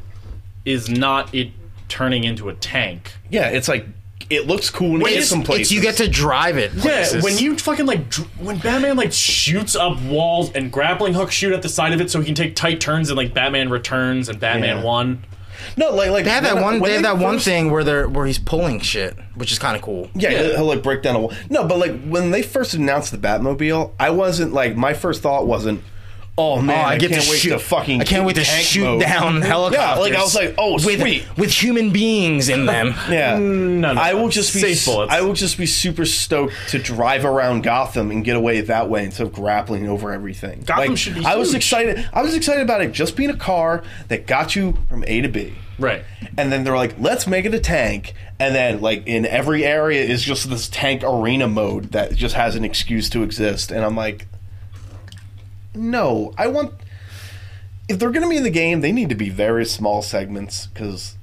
Speaker 4: is not it turning into a tank.
Speaker 3: yeah, it's like it looks cool and
Speaker 2: it's,
Speaker 3: it's some places.
Speaker 2: it's you get to drive it.
Speaker 4: Yeah,
Speaker 2: places.
Speaker 4: when you fucking like dr- when Batman like shoots up walls and grappling hooks shoot at the side of it so he can take tight turns and like Batman Returns and Batman
Speaker 3: Yeah.
Speaker 4: One.
Speaker 3: no like like
Speaker 2: they have that
Speaker 3: when I-
Speaker 2: one.
Speaker 3: when
Speaker 2: They have
Speaker 3: they
Speaker 2: that one
Speaker 3: first-
Speaker 2: thing where they're where he's pulling shit, which is kind of cool.
Speaker 3: Yeah,
Speaker 4: Yeah.
Speaker 3: he'll like break down a wall. No, but like when they first announced the Batmobile, I wasn't like my first thought wasn't, "Oh man,
Speaker 2: Oh,
Speaker 3: I,
Speaker 2: I get
Speaker 3: can't
Speaker 2: to
Speaker 3: wait
Speaker 2: shoot
Speaker 3: to fucking
Speaker 2: I can't wait to
Speaker 3: tank
Speaker 2: shoot
Speaker 3: mode."
Speaker 2: down helicopters.
Speaker 3: Yeah, like I was like, "Oh,
Speaker 2: with
Speaker 3: sweet."
Speaker 2: with human beings in them.
Speaker 3: Yeah,
Speaker 2: Mm,
Speaker 4: No, no,
Speaker 3: I will just be
Speaker 4: safe bullets.
Speaker 3: I will just be super stoked to drive around Gotham and get away that way instead of grappling over everything.
Speaker 4: Gotham should be
Speaker 3: I was
Speaker 4: huge.
Speaker 3: excited. I was excited about it just being a car that got you from A to B.
Speaker 4: Right.
Speaker 3: And then they're like, let's make it a tank. And then, like, in every area is just this tank arena mode that just has an excuse to exist. And I'm like, no, I want. If they're going to be in the game, they need to be very small segments because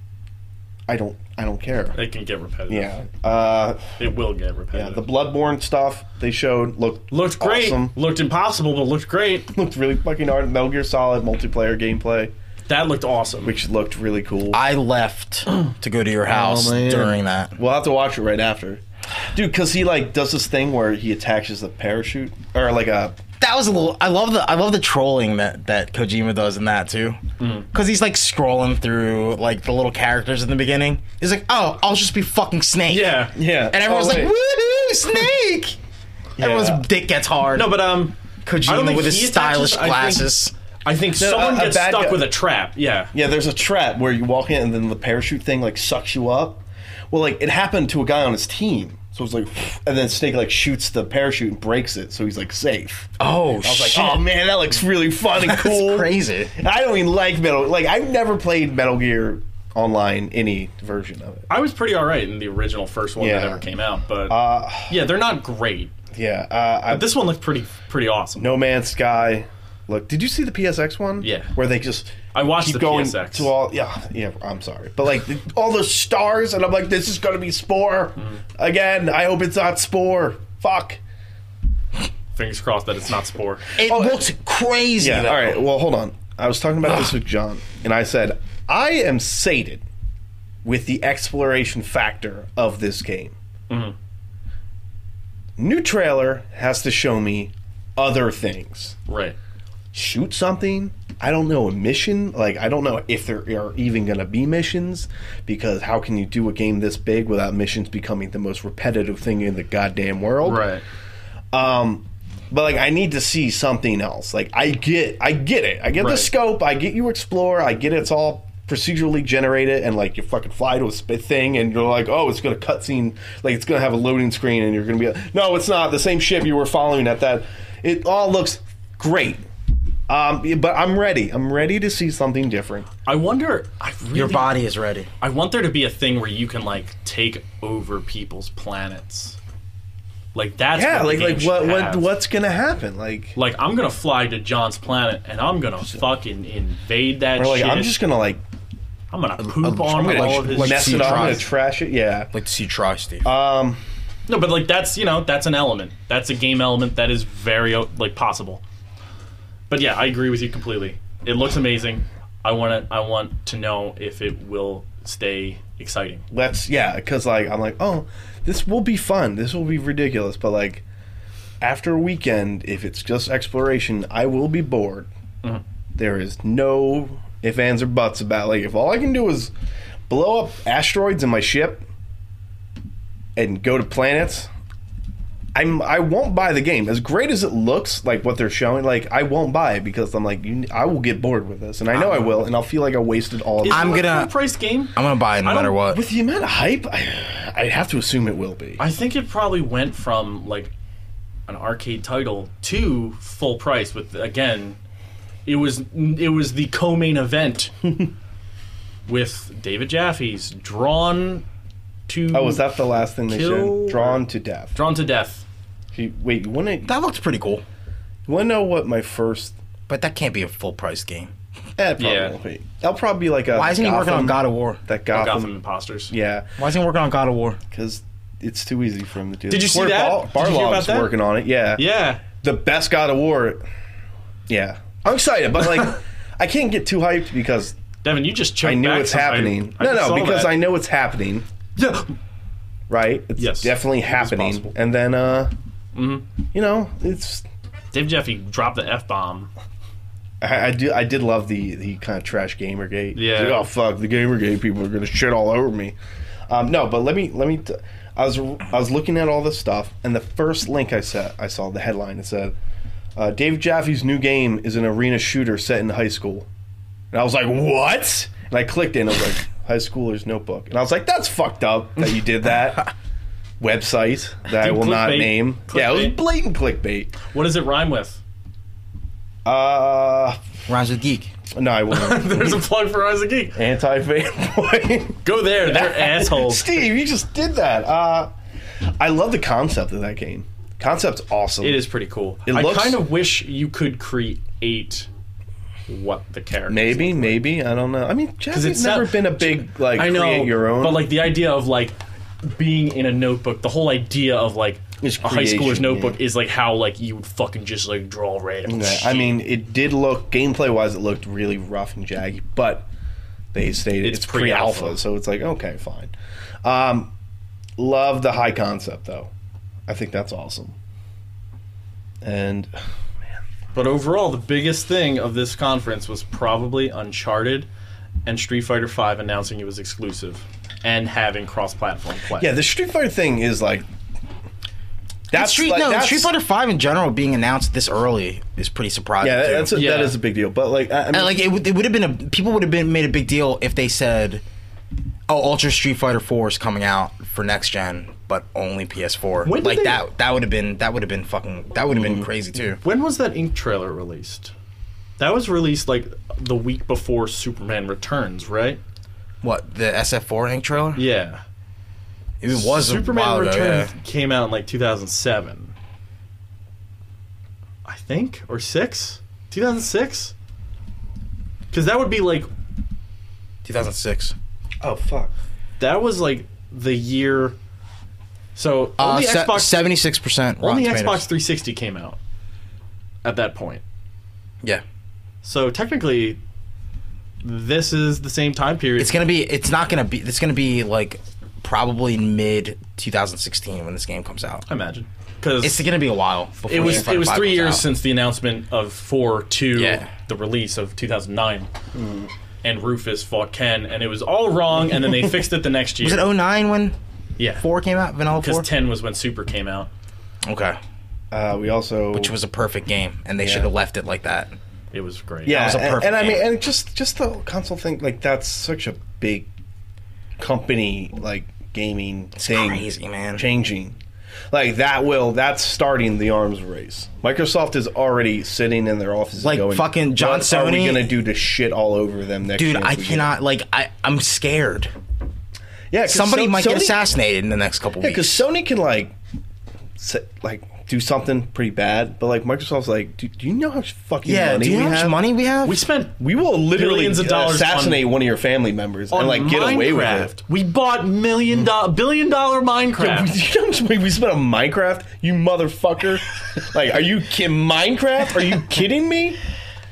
Speaker 3: I don't, I don't care.
Speaker 4: It can get repetitive.
Speaker 3: Yeah. Uh,
Speaker 4: It will get
Speaker 3: yeah.
Speaker 4: repetitive.
Speaker 3: The Bloodborne stuff they showed looked
Speaker 4: looked great.
Speaker 3: awesome.
Speaker 4: Looked impossible, but looked great.
Speaker 3: Looked really fucking hard. Metal Gear Solid multiplayer gameplay,
Speaker 4: That looked awesome.
Speaker 3: which looked really cool.
Speaker 2: I left to go to your house
Speaker 3: Oh, man.
Speaker 2: during that.
Speaker 3: We'll have to watch it right after, dude. Because he like does this thing where he attaches a parachute or like a
Speaker 2: That was a little. I love the I love the trolling that that Kojima does in that too,
Speaker 4: Mm-hmm.
Speaker 2: because he's like scrolling through like the little characters in the beginning. He's like, "Oh, I'll just be fucking Snake."
Speaker 4: yeah.
Speaker 3: yeah.
Speaker 2: and everyone's
Speaker 3: Oh,
Speaker 2: like,
Speaker 3: wait.
Speaker 2: "Woohoo, Snake!" Everyone's dick gets hard.
Speaker 4: No, but um, I don't
Speaker 2: Kojima
Speaker 4: think
Speaker 2: with his
Speaker 4: he
Speaker 2: stylish
Speaker 4: attaches- I think-
Speaker 2: glasses.
Speaker 4: I think someone
Speaker 3: a- a
Speaker 4: gets
Speaker 3: bad
Speaker 4: stuck
Speaker 3: guy-
Speaker 4: with a trap. Yeah.
Speaker 3: Yeah, there's a trap where you walk in and then the parachute thing like sucks you up. Well, like it happened to a guy on his team. So it's like, and then Snake like shoots the parachute and breaks it, so he's like safe.
Speaker 2: oh
Speaker 3: I was like,
Speaker 2: shit!
Speaker 3: oh man, that looks really fun and cool.
Speaker 2: crazy.
Speaker 3: And I don't even like Metal. Like I've never played Metal Gear Online any version of it.
Speaker 4: I was pretty all right in the original first one that
Speaker 3: Yeah.
Speaker 4: ever came out, but yeah, they're not great.
Speaker 3: Yeah, uh, I,
Speaker 4: This one looked pretty pretty awesome.
Speaker 3: No Man's Sky. Look, did you see the PSX one?
Speaker 4: Yeah.
Speaker 3: where they just
Speaker 4: I watched
Speaker 3: keep
Speaker 4: the
Speaker 3: going
Speaker 4: PSX.
Speaker 3: to all. Yeah, yeah. I'm sorry, but like the, all those stars, and I'm like, this is gonna be Spore
Speaker 4: Mm-hmm.
Speaker 3: again. I hope it's not Spore. Fuck.
Speaker 4: Fingers crossed that it's not Spore.
Speaker 2: It looks crazy.
Speaker 3: Oh, Yeah.
Speaker 2: though.
Speaker 3: All right. Well, hold on. I was talking about this with John, and I said I am sated with the exploration factor of this game.
Speaker 4: Mm-hmm.
Speaker 3: New trailer has to show me other things.
Speaker 4: right.
Speaker 3: Shoot something, I don't know a mission. Like I don't know if there are even going to be missions because how can you do a game this big without missions becoming the most repetitive thing in the goddamn world?
Speaker 4: Right.
Speaker 3: But like I need to see something else. Like I get I get it. I get the
Speaker 4: Right.
Speaker 3: scope. I get you explore. I get it's all procedurally generated and like you fucking fly to a spit thing and you're like, "Oh, it's going to cutscene like it's going to have a loading screen and you're going to be like, No, it's not. The same ship you were following at that. It all looks great. Um, but I'm ready. I'm ready to see something different.
Speaker 4: I wonder. I really,
Speaker 2: Your body is ready.
Speaker 4: I want there to be a thing where you can like take over people's planets. Like that's
Speaker 3: Yeah,
Speaker 4: what
Speaker 3: like
Speaker 4: the
Speaker 3: like
Speaker 4: game
Speaker 3: what
Speaker 4: should
Speaker 3: what
Speaker 4: have.
Speaker 3: what's going to happen? Like
Speaker 4: Like I'm gonna fly to John's planet and I'm gonna fucking invade that
Speaker 3: or like
Speaker 4: shit.
Speaker 3: I'm just going to like
Speaker 4: I'm gonna poop on
Speaker 2: I'm
Speaker 3: I'm
Speaker 2: gonna
Speaker 4: all
Speaker 3: going
Speaker 4: of
Speaker 3: to
Speaker 4: his.
Speaker 2: like-
Speaker 3: mess
Speaker 2: see
Speaker 3: it up. I'm going
Speaker 2: tries.
Speaker 3: to trash it. Yeah.
Speaker 2: Like to see you try, Steve.
Speaker 3: Um
Speaker 4: no, but like that's you know that's an element. That's a game element that is very o- like possible. But yeah, I agree with you completely. It looks amazing. I want to. I want to know if it will stay exciting.
Speaker 3: let's yeah because like i'm like oh this will be fun this will be ridiculous but like after a weekend if it's just exploration i will be bored There is no if ands or buts about like if all i can do is blow up asteroids in my ship and go to planets I'm, I won't buy the game. As great as it looks, like what they're showing, like I won't buy it because I'm like, you, I will get bored with this, and I know I will, and I'll feel like I wasted all. Of
Speaker 4: Is
Speaker 2: I'm
Speaker 4: it a
Speaker 2: gonna-
Speaker 4: full price game.
Speaker 2: I'm gonna buy it no
Speaker 4: I don't-
Speaker 2: matter what.
Speaker 3: with the amount of hype, I, I have to assume it will be.
Speaker 4: I think it probably went from like an arcade title to full price with again it was it was the co-main event with David Jaffe's drawn to
Speaker 3: oh, was that the last thing they
Speaker 4: Kill-
Speaker 3: showed? Drawn to death.
Speaker 4: drawn to death
Speaker 3: Gee, Wait, you want to
Speaker 2: that looked pretty cool,
Speaker 3: want to know what my first?
Speaker 2: but that can't be a full price game.
Speaker 3: Eh, probably
Speaker 4: Yeah. Oh,
Speaker 3: won't be. That'll probably be like a.
Speaker 2: Why isn't he working on
Speaker 3: Gotham-
Speaker 2: God of War?
Speaker 3: That
Speaker 4: Gotham,
Speaker 3: Gotham.
Speaker 4: Imposters.
Speaker 3: Yeah,
Speaker 2: Why isn't he working on God of War?
Speaker 3: because it's too easy for him to do.
Speaker 4: Did you see
Speaker 3: Where
Speaker 4: that?
Speaker 3: Bar-
Speaker 4: Did you hear about
Speaker 3: Barlog's
Speaker 4: that?
Speaker 3: working on it. Yeah.
Speaker 4: Yeah.
Speaker 3: The best God of War. Yeah, I'm excited, but like, I can't get too hyped because
Speaker 4: Devin, you just choked
Speaker 3: I knew
Speaker 4: back
Speaker 3: it's
Speaker 4: something.
Speaker 3: happening.
Speaker 4: I
Speaker 3: no,
Speaker 4: just
Speaker 3: no,
Speaker 4: saw
Speaker 3: because
Speaker 4: that.
Speaker 3: I know it's happening.
Speaker 4: Yeah.
Speaker 3: Right? It's
Speaker 4: Yes.
Speaker 3: definitely
Speaker 4: It is
Speaker 3: happening.
Speaker 4: possible. Mm-hmm.
Speaker 3: And then, uh, you know, it's
Speaker 4: Dave Jaffe dropped the F bomb.
Speaker 3: I, I do. I did love the the kind of trash GamerGate.
Speaker 4: Yeah.
Speaker 3: Like, oh fuck, the GamerGate people are gonna shit all over me. Um, no, but let me let me. T- I was I was looking at all this stuff, and the first link I saw I saw the headline. It said, uh, "Dave Jaffe's new game is an arena shooter set in high school," and I was like, "What?" And I clicked in. I was like, "High schooler's notebook," and I was like, "That's fucked up that you did that." Website that I
Speaker 4: Dude,
Speaker 3: will not
Speaker 4: clickbait.
Speaker 3: name. Yeah, it was
Speaker 4: Clickbait.
Speaker 3: blatant clickbait.
Speaker 4: What does it rhyme with?
Speaker 3: Uh,
Speaker 2: Rhymes with geek.
Speaker 3: no, I won't.
Speaker 4: There's a plug for Rise of Geek.
Speaker 3: anti fanboy.
Speaker 4: Go there. They're assholes.
Speaker 3: Steve, you just did that. Uh, I love the concept of that game. Concept's awesome.
Speaker 4: It is pretty cool.
Speaker 3: It
Speaker 4: I
Speaker 3: looks-
Speaker 4: kind of wish you could create what the character.
Speaker 3: Maybe, maybe I don't know. I mean, Jazz
Speaker 4: it's
Speaker 3: has never
Speaker 4: not-
Speaker 3: been a big like
Speaker 4: I know
Speaker 3: create your own.
Speaker 4: but like the idea of like being in a notebook, the whole idea of like
Speaker 3: It's
Speaker 4: a high schooler's
Speaker 3: creation,
Speaker 4: notebook is like how like you would fucking just like draw random.
Speaker 3: Yeah, I
Speaker 4: shit.
Speaker 3: mean, it did look gameplay wise, it looked really rough and jaggy, but they stated
Speaker 4: It's
Speaker 3: it's, pre-alpha,
Speaker 4: pre-alpha.
Speaker 3: so it's like okay, fine. Um, love the high concept though. I think that's awesome. And
Speaker 4: but overall, the biggest thing of this conference was probably Uncharted and Street Fighter V announcing it was exclusive and having cross-platform play.
Speaker 3: yeah, the Street Fighter thing is like. That's
Speaker 2: Street,
Speaker 3: like-
Speaker 2: no,
Speaker 3: that's-
Speaker 2: Street Fighter Five in general being announced this early is pretty surprising.
Speaker 3: Yeah,
Speaker 2: too.
Speaker 3: that's a,
Speaker 4: Yeah.
Speaker 3: that is a big deal. But like, I, I mean,
Speaker 2: And like it, would- it would have been a people would have been made a big deal if they said, "Oh, Ultra Street Fighter 4 is coming out for next gen, but only PS4."
Speaker 4: When did
Speaker 2: like
Speaker 4: they- Mm-hmm.
Speaker 2: that that would have been that would have been fucking that would have been crazy too.
Speaker 4: When was that Ink trailer released? That was released like the week before Superman Returns, right?
Speaker 2: What the SF4 Inc. trailer?
Speaker 4: Yeah.
Speaker 2: It was
Speaker 4: Superman
Speaker 2: a while ago,
Speaker 4: Returns
Speaker 2: yeah.
Speaker 4: came out in like 2007. I think or 6? 2006? Cuz that would be like
Speaker 2: 2006.
Speaker 3: oh fuck,
Speaker 4: that was like the year so
Speaker 2: Uh,
Speaker 4: only
Speaker 2: se-
Speaker 4: Xbox
Speaker 2: 76%
Speaker 4: only
Speaker 2: Rotten Tomatoes.
Speaker 4: Xbox 360 came out at that point.
Speaker 2: Yeah.
Speaker 4: So technically this is the same time period.
Speaker 2: It's going to be it's not going to be it's going to be like probably in mid 2016 when this game comes out.
Speaker 4: I imagine because
Speaker 2: It's going to be a while. Before
Speaker 4: it was
Speaker 2: Street
Speaker 4: it was
Speaker 2: Fighter V
Speaker 4: three
Speaker 2: comes
Speaker 4: years
Speaker 2: out.
Speaker 4: since the announcement of four to
Speaker 2: Yeah. Mm-hmm.
Speaker 4: the release of 2009, and Rufus fought Ken, and it was all wrong, and then they fixed it the next year.
Speaker 2: Was it 09 when
Speaker 4: yeah,
Speaker 2: 4 came out? Vanilla 4?
Speaker 4: because 10 was when Super came out.
Speaker 2: Okay.
Speaker 3: Uh, we also
Speaker 2: Which was a perfect game, and they should have left it like that.
Speaker 4: It was great.
Speaker 3: yeah,
Speaker 2: was a
Speaker 3: and-
Speaker 2: perfect
Speaker 3: and, I mean,
Speaker 2: game.
Speaker 3: and just just the console thing, like that's such a big company, like gaming thing,
Speaker 2: crazy, man.
Speaker 3: changing. Like that will that's starting the arms race. Microsoft is already sitting in their offices,
Speaker 2: Like
Speaker 3: going,
Speaker 2: fucking John
Speaker 3: what Are we
Speaker 2: Sony-
Speaker 3: gonna do to shit all over them next?
Speaker 2: Dude,
Speaker 3: year if
Speaker 2: I
Speaker 3: we get-"
Speaker 2: cannot, like, I, I'm scared.
Speaker 3: Yeah, 'cause
Speaker 2: Somebody
Speaker 3: Sony-
Speaker 2: might get
Speaker 3: Sony-
Speaker 2: assassinated in the next couple
Speaker 3: Yeah, because
Speaker 2: weeks.
Speaker 3: Sony can like, s- like do something pretty bad, but like Microsoft's like, do, do you know how much fucking
Speaker 2: Yeah,
Speaker 3: money
Speaker 2: do you
Speaker 3: we
Speaker 2: know how
Speaker 3: have?
Speaker 2: much money we have?
Speaker 4: we spent
Speaker 3: We will literally
Speaker 4: Billions of dollars
Speaker 3: assassinate one of your family members
Speaker 4: on
Speaker 3: and like get
Speaker 4: Minecraft.
Speaker 3: away with it.
Speaker 4: We bought million dollar billion dollar
Speaker 3: Yeah,
Speaker 4: Minecraft.
Speaker 3: we- you know how much money we spent on Minecraft, you motherfucker. like, are you kidding? Minecraft? Are you kidding me?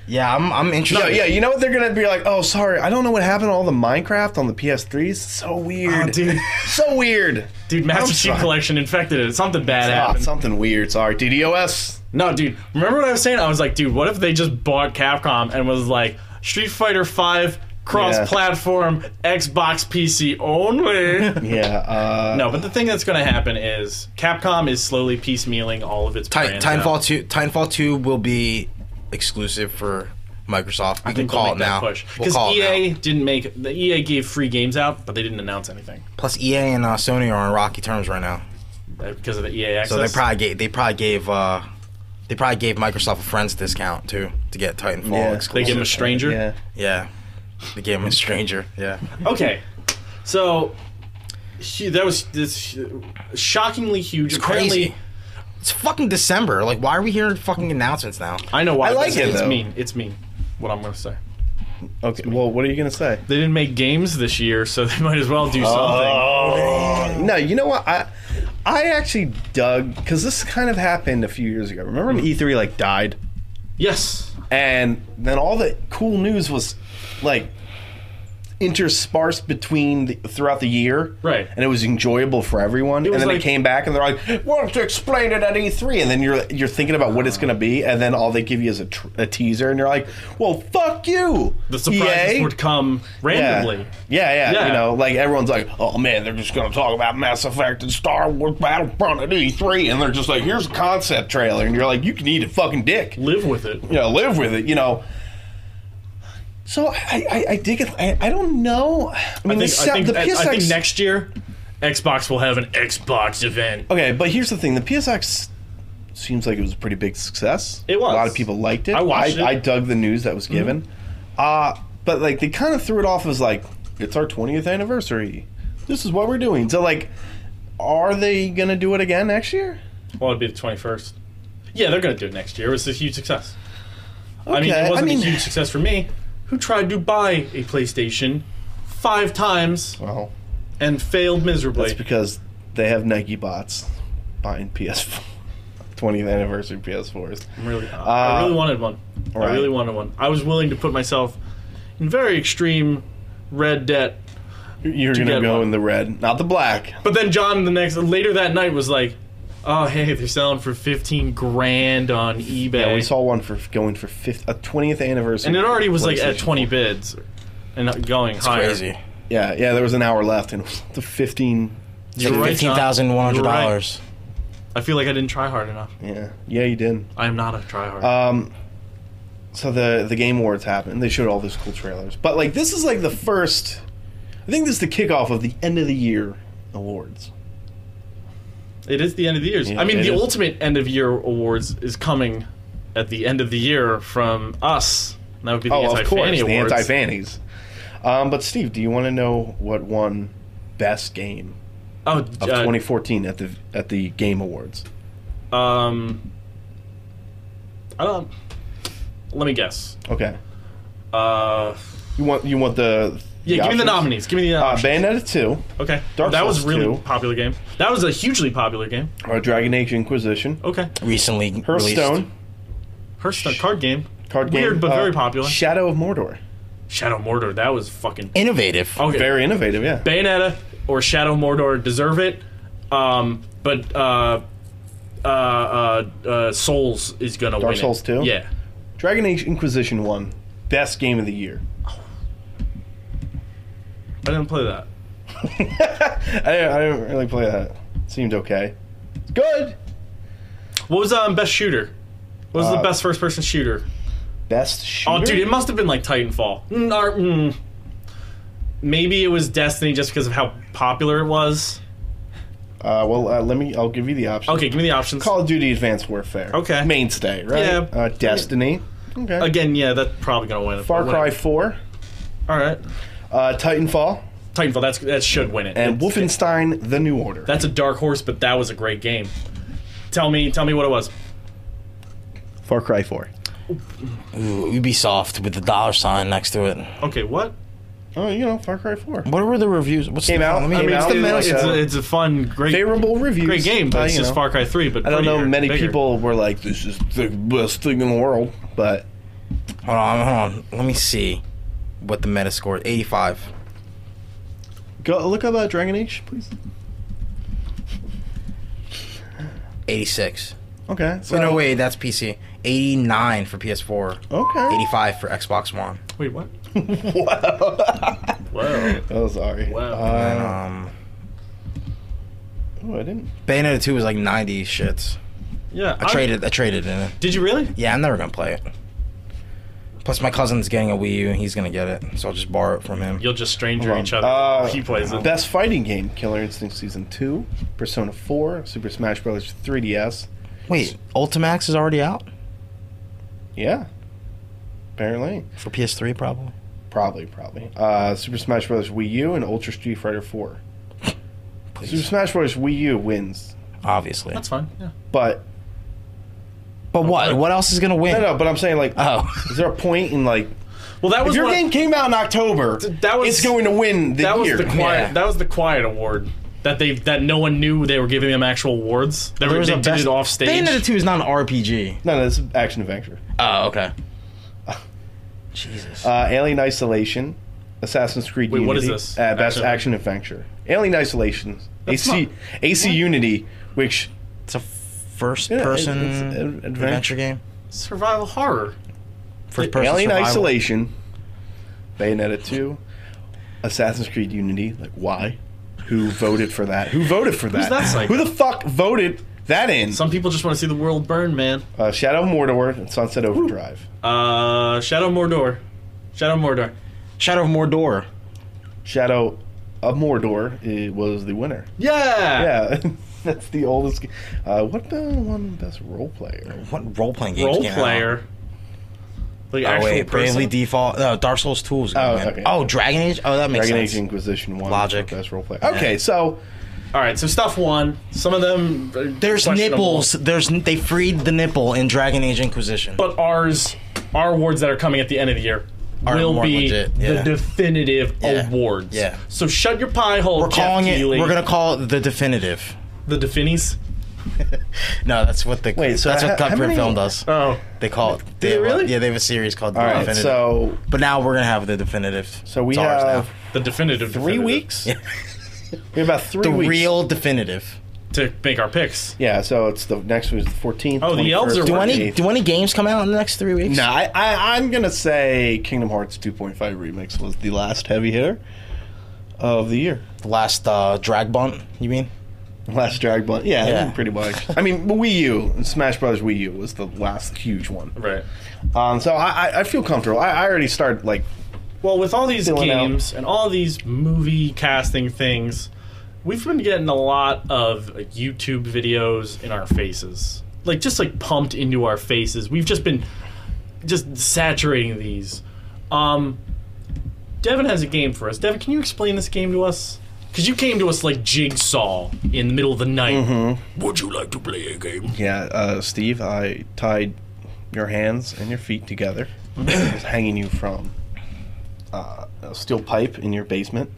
Speaker 2: yeah, I'm, I'm
Speaker 3: No,
Speaker 2: interested.
Speaker 3: Uh, yeah, you know what they're gonna be like? Oh, sorry, I don't know what happened to all the Minecraft on the PS3s. So weird,
Speaker 4: Oh, dude.
Speaker 3: So weird,
Speaker 4: Dude, Master
Speaker 3: I'm
Speaker 4: Chief
Speaker 3: sorry.
Speaker 4: Collection infected it. Something bad
Speaker 3: Ah,
Speaker 4: happened.
Speaker 3: something weird. Sorry, DDoS.
Speaker 4: No, dude. Remember what I was saying? I was like, dude, what if they just bought Capcom and was like Street Fighter Five cross-platform Xbox PC only?
Speaker 3: Yeah. Uh,
Speaker 4: no, but the thing that's going to happen is Capcom is slowly piecemealing all of its
Speaker 2: Ti-
Speaker 4: brands
Speaker 2: Timefall
Speaker 4: out.
Speaker 2: 2 Timefall 2 will be exclusive for Microsoft. We
Speaker 4: I
Speaker 2: can
Speaker 4: think
Speaker 2: call
Speaker 4: they'll
Speaker 2: it
Speaker 4: make that
Speaker 2: now.
Speaker 4: push. E
Speaker 2: We'll
Speaker 4: Because
Speaker 2: call it
Speaker 4: EA
Speaker 2: now.
Speaker 4: didn't make the EA gave free games out, but they didn't announce anything
Speaker 2: Plus EA and uh, Sony are on rocky terms right now.
Speaker 4: uh, because of the EA access.
Speaker 2: So they probably gave they probably gave uh, they probably gave Microsoft a friends discount too to get Titanfall
Speaker 3: Yeah.
Speaker 4: They
Speaker 2: exclusive.
Speaker 4: give them a stranger.
Speaker 3: yeah.
Speaker 2: yeah. They gave him a stranger. Yeah.
Speaker 4: Okay, so hu- that was this shockingly huge.
Speaker 2: It's
Speaker 4: Apparently,
Speaker 2: crazy. It's fucking December. Like why are we hearing fucking announcements now?
Speaker 4: I know why.
Speaker 3: I like
Speaker 4: but
Speaker 3: it,
Speaker 4: It's
Speaker 3: though.
Speaker 4: mean. It's mean. What I'm gonna say.
Speaker 3: Okay. Well, what are you gonna say?
Speaker 4: They didn't make games this year, so they might as well do
Speaker 3: Uh-huh.
Speaker 4: something.
Speaker 3: Oh no! You know what? I I actually dug because this kind of happened a few years ago. Remember when E3 like died,
Speaker 4: Yes.
Speaker 3: and then all the cool news was like interspersed between the, throughout the year,
Speaker 4: Right.
Speaker 3: And it was enjoyable for everyone. And
Speaker 4: was
Speaker 3: then
Speaker 4: like-
Speaker 3: they came back and they're like, "We'll have to explain it at E3," and then you're you're thinking about what it's going to be, and then all they give you is a, tr- a teaser, and you're like, "Well, fuck you!"
Speaker 4: The surprises
Speaker 3: EA.
Speaker 4: would come randomly.
Speaker 3: Yeah. yeah, yeah,
Speaker 4: Yeah.
Speaker 3: You know, like everyone's like, oh man, they're just gonna talk about Mass Effect and Star Wars Battlefront at E3, and they're just like, here's a concept trailer, and you're like, you can eat a fucking dick. You
Speaker 4: Live with it.
Speaker 3: know, live with it. You know. So I, I, I dig it. I, I don't know. I mean,
Speaker 4: I
Speaker 3: this
Speaker 4: think, I think-
Speaker 3: the
Speaker 4: I- I
Speaker 3: PSX.
Speaker 4: think next year, Xbox will have an Xbox event.
Speaker 3: okay, but here's the thing: the PSX seems like it was a pretty big success.
Speaker 4: It was.
Speaker 3: A lot of people liked it.
Speaker 4: I
Speaker 3: I,
Speaker 4: watched it. Mm-hmm.
Speaker 3: I dug the news that was given. Uh, but like they kind of threw it off as like it's our 20th anniversary. This is what we're doing. So like, are they gonna do it again next year?
Speaker 4: Well, it'd be the 21st. Yeah, they're gonna do it next year. It was a huge success. I mean,
Speaker 3: Okay,
Speaker 4: it
Speaker 3: I
Speaker 4: wasn't
Speaker 3: mean-
Speaker 4: a huge success for me, who tried to buy a PlayStation five times
Speaker 3: Well,
Speaker 4: and failed miserably.
Speaker 3: that's because they have Nike bots buying PS4 20th anniversary PS4s.
Speaker 4: I'm really, I really wanted one. I
Speaker 3: Uh, right.
Speaker 4: really wanted one. I was willing to put myself in very extreme red debt.
Speaker 3: You're
Speaker 4: get
Speaker 3: gonna go
Speaker 4: one.
Speaker 3: in the red, not the black.
Speaker 4: But then John, the next later that night, was like, "Oh, hey, they're selling for fifteen grand on eBay."
Speaker 3: Yeah, we saw one for going for fifth, a 20th anniversary,
Speaker 4: and it already was like at
Speaker 3: PlayStation
Speaker 4: twenty bids, and going
Speaker 2: It's
Speaker 4: higher.
Speaker 2: crazy.
Speaker 3: Yeah, yeah, there was an hour left, and it was the 15.
Speaker 4: You're right, John.
Speaker 2: $15,100.
Speaker 4: You're right. I feel like I didn't try hard enough.
Speaker 3: Yeah, yeah, you did.
Speaker 4: I am not a tryhard.
Speaker 3: Um, so the the Game Awards happened, and they showed all those cool trailers. But like, this is like the first. I think this is the kickoff of the end of the year awards.
Speaker 4: it is the end of the years.
Speaker 3: yeah,
Speaker 4: I mean,
Speaker 3: it
Speaker 4: the
Speaker 3: is.
Speaker 4: ultimate end of year awards is coming at the end of the year from us. And that would be the
Speaker 3: Oh,
Speaker 4: anti
Speaker 3: of course,
Speaker 4: fanny
Speaker 3: the
Speaker 4: awards.
Speaker 3: anti fannies. Um, but Steve, do you want to know what won best game
Speaker 4: oh,
Speaker 3: of
Speaker 4: uh,
Speaker 3: 2014 at the at the Game Awards?
Speaker 4: Um, I don't. Let me guess.
Speaker 3: Okay,
Speaker 4: Uh,
Speaker 3: you want you want the
Speaker 4: yeah, give me the
Speaker 3: options?
Speaker 4: nominees. Give me the
Speaker 3: Uh,
Speaker 4: options.
Speaker 3: Bayonetta two,
Speaker 4: okay,
Speaker 3: Dark
Speaker 4: that was
Speaker 3: Souls
Speaker 4: really
Speaker 3: 2.
Speaker 4: popular game. That was a hugely popular game.
Speaker 3: or Dragon Age Inquisition,
Speaker 4: Okay,
Speaker 2: Recently released.
Speaker 3: Hearthstone,
Speaker 4: Hearthstone card game,
Speaker 3: card game,
Speaker 4: weird but
Speaker 3: uh,
Speaker 4: very popular.
Speaker 3: Shadow of Mordor,
Speaker 4: Shadow Mordor. That was fucking
Speaker 2: Innovative.
Speaker 4: okay.
Speaker 3: very innovative. Yeah,
Speaker 4: Bayonetta, or Shadow Mordor deserve it. Um, but uh, uh, uh, uh, Souls is gonna win. it.
Speaker 3: Souls 2?
Speaker 4: Yeah.
Speaker 3: Dragon Age Inquisition won best game of the year.
Speaker 4: I didn't play that.
Speaker 3: I didn't, I didn't really play that. It seemed okay. It's good.
Speaker 4: What was um best shooter? What was
Speaker 3: Uh,
Speaker 4: the best first person shooter?
Speaker 3: Best shooter.
Speaker 4: Oh, dude, it must have been like Titanfall. Mm, or, mm. Maybe it was Destiny just because of how popular it was.
Speaker 3: Uh, well, uh, let me. I'll give you the option.
Speaker 4: Okay, give me the options.
Speaker 3: Call of Duty: Advanced Warfare.
Speaker 4: Okay.
Speaker 3: Mainstay, right?
Speaker 4: Yeah.
Speaker 3: Uh, Destiny. Okay.
Speaker 4: Again, yeah, that's probably gonna win. it,
Speaker 3: Far
Speaker 4: but
Speaker 3: Cry
Speaker 4: whatever.
Speaker 3: Four.
Speaker 4: All right,
Speaker 3: Uh, Titanfall
Speaker 4: Titanfall. That's that should win it.
Speaker 3: and
Speaker 4: It's-
Speaker 3: Wolfenstein: The New Order.
Speaker 4: That's a dark horse, but that was a great game. Tell me, tell me what it was.
Speaker 3: Far Cry Four.
Speaker 2: Ooh, Ubisoft with the dollar sign next to it.
Speaker 4: Okay, what?
Speaker 3: Oh, you know, Far Cry Four.
Speaker 2: What were the reviews? What's
Speaker 3: Came
Speaker 2: the,
Speaker 3: out-
Speaker 2: Let me-
Speaker 3: I
Speaker 4: I mean, it's,
Speaker 3: out
Speaker 4: the-
Speaker 3: like
Speaker 4: it's, a,
Speaker 3: a-
Speaker 4: it's a fun, great,
Speaker 3: Favorable reviews.
Speaker 4: great game, but
Speaker 3: Uh,
Speaker 4: it's
Speaker 3: you
Speaker 4: just
Speaker 3: know.
Speaker 4: Far Cry Three. But
Speaker 3: I don't know
Speaker 4: prettier,
Speaker 3: many
Speaker 4: bigger.
Speaker 3: people were like, "This is the best thing in the world," but
Speaker 2: hold on, hold on. Let me see what the meta score. 85.
Speaker 3: go look up uh, Dragon Age, please.
Speaker 2: 86.
Speaker 3: Okay.
Speaker 2: So, no, wait, that's PC. 89 for PS4.
Speaker 3: Okay.
Speaker 2: 85 for Xbox One.
Speaker 4: Wait, what?
Speaker 3: wow.
Speaker 4: Whoa.
Speaker 3: oh, sorry.
Speaker 4: Wow.
Speaker 3: Uh,
Speaker 2: Um,
Speaker 3: oh, I didn't.
Speaker 2: Bayonetta 2 was like 90 shits.
Speaker 4: Yeah,
Speaker 2: I traded I traded in it.
Speaker 4: Did you really?
Speaker 2: Yeah, I'm never gonna play it. Plus, my cousin's getting a Wii U and he's gonna get it, so I'll just borrow it from him.
Speaker 4: You'll just stranger
Speaker 3: Hold on.
Speaker 4: each other.
Speaker 3: Uh,
Speaker 4: he plays it.
Speaker 3: Best fighting game: Killer Instinct Season Two, Persona Four, Super Smash Bros. 3DS.
Speaker 2: Wait, Ultimax is already out
Speaker 3: Yeah. Apparently,
Speaker 2: for PS3, probably.
Speaker 3: probably, probably. Uh, Super Smash Bros. Wii U and Ultra Street Fighter Four. Super Smash Bros. Wii U wins,
Speaker 2: Obviously,
Speaker 4: That's fine. Yeah.
Speaker 3: but
Speaker 2: but what? What else is gonna win?
Speaker 3: no, no. But I'm saying like,
Speaker 2: Oh,
Speaker 3: is there a point in like
Speaker 4: Well, that
Speaker 3: if
Speaker 4: was
Speaker 3: your
Speaker 4: one-
Speaker 3: game came out in October?
Speaker 4: that was-
Speaker 3: it's going to win the
Speaker 4: that was
Speaker 3: year.
Speaker 4: the quiet.
Speaker 2: Yeah.
Speaker 4: That was the quiet award that they that no one knew they were giving them actual awards. They, were, they did it off stage.
Speaker 2: Bayonetta 2 is not an RPG.
Speaker 3: no, no, it's action adventure.
Speaker 2: Oh, okay. Jesus.
Speaker 3: Uh, Alien Isolation, Assassin's Creed
Speaker 4: Wait,
Speaker 3: Unity.
Speaker 4: what is this?
Speaker 3: Uh, best
Speaker 4: Action-
Speaker 3: action adventure. Alien Isolation,
Speaker 4: That's
Speaker 3: AC
Speaker 4: not-
Speaker 3: AC Unity, which
Speaker 2: it's a first
Speaker 3: Yeah, it's-
Speaker 2: person
Speaker 3: it's an
Speaker 2: adventure.
Speaker 3: adventure.
Speaker 2: game.
Speaker 4: Survival horror.
Speaker 2: First person
Speaker 3: Alien
Speaker 2: survival.
Speaker 3: Isolation, Bayonetta two, Assassin's Creed Unity. Like why? Who voted for that? Who voted for that?
Speaker 4: that psycho?
Speaker 3: Who the fuck voted that in?
Speaker 4: Some people just want to see the world burn, man.
Speaker 3: uh, Shadow of Mordor and Sunset Overdrive.
Speaker 4: Uh, Shadow Mordor. Shadow Mordor.
Speaker 2: Shadow of Mordor.
Speaker 3: Shadow of Mordor it was the winner.
Speaker 4: Yeah.
Speaker 3: Yeah. That's the oldest. g- Uh, what the one best role player?
Speaker 2: What role playing game?
Speaker 4: Role player. Like
Speaker 2: Oh
Speaker 4: actual
Speaker 2: wait, Bravely
Speaker 4: person.
Speaker 2: Default. No, Dark Souls 2 was.
Speaker 3: Oh,
Speaker 2: Oh,
Speaker 3: okay.
Speaker 2: oh, Dragon Age. Oh, that makes
Speaker 3: Dragon
Speaker 2: sense.
Speaker 3: Age Inquisition one.
Speaker 2: Logic.
Speaker 3: Best role player. Okay, so
Speaker 4: All right, so stuff one. Some of them. uh, are
Speaker 2: There's
Speaker 4: questionable,
Speaker 2: nipples. There's they freed the nipple in Dragon Age Inquisition.
Speaker 4: but ours, our awards that are coming at the end of the year.
Speaker 2: Are
Speaker 4: will
Speaker 2: more
Speaker 4: be
Speaker 2: legit, yeah.
Speaker 4: the definitive
Speaker 2: Yeah,
Speaker 4: awards.
Speaker 2: yeah.
Speaker 4: So shut your pie hole.
Speaker 2: we're calling
Speaker 4: Jeff
Speaker 2: it.
Speaker 4: Keighley.
Speaker 2: We're gonna call it the definitive.
Speaker 4: the definies.
Speaker 2: No, that's what the
Speaker 3: Wait, so
Speaker 2: that's
Speaker 3: ho-
Speaker 2: what
Speaker 3: how
Speaker 2: Cut Print
Speaker 3: many-
Speaker 2: Film does.
Speaker 4: Oh,
Speaker 2: they call it.
Speaker 4: they
Speaker 2: have a-
Speaker 4: really?
Speaker 2: yeah, they have a series called
Speaker 3: all
Speaker 2: the
Speaker 3: right,
Speaker 2: definitive.
Speaker 3: so
Speaker 2: but now we're gonna have the definitive.
Speaker 3: so we
Speaker 2: It's ours
Speaker 3: have
Speaker 4: the definitive.
Speaker 3: three
Speaker 4: definitive
Speaker 3: weeks. we have about three
Speaker 2: the
Speaker 3: weeks.
Speaker 2: real definitive.
Speaker 4: to make our picks.
Speaker 3: Yeah, so it's the next week is the fourteenth.
Speaker 4: Oh, the elves are
Speaker 2: Do
Speaker 4: Right.
Speaker 2: any do any games come out in the next three weeks?
Speaker 3: No, I, I I'm gonna say Kingdom Hearts 2.5 remix was the last heavy hitter of the year.
Speaker 2: The last uh, drag bunt. You mean?
Speaker 3: Last Drag Blunt. Yeah,
Speaker 2: Yeah.
Speaker 3: pretty much. I mean, Wii U, Smash Bros. Wii U was the last huge one.
Speaker 4: Right.
Speaker 3: Um, so I, I- I feel comfortable. I, I already started like
Speaker 4: Well, with all these
Speaker 3: Filling out.
Speaker 4: games and all these movie casting things, we've been getting a lot of like, YouTube videos in our faces. Like, just like pumped into our faces. We've just been just saturating these. Um, Devin has a game for us. Devin, can you explain this game to us? Because you came to us like Jigsaw in the middle of the night. Would you like to play a game?
Speaker 3: Yeah, uh, Steve, I tied your hands and your feet together. I was hanging you from uh, a steel pipe in your basement,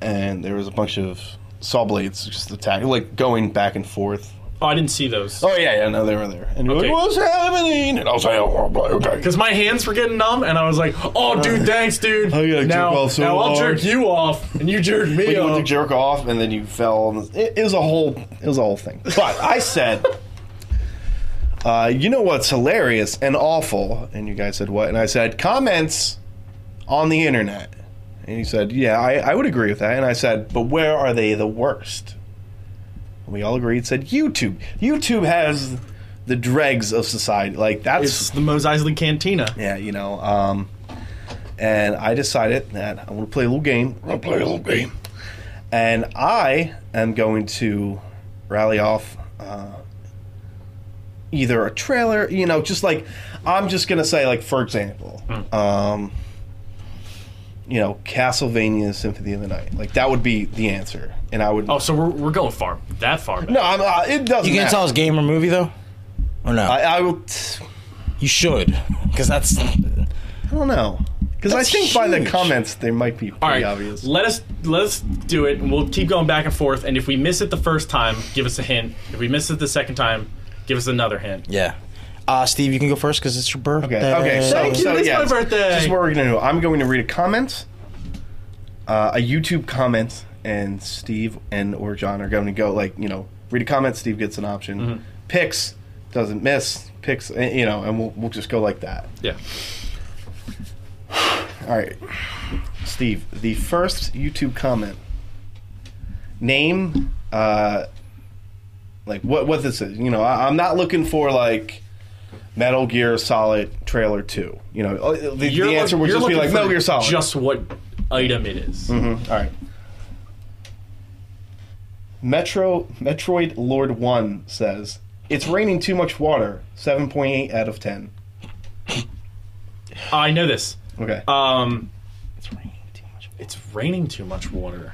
Speaker 3: and there was a bunch of saw blades just attacking, like going back and forth
Speaker 4: Oh, I didn't see those.
Speaker 3: Oh yeah, yeah, no, they were there. And you're
Speaker 4: Okay.
Speaker 3: like, what's happening? And I was like, oh, okay.
Speaker 4: Because my hands were getting numb, and I was like, "Oh, dude, thanks, dude.
Speaker 3: I Uh, gotta jerk
Speaker 4: now,
Speaker 3: off so
Speaker 4: now I'll
Speaker 3: hard."
Speaker 4: jerk you off, and you jerk me
Speaker 3: you went to
Speaker 4: off."
Speaker 3: jerk off, and then you fell. and It, it was a whole, it was a whole thing. But I said, uh, you know what's hilarious and awful? And you guys said what? And I said comments on the internet. And you said, yeah, I, I would agree with that. And I said, but where are they the worst? And we all agreed. Said YouTube. YouTube has the dregs of society. Like that's
Speaker 4: It's the Mos Eisley Cantina.
Speaker 3: yeah, you know. Um, and I decided that I'm gonna play a little game. I'm gonna play a little game. And I am going to rally off uh, either a trailer, you know, just like I'm just gonna say, like for example, um, you know, Castlevania Symphony of the Night. Like that would be the answer, and I would.
Speaker 4: Oh, so we're, we're going far, that far back.
Speaker 3: No, I'm, uh, it doesn't.
Speaker 2: You can't
Speaker 3: matter.
Speaker 2: tell us game or movie though, or no?
Speaker 3: I, I will. T-
Speaker 2: you should, because that's
Speaker 3: I don't know. Because I
Speaker 2: That's
Speaker 3: think by the
Speaker 2: huge.
Speaker 3: comments, they might be pretty
Speaker 4: All right,
Speaker 3: obvious.
Speaker 4: let us let us do it, and we'll keep going back and forth. And if we miss it the first time, give us a hint. If we miss it the second time, give us another hint.
Speaker 2: yeah. Uh, Steve, you can go first because it's your birthday.
Speaker 3: Okay. Okay. So,
Speaker 4: Thank you,
Speaker 3: so,
Speaker 4: it's
Speaker 3: yeah,
Speaker 4: my birthday.
Speaker 3: This is what we're gonna do. I'm going to read a comment, uh, a YouTube comment, and Steve and or John are going to go like you know read a comment. Steve gets an option.
Speaker 4: Mm-hmm.
Speaker 3: Picks doesn't miss. Picks eh, you know, and we'll we'll just go like that.
Speaker 4: Yeah.
Speaker 3: All right, Steve. The first YouTube comment. Name, uh, like what what this is. You know, I, I'm not looking for like Metal Gear Solid trailer two. You know, uh, the,
Speaker 4: You're
Speaker 3: the
Speaker 4: look-
Speaker 3: answer would
Speaker 4: you're
Speaker 3: just be
Speaker 4: looking
Speaker 3: like
Speaker 4: for
Speaker 3: Metal Gear Solid.
Speaker 4: Just what item it is.
Speaker 3: Mhm, All right. Metro Metroid Lord One says it's raining too much water. Seven point eight out of ten.
Speaker 4: I know this.
Speaker 3: Okay.
Speaker 4: Um, it's raining too much water.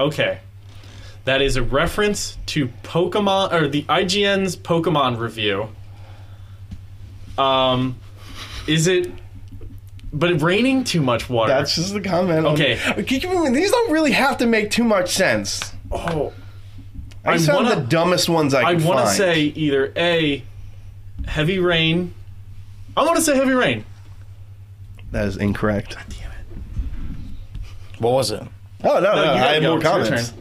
Speaker 4: Okay, that is a reference to Pokemon or the IGN's Pokemon review. Um, is it? But raining too much water.
Speaker 3: That's just the comment. on-
Speaker 4: Okay.
Speaker 3: Keep in mind, these don't really have to make too much sense.
Speaker 4: oh,
Speaker 3: I
Speaker 4: I
Speaker 3: found
Speaker 4: wanna-
Speaker 3: the dumbest ones I
Speaker 4: I
Speaker 3: could
Speaker 4: want to
Speaker 3: find.
Speaker 4: say either a heavy rain. I want to say heavy rain.
Speaker 3: that is incorrect.
Speaker 2: What was it?
Speaker 3: Oh no, no,
Speaker 4: you gotta
Speaker 3: I have
Speaker 4: go.
Speaker 3: more
Speaker 4: It's your
Speaker 3: comments.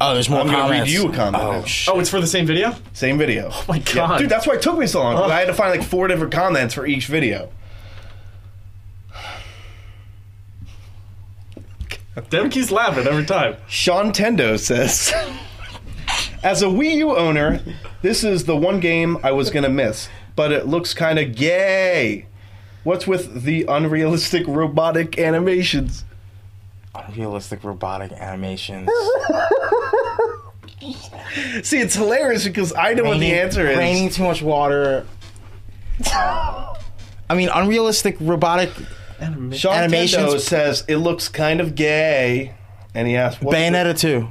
Speaker 2: Oh, there's more
Speaker 3: I'm gonna read
Speaker 2: comments.
Speaker 3: you a comment.
Speaker 2: Oh,
Speaker 3: now.
Speaker 2: sh-
Speaker 4: Oh, it's for the same video.
Speaker 3: Same video. Oh
Speaker 4: my God.
Speaker 3: dude, that's why it took me so long. 'cause I had to find like four different comments for each video.
Speaker 4: Devin keeps laughing every time.
Speaker 3: Sean Tendo says, as a Wii U owner, this is the one game I was gonna miss, but it looks kind of gay. What's with the unrealistic robotic animations?
Speaker 2: unrealistic robotic animations.
Speaker 3: See, it's hilarious because I know what the answer is.
Speaker 2: Raining too much water. I mean, unrealistic robotic
Speaker 3: Sean
Speaker 2: Animations-
Speaker 3: Tendo says it looks kind of gay, and he asked, "What?"
Speaker 2: Bayonetta 2.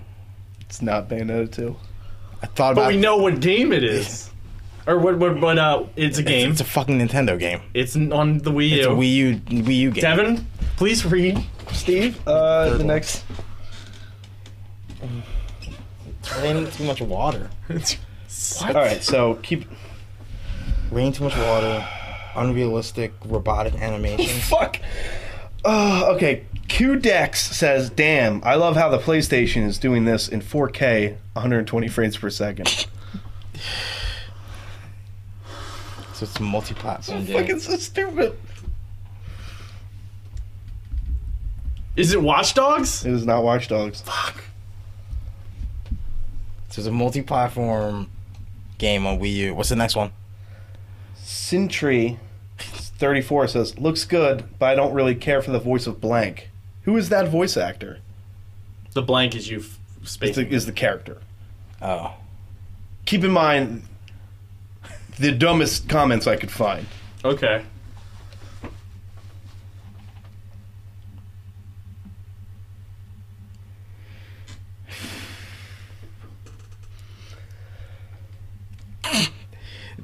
Speaker 3: It's not Bayonetta two.
Speaker 2: I thought
Speaker 4: But
Speaker 2: about
Speaker 4: we know what game it is. Or what, what, but uh, it's a game.
Speaker 2: It's a fucking Nintendo game.
Speaker 4: It's n- on the Wii U.
Speaker 2: It's a Wii U Wii U game.
Speaker 4: Devin, please read.
Speaker 3: Steve, uh, the next.
Speaker 2: Raining too much water.
Speaker 3: All right, so keep.
Speaker 2: Raining too much water. Unrealistic robotic animations.
Speaker 3: Fuck. Uh, okay, Qdex says, "Damn, I love how the PlayStation is doing this in 4K, 120 frames per second.
Speaker 2: so it's a multi-platform
Speaker 3: Fucking
Speaker 2: game.
Speaker 3: so stupid."
Speaker 4: Is it Watch Dogs?
Speaker 3: It is not Watch Dogs.
Speaker 2: So it's a multi-platform game on Wii U. What's the next one?
Speaker 3: Sintry, 34 says, "Looks good, but I don't really care for the voice of blank. Who is that voice actor?
Speaker 4: The blank is you f-
Speaker 3: Is the,
Speaker 4: speaking.
Speaker 3: is the character?"
Speaker 2: Oh.
Speaker 3: keep in mind the dumbest comments I could find.
Speaker 4: Okay.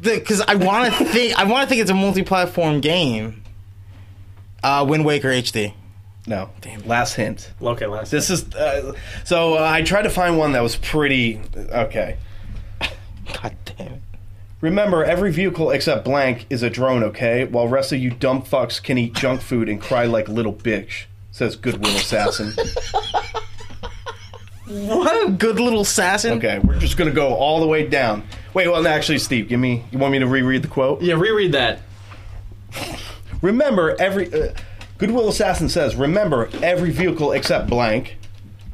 Speaker 2: because I want to think I want to think it's a multi-platform game. Uh, Wind Waker HD.
Speaker 3: No, Last hint.
Speaker 4: Okay, last.
Speaker 3: uh, This is uh, so. I tried to find one that was pretty okay. Remember, every vehicle except blank is a drone, okay? While rest of you dumb fucks can eat junk food and cry like little bitch, says Goodwill Assassin.
Speaker 2: What? Good little assassin.
Speaker 3: Okay, we're just gonna go all the way down. Wait, well, no, actually, Steve, give me. You want me to reread the quote?
Speaker 4: Yeah, reread that.
Speaker 3: Remember, every uh, Goodwill Assassin says, "Remember, every vehicle except blank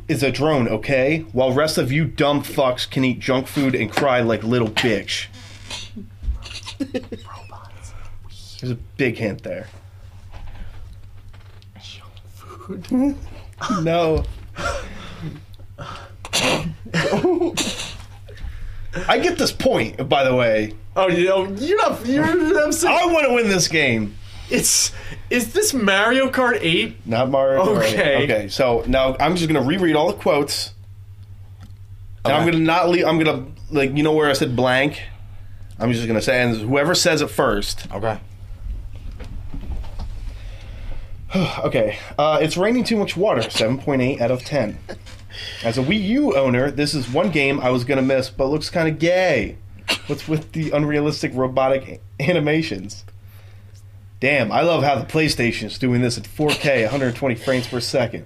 Speaker 3: is a drone." Okay, while rest of you dumb fucks can eat junk food and cry like little bitch. There's a big hint there. Junk food. no. I get this point, by the way.
Speaker 4: Oh, you know, you're not. You're, I'm saying,
Speaker 3: I want to win this game.
Speaker 4: it's is this Mario Kart Eight?
Speaker 3: Not Mario. Kart.
Speaker 4: Okay.
Speaker 3: Okay. So now I'm just gonna reread all the quotes, and I'm
Speaker 2: Okay.
Speaker 3: gonna not leave. I'm gonna like you know where I said blank. I'm just gonna say, and whoever says it first.
Speaker 2: Okay.
Speaker 3: Okay. Uh, it's raining too much water. Seven point eight out of ten. As a Wii U owner, this is one game I was gonna miss, but looks kind of gay. What's with the unrealistic robotic a- animations? Damn, I love how the PlayStation is doing this at 4K, 120 frames per second.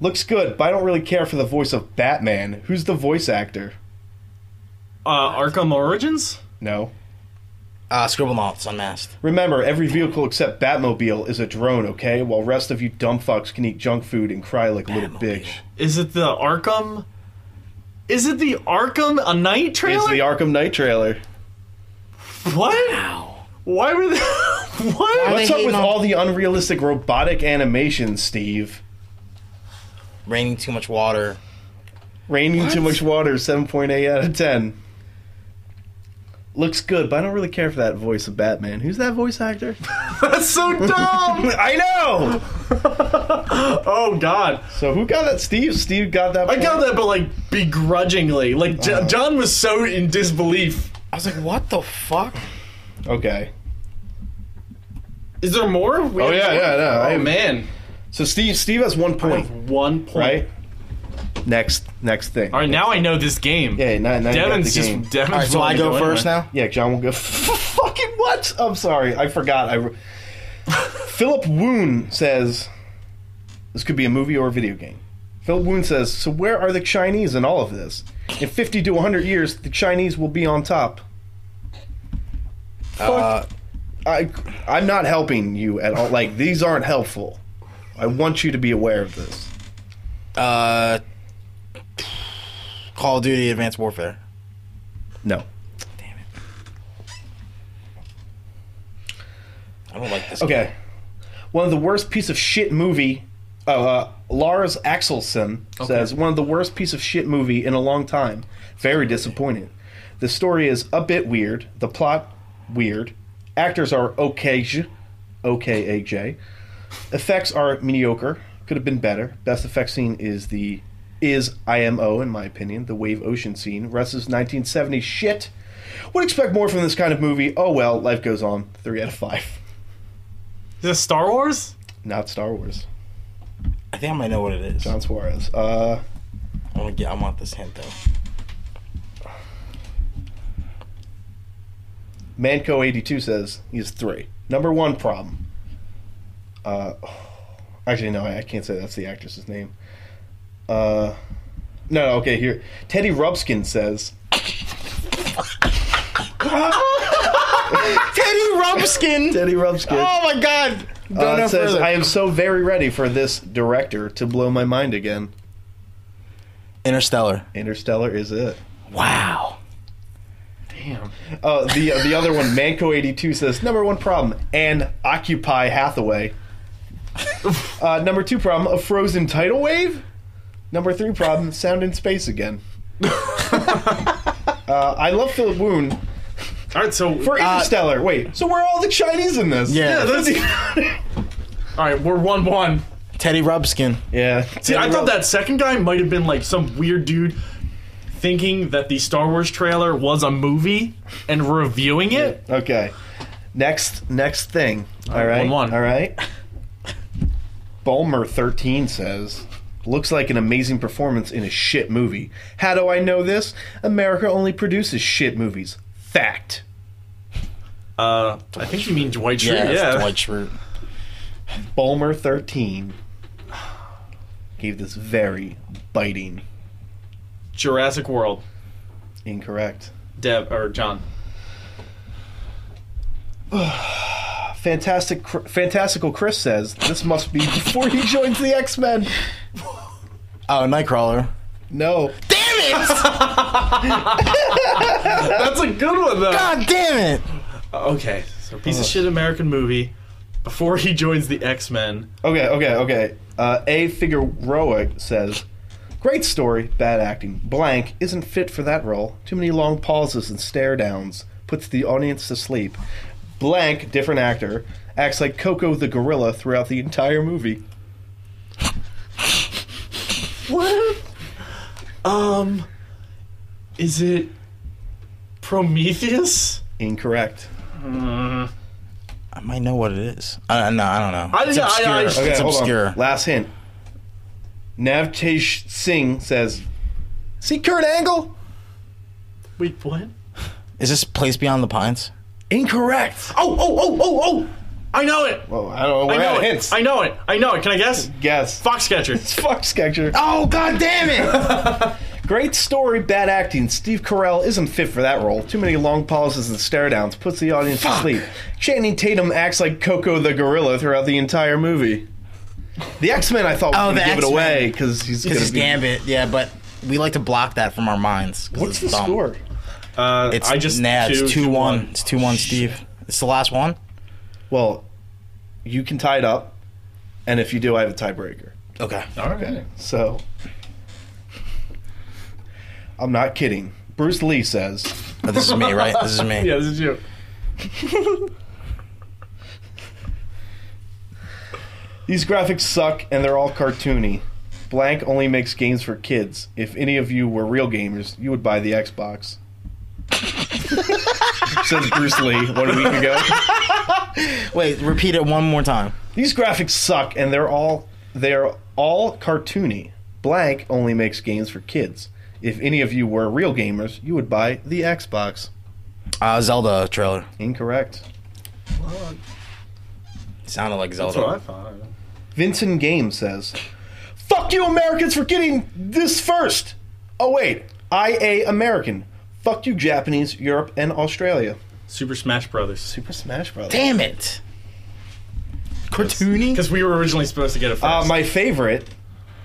Speaker 3: Looks good, but I don't really care for the voice of Batman. Who's the voice actor?
Speaker 4: Uh, Arkham Origins.
Speaker 3: No.
Speaker 2: Uh, Scribble Knots unmasked.
Speaker 3: Remember, every vehicle except Batmobile is a drone, okay? While rest of you dumb fucks can eat junk food and cry like little bitch.
Speaker 4: Is it the Arkham? Is it the Arkham a Night
Speaker 3: It's
Speaker 4: trailer?
Speaker 3: the Arkham Knight trailer.
Speaker 4: what? Why were they? what?
Speaker 2: Why
Speaker 3: What's up
Speaker 2: hate
Speaker 3: with
Speaker 2: on-
Speaker 3: all the unrealistic robotic animations, Steve?
Speaker 2: Raining too much water.
Speaker 3: Raining too much water, 7.8 out of 10. Looks good, but I don't really care for that voice of Batman. Who's that voice actor?
Speaker 4: That's so dumb.
Speaker 3: I know!
Speaker 4: oh God,
Speaker 3: So who got that? Steve? Steve got that.
Speaker 4: I got
Speaker 3: point?
Speaker 4: that, but like begrudgingly. Like Jo-
Speaker 3: Oh.
Speaker 4: John was so in disbelief.
Speaker 2: I was like, what the fuck?
Speaker 3: Okay.
Speaker 4: Is there more? We
Speaker 3: Oh,
Speaker 4: have
Speaker 3: yeah,
Speaker 4: more?
Speaker 3: yeah, no,
Speaker 4: Oh
Speaker 3: I-
Speaker 4: man,
Speaker 3: So Steve Steve has one
Speaker 4: I
Speaker 3: point,
Speaker 4: have one point.
Speaker 3: right? Next next thing.
Speaker 4: All right, now I know this game.
Speaker 3: Yeah, now, now you got
Speaker 4: Devin's
Speaker 3: the
Speaker 4: just
Speaker 3: game.
Speaker 4: Devin's
Speaker 2: All right, so I
Speaker 4: willing to
Speaker 2: go
Speaker 4: anyway.
Speaker 2: first now.
Speaker 3: Yeah, John will go. Fucking what? I'm sorry, I forgot. I re- Philip Woon says this could be a movie or a video game. Philip Woon says, "So where are the Chinese in all of this? In 50 to 100 years, the Chinese will be on top."
Speaker 2: Uh,
Speaker 3: I, I'm not helping you at all. Like these aren't helpful. I want you to be aware of this.
Speaker 2: uh, Call of Duty: Advanced Warfare.
Speaker 3: No.
Speaker 2: I don't like this.
Speaker 3: Okay. One of the worst piece of shit movie. Oh, uh, Lars Axelson says one of the worst piece of shit movie in a long time. Very disappointing. The story is a bit weird. The plot weird. Actors are okay, okay, AJ. Effects are mediocre. Could have been better. Best effect scene is the is IMO in my opinion. The wave ocean scene. Rest is 1970 shit. Would expect more from this kind of movie. Oh well, life goes on. Three out of five.
Speaker 4: Is this Star Wars?
Speaker 3: Not Star Wars.
Speaker 2: I think I might know what it is.
Speaker 3: John Suarez. Uh,
Speaker 2: I want to get. I want this hint though.
Speaker 3: Manco82 says he's three. Number one problem. Uh, actually, no, I I can't say that's the actress's name. Uh, no, no, okay, here. Teddy Rubskin says.
Speaker 2: Teddy Rumpskin.
Speaker 3: Teddy Rubskin.
Speaker 2: Oh my God. Go
Speaker 3: uh,
Speaker 2: no
Speaker 3: says,
Speaker 2: further.
Speaker 3: I am so very ready for this director to blow my mind again.
Speaker 2: Interstellar.
Speaker 3: Interstellar is it.
Speaker 2: Wow.
Speaker 4: Damn.
Speaker 3: Uh, the the other one, Manco82 says number one problem and Occupy Hathaway. Uh, number two problem, a frozen tidal wave. Number three problem, sound in space again. uh, I love Philip Woon
Speaker 4: All right, so uh,
Speaker 3: for Interstellar. Wait, so where are all the Chinese in this?
Speaker 2: Yeah.
Speaker 4: all right, we're one one.
Speaker 2: Teddy Rubskin.
Speaker 3: yeah.
Speaker 4: See, I thought that second guy might have been like some weird dude thinking that the Star Wars trailer was a movie and reviewing it.
Speaker 3: Okay. Next next thing. All
Speaker 4: right,
Speaker 3: right.
Speaker 4: one, one.
Speaker 3: All right. Bulmer13 says Looks like an amazing performance in a shit movie. How do I know this? America only produces shit movies. Fact.
Speaker 4: Uh, I think you mean Dwight Schrute.
Speaker 2: Yeah,
Speaker 4: Yeah,
Speaker 2: it's Dwight Schrute.
Speaker 3: Bulmer 13 gave this very biting.
Speaker 4: Jurassic World.
Speaker 3: Incorrect.
Speaker 4: Deb or John.
Speaker 3: Fantastic, Cr- fantastical. Chris says this must be before he joins the X Men.
Speaker 2: Oh, Nightcrawler.
Speaker 3: No,
Speaker 2: Damn it!
Speaker 4: That's a good one though.
Speaker 2: God damn it!
Speaker 4: Okay, so piece of shit American movie. Before he joins the X Men,
Speaker 3: Okay, okay, okay. Uh, A. Figueroa says, "Great story, bad acting. Blank isn't fit for that role. Too many long pauses and stare downs puts the audience to sleep. Blank, different actor, acts like Coco the gorilla throughout the entire movie.
Speaker 4: What? Um, is it Prometheus?
Speaker 3: Incorrect.
Speaker 2: I might know what it is. I, no, I don't know.
Speaker 4: I-
Speaker 2: it's
Speaker 4: I-
Speaker 2: obscure.
Speaker 4: I-
Speaker 3: Okay,
Speaker 2: it's
Speaker 3: hold
Speaker 2: obscure.
Speaker 3: on. Last hint. Navtej Singh says, "See Kurt Angle."
Speaker 4: Wait, what?
Speaker 2: Is this Place Beyond the Pines?
Speaker 3: Incorrect.
Speaker 4: Oh, oh, oh, oh, oh! I know it.
Speaker 3: Oh, I don't know. We're
Speaker 4: I
Speaker 3: out
Speaker 4: know
Speaker 3: of
Speaker 4: it.
Speaker 3: hints.
Speaker 4: I know it. I know it. Can I guess?
Speaker 3: guess.
Speaker 4: Foxcatcher.
Speaker 3: Fuck Skechers.
Speaker 2: Oh, god damn it!
Speaker 3: Great story, bad acting. Steve Carell isn't fit for that role. Too many long pauses and stare downs puts the audience to sleep. Channing Tatum acts like Coco the gorilla throughout the entire movie. The X Men, I thought,
Speaker 2: Oh,
Speaker 3: was
Speaker 2: the
Speaker 3: going to give it
Speaker 2: X-Men.
Speaker 3: away because he's going
Speaker 2: Because it's
Speaker 3: to be.
Speaker 2: Gambit, yeah, but we like to block that from our minds. 'cause
Speaker 3: What's the
Speaker 2: it's dumb.
Speaker 3: score?
Speaker 4: Uh,
Speaker 2: It's
Speaker 4: I just
Speaker 2: nah,
Speaker 4: two,
Speaker 2: it's
Speaker 4: two,
Speaker 2: 2-1.
Speaker 4: one.
Speaker 2: It's 2 1, Steve. It's the last one?
Speaker 3: Well, you can tie it up, and if you do, I have a tiebreaker.
Speaker 2: Okay.
Speaker 3: Okay, so I'm not kidding. Bruce Lee says,
Speaker 2: Oh, this is me, right? This is me.
Speaker 4: Yeah, this is you.
Speaker 3: These graphics suck and they're all cartoony. Blank only makes games for kids. If any of you were real gamers, you would buy the Xbox. Says Bruce Lee one week ago.
Speaker 2: Wait, repeat it one more time.
Speaker 3: These graphics suck and they're all they're all cartoony. Blank only makes games for kids. If any of you were real gamers, you would buy the Xbox.
Speaker 2: Uh, Zelda trailer.
Speaker 3: Incorrect.
Speaker 2: It sounded like Zelda.
Speaker 4: thought.
Speaker 3: Vincent Game says, "Fuck you, Americans, for getting this first. Oh wait, I a American. Fuck you, Japanese, Europe, and Australia.
Speaker 4: Super Smash Brothers.
Speaker 3: Super Smash Brothers.
Speaker 2: Damn it! Cartoony?
Speaker 4: Because we were originally supposed to get it first.
Speaker 3: Uh, my favorite,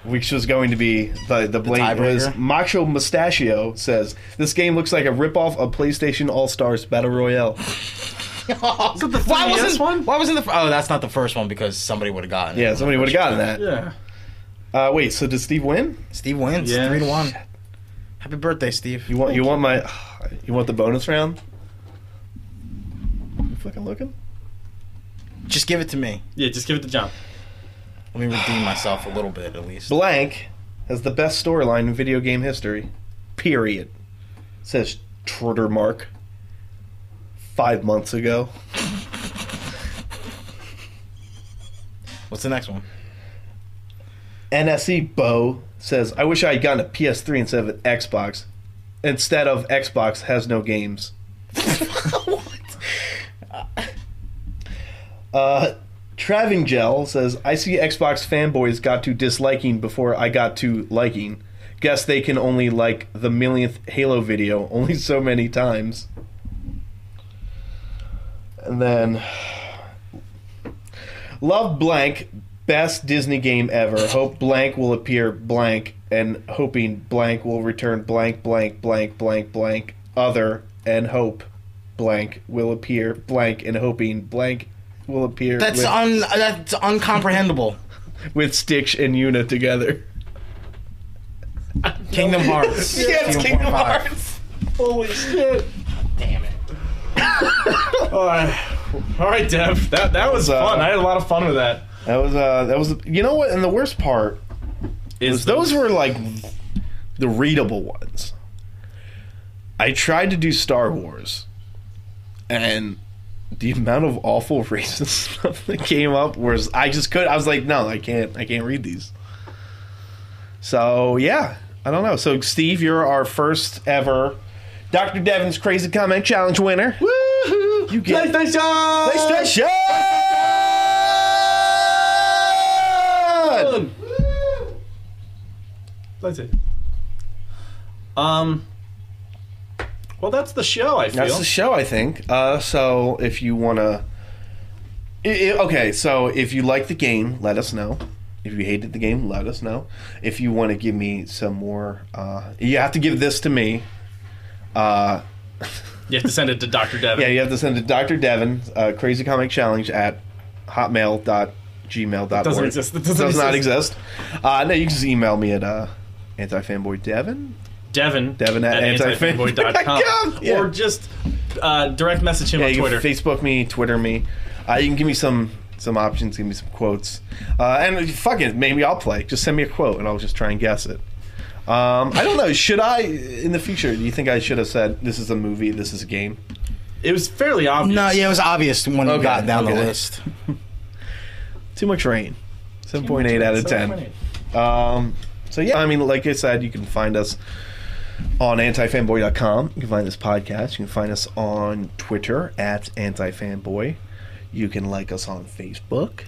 Speaker 3: which was going to be the the blame, was
Speaker 2: tiebreaker?
Speaker 3: Macho Mustachio says this game looks like a ripoff of PlayStation All Stars Battle Royale.
Speaker 2: Why
Speaker 4: 3DS
Speaker 2: wasn't
Speaker 4: one?
Speaker 2: Why wasn't the? Oh, that's not the first one because somebody would have gotten. it.
Speaker 3: Yeah, somebody would have gotten that.
Speaker 4: yeah.
Speaker 3: Uh, wait, so did Steve win?
Speaker 2: Steve wins
Speaker 4: Yeah.
Speaker 2: three to one. Happy birthday, Steve.
Speaker 3: You want you want my you want the bonus round? You fucking looking?
Speaker 2: Just give it to me.
Speaker 4: Yeah, just give it to John.
Speaker 2: Let me redeem myself a little bit at least.
Speaker 3: Blank has the best storyline in video game history. Period. Says Trotter Mark. Five months ago.
Speaker 2: What's the next one?
Speaker 3: NSE E Bo says, I wish I had gotten a PS3 instead of an Xbox. Instead of Xbox has no games. what? Uh, Travingel says, I see Xbox fanboys got to disliking before I got to liking. Guess they can only like the millionth Halo video only so many times. And then Love blank, best Disney game ever. Hope blank will appear blank, and hoping blank will return blank, blank, blank, blank, blank, other, and hope blank will appear blank, and hoping blank will appear
Speaker 2: That's
Speaker 3: with,
Speaker 2: un. That's uncomprehendable.
Speaker 3: with Stitch and Yuna together.
Speaker 2: Kingdom Hearts.
Speaker 3: Yes,
Speaker 2: 2.5.
Speaker 3: Kingdom Hearts.
Speaker 4: Holy shit.
Speaker 2: Damn it.
Speaker 4: All right, all right, Dev. That that was
Speaker 3: Uh,
Speaker 4: fun. I had a lot of fun with that.
Speaker 3: That was uh, that was you know what? And the worst part
Speaker 4: Is
Speaker 3: those were like the readable ones. I tried to do Star Wars, and the amount of awful racist stuff that came up was I just could. I was like, no, I can't. I can't read these. So yeah, I don't know. So Steve, you're our first ever Dr. Devin's Crazy Comment Challenge winner.
Speaker 6: Woohoo!
Speaker 3: You get-
Speaker 6: PlayStation!
Speaker 3: PlayStation!
Speaker 4: That's it. Um. Well, that's the show. I feel.
Speaker 3: That's the show, I think. Uh, so if you wanna, I- I- okay. So if you like the game, let us know. If you hated the game, let us know. If you want to give me some more, uh, you have to give this to me. Uh,
Speaker 4: you have to send it to Doctor Devin.
Speaker 3: yeah, you have to send it to Dr. Devin, uh, Crazy Comic Challenge at hotmail.gmail.org.
Speaker 4: Doesn't exist. It
Speaker 3: Does
Speaker 4: doesn't
Speaker 3: not
Speaker 4: exist.
Speaker 3: exist. Uh, no, you can just email me at uh, antifanboydevin.
Speaker 4: Devin.
Speaker 3: Devin at antifanboy.com. Yeah.
Speaker 4: Or just uh, direct message him
Speaker 3: Yeah,
Speaker 4: on
Speaker 3: you
Speaker 4: Twitter.
Speaker 3: can Facebook me, Twitter me. Uh, you can give me some some options, give me some quotes, uh, and fuck it, maybe I'll play. Just send me a quote, and I'll just try and guess it. Um, I don't know. Should I in the future? Do you think I should have said this is a movie, this is a game?
Speaker 4: it was fairly obvious.
Speaker 2: No, yeah, it was obvious when you
Speaker 3: Okay,
Speaker 2: got down the
Speaker 3: okay.
Speaker 2: list.
Speaker 3: Too much rain. Seven point eight out of ten. Um, so yeah, I mean, like I said, you can find us on antifanboy.com. You can find this podcast. You can find us on Twitter at antifanboy. You can like us on Facebook.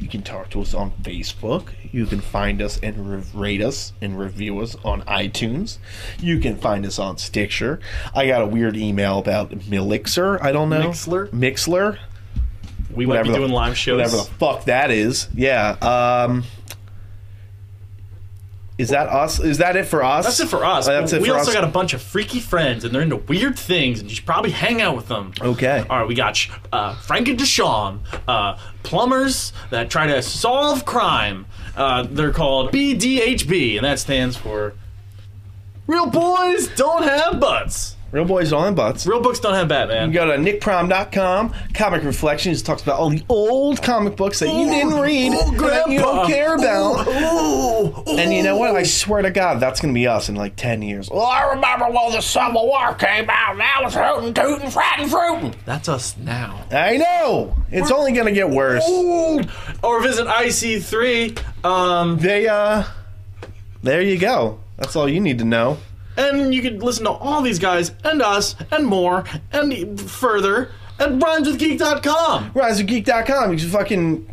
Speaker 3: You can talk to us on Facebook. You can find us and re- rate us and review us on iTunes. You can find us on Stitcher. I got a weird email about Milixer. I don't know.
Speaker 4: Mixler?
Speaker 3: Mixler
Speaker 4: We might be
Speaker 3: whatever the-
Speaker 4: doing live shows.
Speaker 3: whatever the fuck that is. Yeah. Um, is that us? Is that it for us?
Speaker 4: That's it for us.
Speaker 3: Uh, That's it
Speaker 4: we
Speaker 3: for
Speaker 4: also
Speaker 3: us.
Speaker 4: got a bunch of freaky friends, and they're into weird things, and you should probably hang out with them.
Speaker 3: Okay.
Speaker 4: All right, we got uh, Frank and Deshawn, uh, plumbers that try to solve crime. Uh, they're called BDHB, and that stands for Real Boys Don't Have Butts.
Speaker 3: Real boys on butts.
Speaker 4: Real books don't have Batman.
Speaker 3: You go to nickprom.com, comic reflections. It talks about all the old comic books that you didn't read and that you
Speaker 4: Grandpa.
Speaker 3: don't care about.
Speaker 4: Ooh, ooh.
Speaker 3: And you know what? I swear to God, that's going to be us in like 10 years. Oh, I remember when the Civil War came out and I was hooting, tooting, fratting, fruiting.
Speaker 4: That's us now.
Speaker 3: I know. It's only going to get worse.
Speaker 4: Or visit IC3, um,
Speaker 3: They, uh, there you go. That's all you need to know.
Speaker 4: and you can listen to all these guys and us and more and further at rhymeswithgeek.com.
Speaker 3: RiseOfGeek.com. You can fucking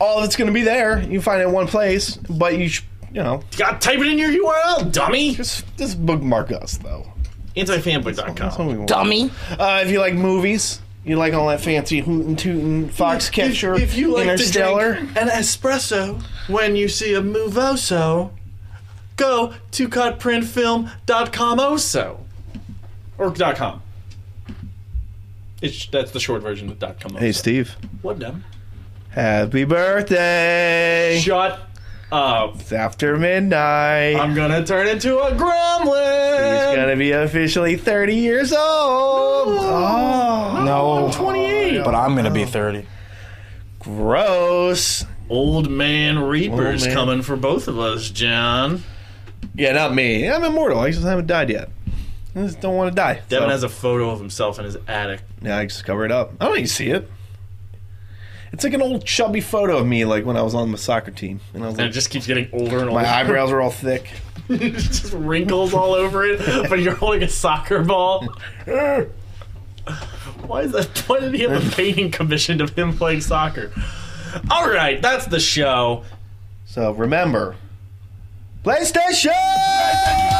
Speaker 3: all of it's going to be there. You can find it in one place, but you should, you know,
Speaker 4: You gotta type it in your URL, dummy.
Speaker 3: just just bookmark us though. That's what
Speaker 4: Antifanboy.com.
Speaker 3: we want. Dummy. Uh, if you like movies, you like all that fancy hootin' tootin' Foxcatcher,
Speaker 4: If you like to
Speaker 3: Interstellar.
Speaker 4: drink an espresso when you see a movoso, go to cutprintfilm.com also. Or dot .com. It's, that's the short version of dot .com also.
Speaker 3: hey Steve,
Speaker 4: What, Devin?
Speaker 3: happy birthday!
Speaker 4: Shut up.
Speaker 3: It's after midnight.
Speaker 4: I'm gonna turn into a
Speaker 3: He's
Speaker 4: gremlin.
Speaker 3: gonna be officially 30 years old. Oh,
Speaker 2: No,
Speaker 4: 28.
Speaker 2: but I'm gonna be 30.
Speaker 3: gross.
Speaker 4: Old man Reaper's
Speaker 3: Old man.
Speaker 4: coming for both of us, John.
Speaker 3: Yeah, not me. I'm immortal. I just haven't died yet. I just don't want to die.
Speaker 4: Devin
Speaker 3: so-
Speaker 4: has a photo of himself in his attic.
Speaker 3: Yeah, I just cover it up. I don't even see it. It's like an old chubby photo of me, like when I was on the soccer team, and I was
Speaker 4: And
Speaker 3: like,
Speaker 4: it just keeps getting older and older.
Speaker 3: my eyebrows are all thick.
Speaker 4: It's just wrinkles all over it, but you're holding a soccer ball. Why is that? Why did he have a painting commissioned of him playing soccer? All right, that's the show.
Speaker 3: So remember, PlayStation.